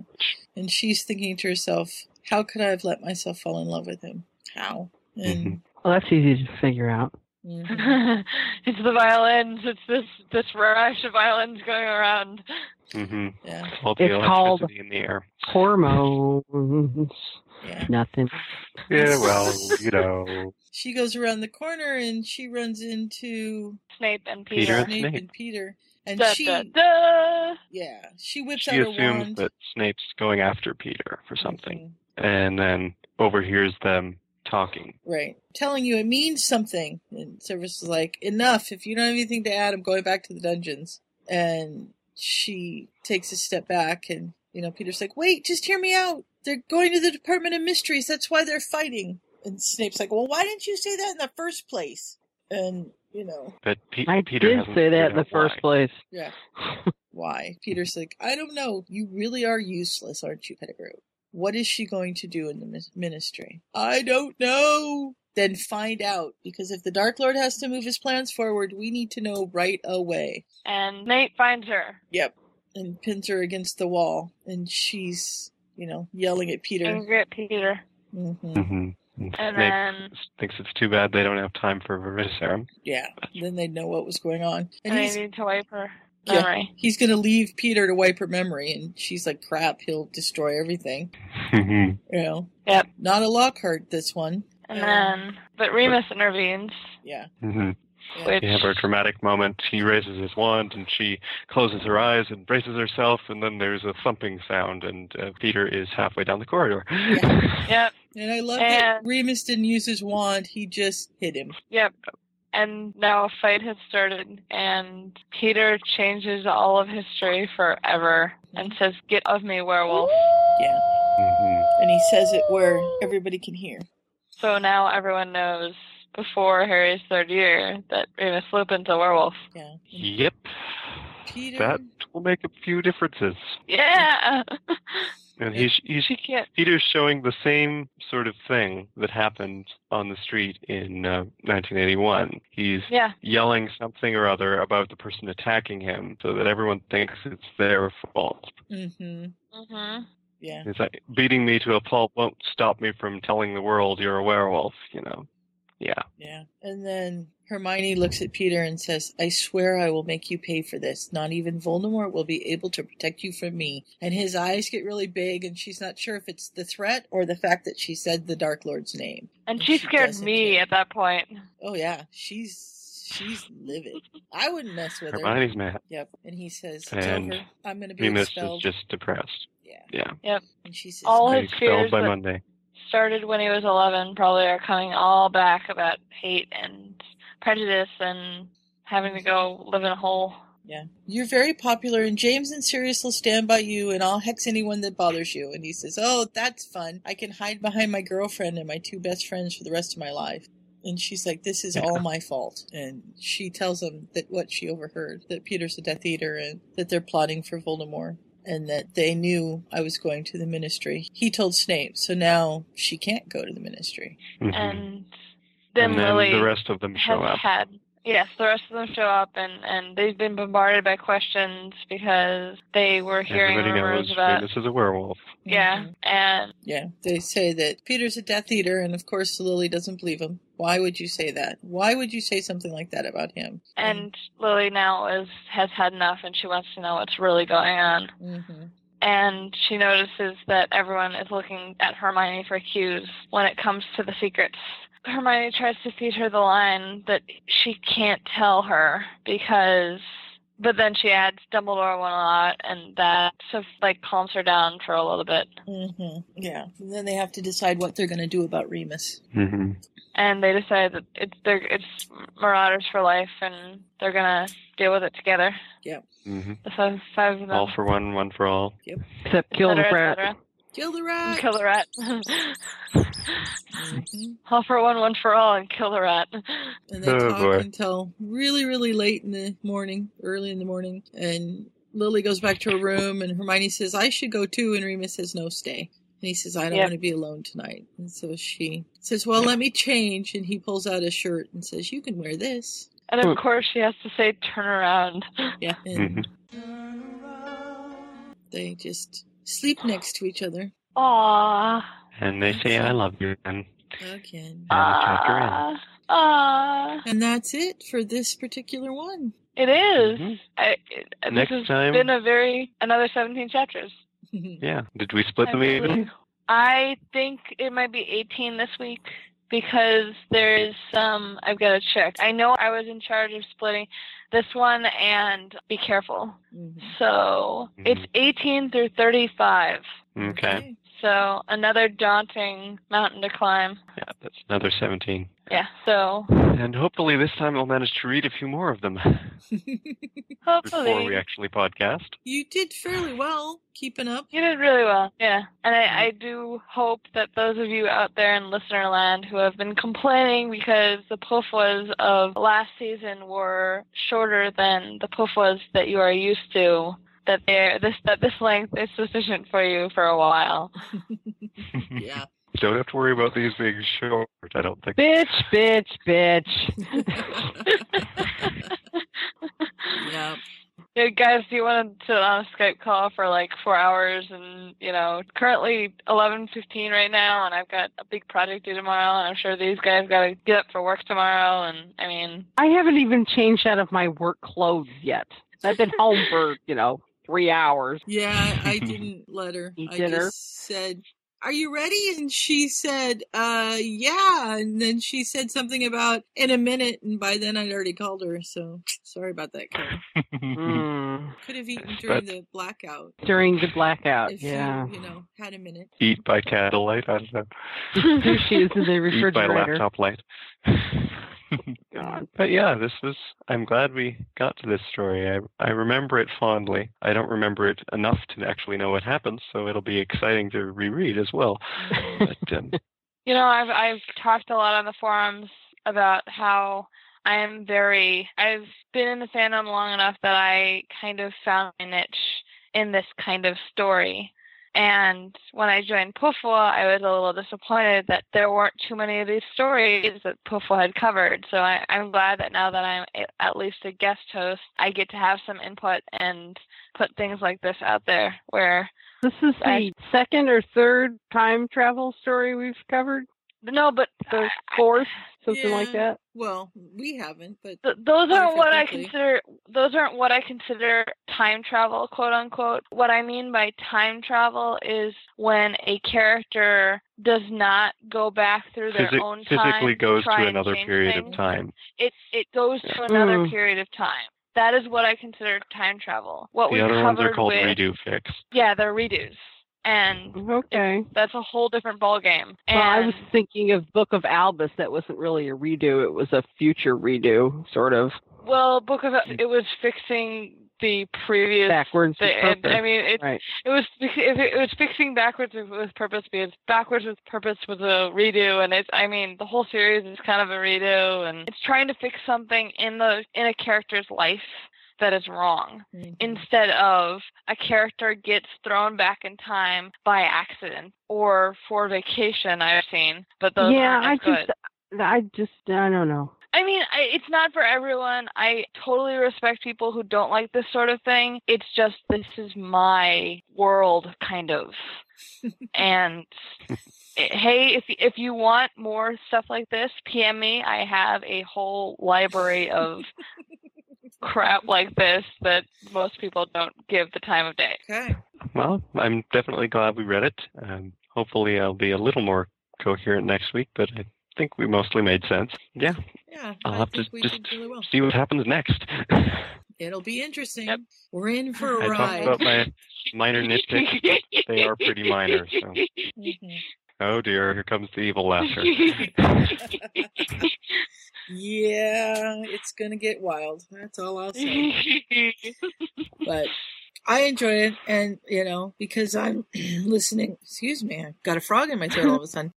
[SPEAKER 2] And she's thinking to herself, how could I have let myself fall in love with him? How? And
[SPEAKER 12] Well, that's easy to figure out.
[SPEAKER 14] Mm-hmm. [LAUGHS] it's the violins. It's this this rush of violins going around.
[SPEAKER 13] hmm
[SPEAKER 2] Yeah.
[SPEAKER 13] All the
[SPEAKER 12] It's called
[SPEAKER 13] electricity in the air.
[SPEAKER 12] hormones. Nothing.
[SPEAKER 13] Yeah, well,
[SPEAKER 14] [LAUGHS]
[SPEAKER 13] you know.
[SPEAKER 2] she goes around the corner and she runs into
[SPEAKER 14] Snape and
[SPEAKER 13] Peter
[SPEAKER 14] Peter.
[SPEAKER 13] and Snape.
[SPEAKER 2] and Peter. And
[SPEAKER 14] Da,
[SPEAKER 2] she,
[SPEAKER 14] da, da.
[SPEAKER 2] yeah, she whips
[SPEAKER 13] She
[SPEAKER 2] out her
[SPEAKER 13] assumes
[SPEAKER 2] wand.
[SPEAKER 13] that Snape's going after Peter for something
[SPEAKER 14] Mm-hmm.
[SPEAKER 13] and then overhears them talking.
[SPEAKER 2] Right. Telling you it means something. And Severus is like, enough. If you don't have anything to add, I'm going back to the dungeons. And she takes a step back, and, you know, Peter's like, wait, just hear me out. They're going to the Department of Mysteries. That's why they're fighting. And Snape's like, well, why didn't you say that in the first place? And, you know,
[SPEAKER 13] But Pe-
[SPEAKER 12] I
[SPEAKER 13] Peter
[SPEAKER 12] did
[SPEAKER 13] hasn't
[SPEAKER 12] say
[SPEAKER 13] figured
[SPEAKER 12] that in the
[SPEAKER 13] out why.
[SPEAKER 12] first place.
[SPEAKER 2] yeah. why? Peter's like, I don't know. You really are useless, aren't you, Pettigrew? What is she going to do in the mis- ministry? I don't know. Then find out, because if the Dark Lord has to move his plans forward, we need to know right away.
[SPEAKER 14] And Nate finds her.
[SPEAKER 2] Yep. And pins her against the wall, and she's, you know, yelling at Peter.
[SPEAKER 14] Angry at Peter.
[SPEAKER 2] Mm-hmm.
[SPEAKER 13] hmm And Snape
[SPEAKER 14] And then-
[SPEAKER 13] thinks it's too bad they don't have time for Veriserum.
[SPEAKER 2] Yeah. Then they'd know what was going on.
[SPEAKER 14] And,
[SPEAKER 2] And
[SPEAKER 14] I
[SPEAKER 2] he's,
[SPEAKER 14] need to wipe her
[SPEAKER 2] yeah,
[SPEAKER 14] memory.
[SPEAKER 2] he's going to leave Peter to wipe her memory, and she's like, crap, he'll destroy everything.
[SPEAKER 14] Uh,
[SPEAKER 13] Mhm.
[SPEAKER 2] You know?
[SPEAKER 14] Yep.
[SPEAKER 2] Not a Lockhart, this one.
[SPEAKER 14] And then, but Remus intervenes.
[SPEAKER 2] Yeah.
[SPEAKER 13] Mhm.
[SPEAKER 14] Which-
[SPEAKER 13] They have her dramatic moment. He raises his wand and she closes her eyes and braces herself, and then there's a thumping sound, and uh, Peter is halfway down the corridor. [LAUGHS]
[SPEAKER 14] Yep.
[SPEAKER 2] And I love that
[SPEAKER 14] And-
[SPEAKER 2] Remus didn't use his wand, he just hit him.
[SPEAKER 14] Yep. And now a fight has started, and Peter changes all of history forever and says, Get of me, werewolf.
[SPEAKER 2] Yeah. And he says it where everybody can hear.
[SPEAKER 14] So now everyone knows before Harry's third year that Remus Lupin's a werewolf.
[SPEAKER 2] Yeah.
[SPEAKER 13] Yep.
[SPEAKER 2] Peter.
[SPEAKER 13] That will make a few differences.
[SPEAKER 14] Yeah. [LAUGHS]
[SPEAKER 13] And he's, he's
[SPEAKER 14] She can't.
[SPEAKER 13] Peter's showing the same sort of thing that happened on the street in uh, 1981. He's
[SPEAKER 14] Yeah.
[SPEAKER 13] yelling something or other about the person attacking him, so that everyone thinks it's their fault.
[SPEAKER 2] Mm-hmm.
[SPEAKER 14] Mm-hmm.
[SPEAKER 2] Yeah.
[SPEAKER 13] It's like beating me to a pulp won't stop me from telling the world you're a werewolf, you know. Yeah.
[SPEAKER 2] Yeah. And then Hermione looks at Peter and says, I swear I will make you pay for this. Not even Voldemort will be able to protect you from me. And his eyes get really big, and she's not sure if it's the threat or the fact that she said the Dark Lord's name.
[SPEAKER 14] And she scared
[SPEAKER 2] doesn't
[SPEAKER 14] me at that point.
[SPEAKER 2] Oh, yeah. She's she's livid. I wouldn't mess with
[SPEAKER 13] Hermione's
[SPEAKER 2] her.
[SPEAKER 13] mad.
[SPEAKER 2] Yep. And he says, it's
[SPEAKER 13] And
[SPEAKER 2] over. I'm going to be
[SPEAKER 13] Remus
[SPEAKER 2] expelled.
[SPEAKER 13] is just depressed. Yeah. Yeah.
[SPEAKER 14] Yep.
[SPEAKER 2] And she says,
[SPEAKER 14] All
[SPEAKER 13] Be
[SPEAKER 14] his fears
[SPEAKER 13] expelled by
[SPEAKER 14] that
[SPEAKER 13] Monday.
[SPEAKER 14] started when he was 11 probably are coming all back about hate and prejudice and having to go live in a hole.
[SPEAKER 2] Yeah. You're very popular, and James and Sirius will stand by you, and I'll hex anyone that bothers you. And he says, Oh, that's fun. I can hide behind my girlfriend and my two best friends for the rest of my life. And she's like, This is all my fault. And she tells him that what she overheard that Peter's a Death Eater and that they're plotting for Voldemort. And that they knew I was going to the ministry. He told Snape, so now she can't go to the ministry.
[SPEAKER 13] Mhm.
[SPEAKER 14] And then,
[SPEAKER 13] And then
[SPEAKER 14] Lily
[SPEAKER 13] the rest of them show
[SPEAKER 14] has
[SPEAKER 13] up.
[SPEAKER 14] had yes, the rest of them show up and and they've been bombarded by questions because they were hearing
[SPEAKER 13] Everybody
[SPEAKER 14] rumors
[SPEAKER 13] knows
[SPEAKER 14] about
[SPEAKER 13] Remus is a werewolf.
[SPEAKER 14] yeah and
[SPEAKER 2] Yeah, they say that Peter's a Death Eater, and of course Lily doesn't believe him. Why would you say that? Why would you say something like that about him?
[SPEAKER 14] and Lily now is has had enough and she wants to know what's really going on.
[SPEAKER 2] Mm-hmm.
[SPEAKER 14] and she notices that everyone is looking at Hermione for cues when it comes to the secrets. Hermione tries to feed her the line that she can't tell her because, but then she adds Dumbledore one a lot, and that sort of like calms her down for a little bit.
[SPEAKER 2] hmm Yeah. And then they have to decide what they're going to do about Remus.
[SPEAKER 13] Mm-hmm.
[SPEAKER 14] And they decide that it's they're, it's Marauders for life, and they're gonna deal with it together.
[SPEAKER 2] Yep.
[SPEAKER 13] hmm
[SPEAKER 14] The five, five of them.
[SPEAKER 13] All for one, one for all.
[SPEAKER 2] Yep.
[SPEAKER 12] Except kill the
[SPEAKER 14] Et cetera,
[SPEAKER 12] rat.
[SPEAKER 14] et cetera.
[SPEAKER 2] Kill the rat.
[SPEAKER 14] Kill the
[SPEAKER 2] [LAUGHS]
[SPEAKER 14] rat. all for one, one for all, and kill the rat.
[SPEAKER 2] And they
[SPEAKER 13] Oh,
[SPEAKER 2] talk
[SPEAKER 13] boy.
[SPEAKER 2] until really, really late in the morning, early in the morning. And Lily goes back to her room, and Hermione says, I should go too. And Remus says, No, stay. And he says, I don't
[SPEAKER 14] Yeah.
[SPEAKER 2] want to be alone tonight. And so she says, Well, let me change. And he pulls out a shirt and says, You can wear this.
[SPEAKER 14] And of course, she has to say, "Turn around."
[SPEAKER 2] Yeah.
[SPEAKER 13] Mm-hmm.
[SPEAKER 2] And they just sleep next to each other
[SPEAKER 14] Aww.
[SPEAKER 13] And they say, I love you,
[SPEAKER 2] [LAUGHS]
[SPEAKER 13] and
[SPEAKER 2] again.
[SPEAKER 13] the chapter ends.
[SPEAKER 14] Aww. Aww.
[SPEAKER 2] And that's it for this particular one.
[SPEAKER 14] ah. It is. I, it,
[SPEAKER 13] Mm-hmm. Next
[SPEAKER 14] this has
[SPEAKER 13] time-
[SPEAKER 14] been a very another seventeen chapters.
[SPEAKER 13] Yeah. Did we split
[SPEAKER 14] I
[SPEAKER 13] the meeting?
[SPEAKER 14] believe- I think it might be eighteen this week. because there's some I've got to check. I know I was in charge of splitting this one and be careful. So it's 18 through 35.
[SPEAKER 2] Mm-hmm.
[SPEAKER 13] Okay.
[SPEAKER 14] So another daunting mountain to climb.
[SPEAKER 13] Yeah, that's another 17.
[SPEAKER 14] Yeah. So
[SPEAKER 13] And hopefully this time I'll manage to read a few more of them before we
[SPEAKER 14] hopefully
[SPEAKER 13] actually podcast.
[SPEAKER 2] you did fairly well keeping up. Mm-hmm.
[SPEAKER 14] you did really well. Yeah. And I, I do hope that those of you out there in listener land who have been complaining because the POFWAs of last season were shorter than the POFWAs that you are used to, that they're this that this length is sufficient for you for a
[SPEAKER 2] [LAUGHS]
[SPEAKER 14] while.
[SPEAKER 2] yeah.
[SPEAKER 13] [LAUGHS] Don't have to worry about these being short, I don't think.
[SPEAKER 21] Bitch, bitch, bitch.
[SPEAKER 2] [LAUGHS] Yeah.
[SPEAKER 14] Yeah, guys, do you want to sit on a Skype call for like four hours? And you know, currently eleven fifteen right now, and I've got a big project due tomorrow, and I'm sure these guys got to get up for work tomorrow. And I mean,
[SPEAKER 21] I haven't even changed out of my work clothes yet. I've been home for, you know, three
[SPEAKER 13] [LAUGHS]
[SPEAKER 21] hours.
[SPEAKER 2] Yeah, I, I didn't let her.
[SPEAKER 21] You
[SPEAKER 2] I
[SPEAKER 21] did her?
[SPEAKER 2] just said, "Are you ready?" And she said, "Uh, yeah." And then she said something about in a minute, and by then I'd already called her. So sorry about
[SPEAKER 13] [LAUGHS]
[SPEAKER 2] that, Carol.
[SPEAKER 21] Mm.
[SPEAKER 2] Could have eaten during
[SPEAKER 13] But-
[SPEAKER 2] the blackout.
[SPEAKER 21] During the blackout,
[SPEAKER 2] If
[SPEAKER 21] yeah.
[SPEAKER 2] you, you know, had a minute.
[SPEAKER 13] Eat by candlelight, I don't
[SPEAKER 14] [LAUGHS]
[SPEAKER 13] know.
[SPEAKER 21] Sushi is in the
[SPEAKER 13] Eat by
[SPEAKER 21] refrigerator.
[SPEAKER 13] laptop light. But yeah, this was. I'm glad we got to this story. I I remember it fondly. I don't remember it enough to actually know what happens, so it'll be exciting to reread as well. But um,
[SPEAKER 14] you know, I've I've talked a lot on the forums about how I am very. I've been in the fandom long enough that I kind of found my niche in this kind of story. And when I joined Pufwa, I was a little disappointed that there weren't too many of these stories that Pufwa had covered. So I, I'm glad that now that I'm a, at least a guest host, I get to have some input and put things like this out there where
[SPEAKER 21] This is the
[SPEAKER 14] I-
[SPEAKER 21] second or third time travel story we've covered.
[SPEAKER 14] No, but
[SPEAKER 21] the fourth, something like
[SPEAKER 2] Yeah.
[SPEAKER 21] that.
[SPEAKER 2] Well, we haven't, but
[SPEAKER 14] Th- those aren't what I
[SPEAKER 2] Hypothetically.
[SPEAKER 14] consider. Those aren't what I consider time travel, quote unquote. What I mean by time travel is when a character does not go back [LAUGHS] through their
[SPEAKER 13] physi-
[SPEAKER 14] own time.
[SPEAKER 13] physically goes
[SPEAKER 14] try
[SPEAKER 13] to
[SPEAKER 14] and
[SPEAKER 13] another
[SPEAKER 14] change
[SPEAKER 13] period
[SPEAKER 14] things.
[SPEAKER 13] of time.
[SPEAKER 14] It it goes to another period of time. That is what I consider time travel. What we
[SPEAKER 13] the other ones are
[SPEAKER 14] covered
[SPEAKER 13] called
[SPEAKER 14] with,
[SPEAKER 13] redo fix.
[SPEAKER 14] Yeah, they're redos, and
[SPEAKER 21] Okay.
[SPEAKER 14] that's a whole different ballgame.
[SPEAKER 21] Well, I
[SPEAKER 14] And
[SPEAKER 21] was thinking of Book of Albus. That wasn't really a redo. It was a future redo, sort of.
[SPEAKER 14] Well, Book of
[SPEAKER 13] Hmm.
[SPEAKER 14] it was fixing the previous
[SPEAKER 21] Backwards with
[SPEAKER 14] thi- and- I
[SPEAKER 21] purpose.
[SPEAKER 14] mean, it
[SPEAKER 21] Right.
[SPEAKER 14] it was fix- if it was fixing backwards with- with purpose because backwards with purpose was a redo, and it's I mean the whole series is kind of a redo, and it's trying to fix something in the in a character's life that is wrong
[SPEAKER 21] Mm-hmm.
[SPEAKER 14] instead of a character gets thrown back in time by accident or for vacation I've seen, but those
[SPEAKER 21] yeah,
[SPEAKER 14] aren't as
[SPEAKER 21] I
[SPEAKER 14] good.
[SPEAKER 21] just, I just, I don't know.
[SPEAKER 14] I mean, I, it's not for everyone. I totally respect people who don't like this sort of thing. It's just this is my world, kind
[SPEAKER 2] [LAUGHS]
[SPEAKER 14] of. and eh, hey, if if you want more stuff like this, PM me. I have a whole library of crap like this that most people don't give the time of day.
[SPEAKER 2] Okay.
[SPEAKER 13] Well, I'm definitely glad we read it. Um, hopefully, I'll be a little more coherent next week, but I think we mostly made sense. Yeah,
[SPEAKER 2] yeah,
[SPEAKER 13] I'll
[SPEAKER 2] I
[SPEAKER 13] have to
[SPEAKER 2] think we
[SPEAKER 13] just
[SPEAKER 2] did really well.
[SPEAKER 13] see what happens next.
[SPEAKER 2] It'll be interesting. We're in for
[SPEAKER 13] I
[SPEAKER 2] a
[SPEAKER 13] talked
[SPEAKER 2] ride.
[SPEAKER 13] about my
[SPEAKER 2] [LAUGHS]
[SPEAKER 13] minor nitpicks. but They are pretty minor. So. Oh dear, here comes the evil
[SPEAKER 2] [LAUGHS]
[SPEAKER 13] laughter.
[SPEAKER 2] yeah, it's gonna get wild. That's all I'll
[SPEAKER 13] [LAUGHS]
[SPEAKER 2] say. but I enjoy it, and you know, because I'm [CLEARS THROAT] listening. Excuse me, I've got a frog in my throat all of a sudden.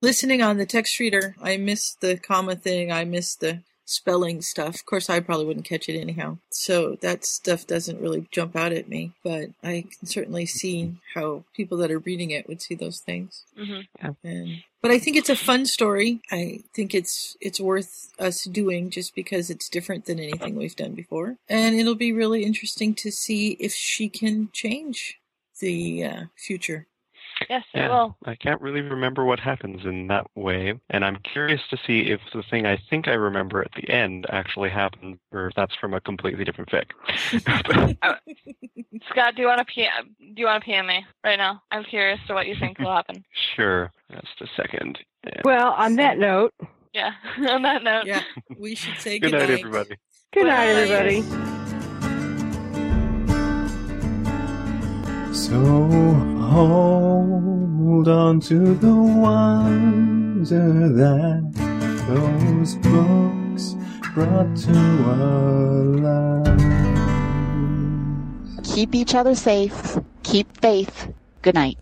[SPEAKER 2] listening on the text reader, I missed the comma thing. I missed the spelling stuff. Of course, I probably wouldn't catch it anyhow. So that stuff doesn't really jump out at me, but I can certainly see how people that are reading it would see those things.
[SPEAKER 14] Mm-hmm.
[SPEAKER 2] And- but I think it's a fun story. I think it's it's worth us doing just because it's different than anything we've done before, and it'll be really interesting to see if she can change the uh, future.
[SPEAKER 14] Yes,
[SPEAKER 13] Yeah,
[SPEAKER 14] well,
[SPEAKER 13] I can't really remember what happens in that way, and I'm curious to see if the thing I think I remember at the end actually happened,
[SPEAKER 2] [LAUGHS]
[SPEAKER 13] or if that's from a completely different fic.
[SPEAKER 14] Scott, do you want to PM? do you want to PM me right now? I'm curious to what you think will happen.
[SPEAKER 13] Sure. Just a second. Yeah.
[SPEAKER 12] Well, on that note,
[SPEAKER 14] Yeah. [LAUGHS] On that note.
[SPEAKER 2] Yeah. We should say
[SPEAKER 13] good night, everybody.
[SPEAKER 12] good night, everybody.
[SPEAKER 9] So hold on to the wonder that those books brought to our lives.
[SPEAKER 11] Keep each other safe. Keep faith. Good night.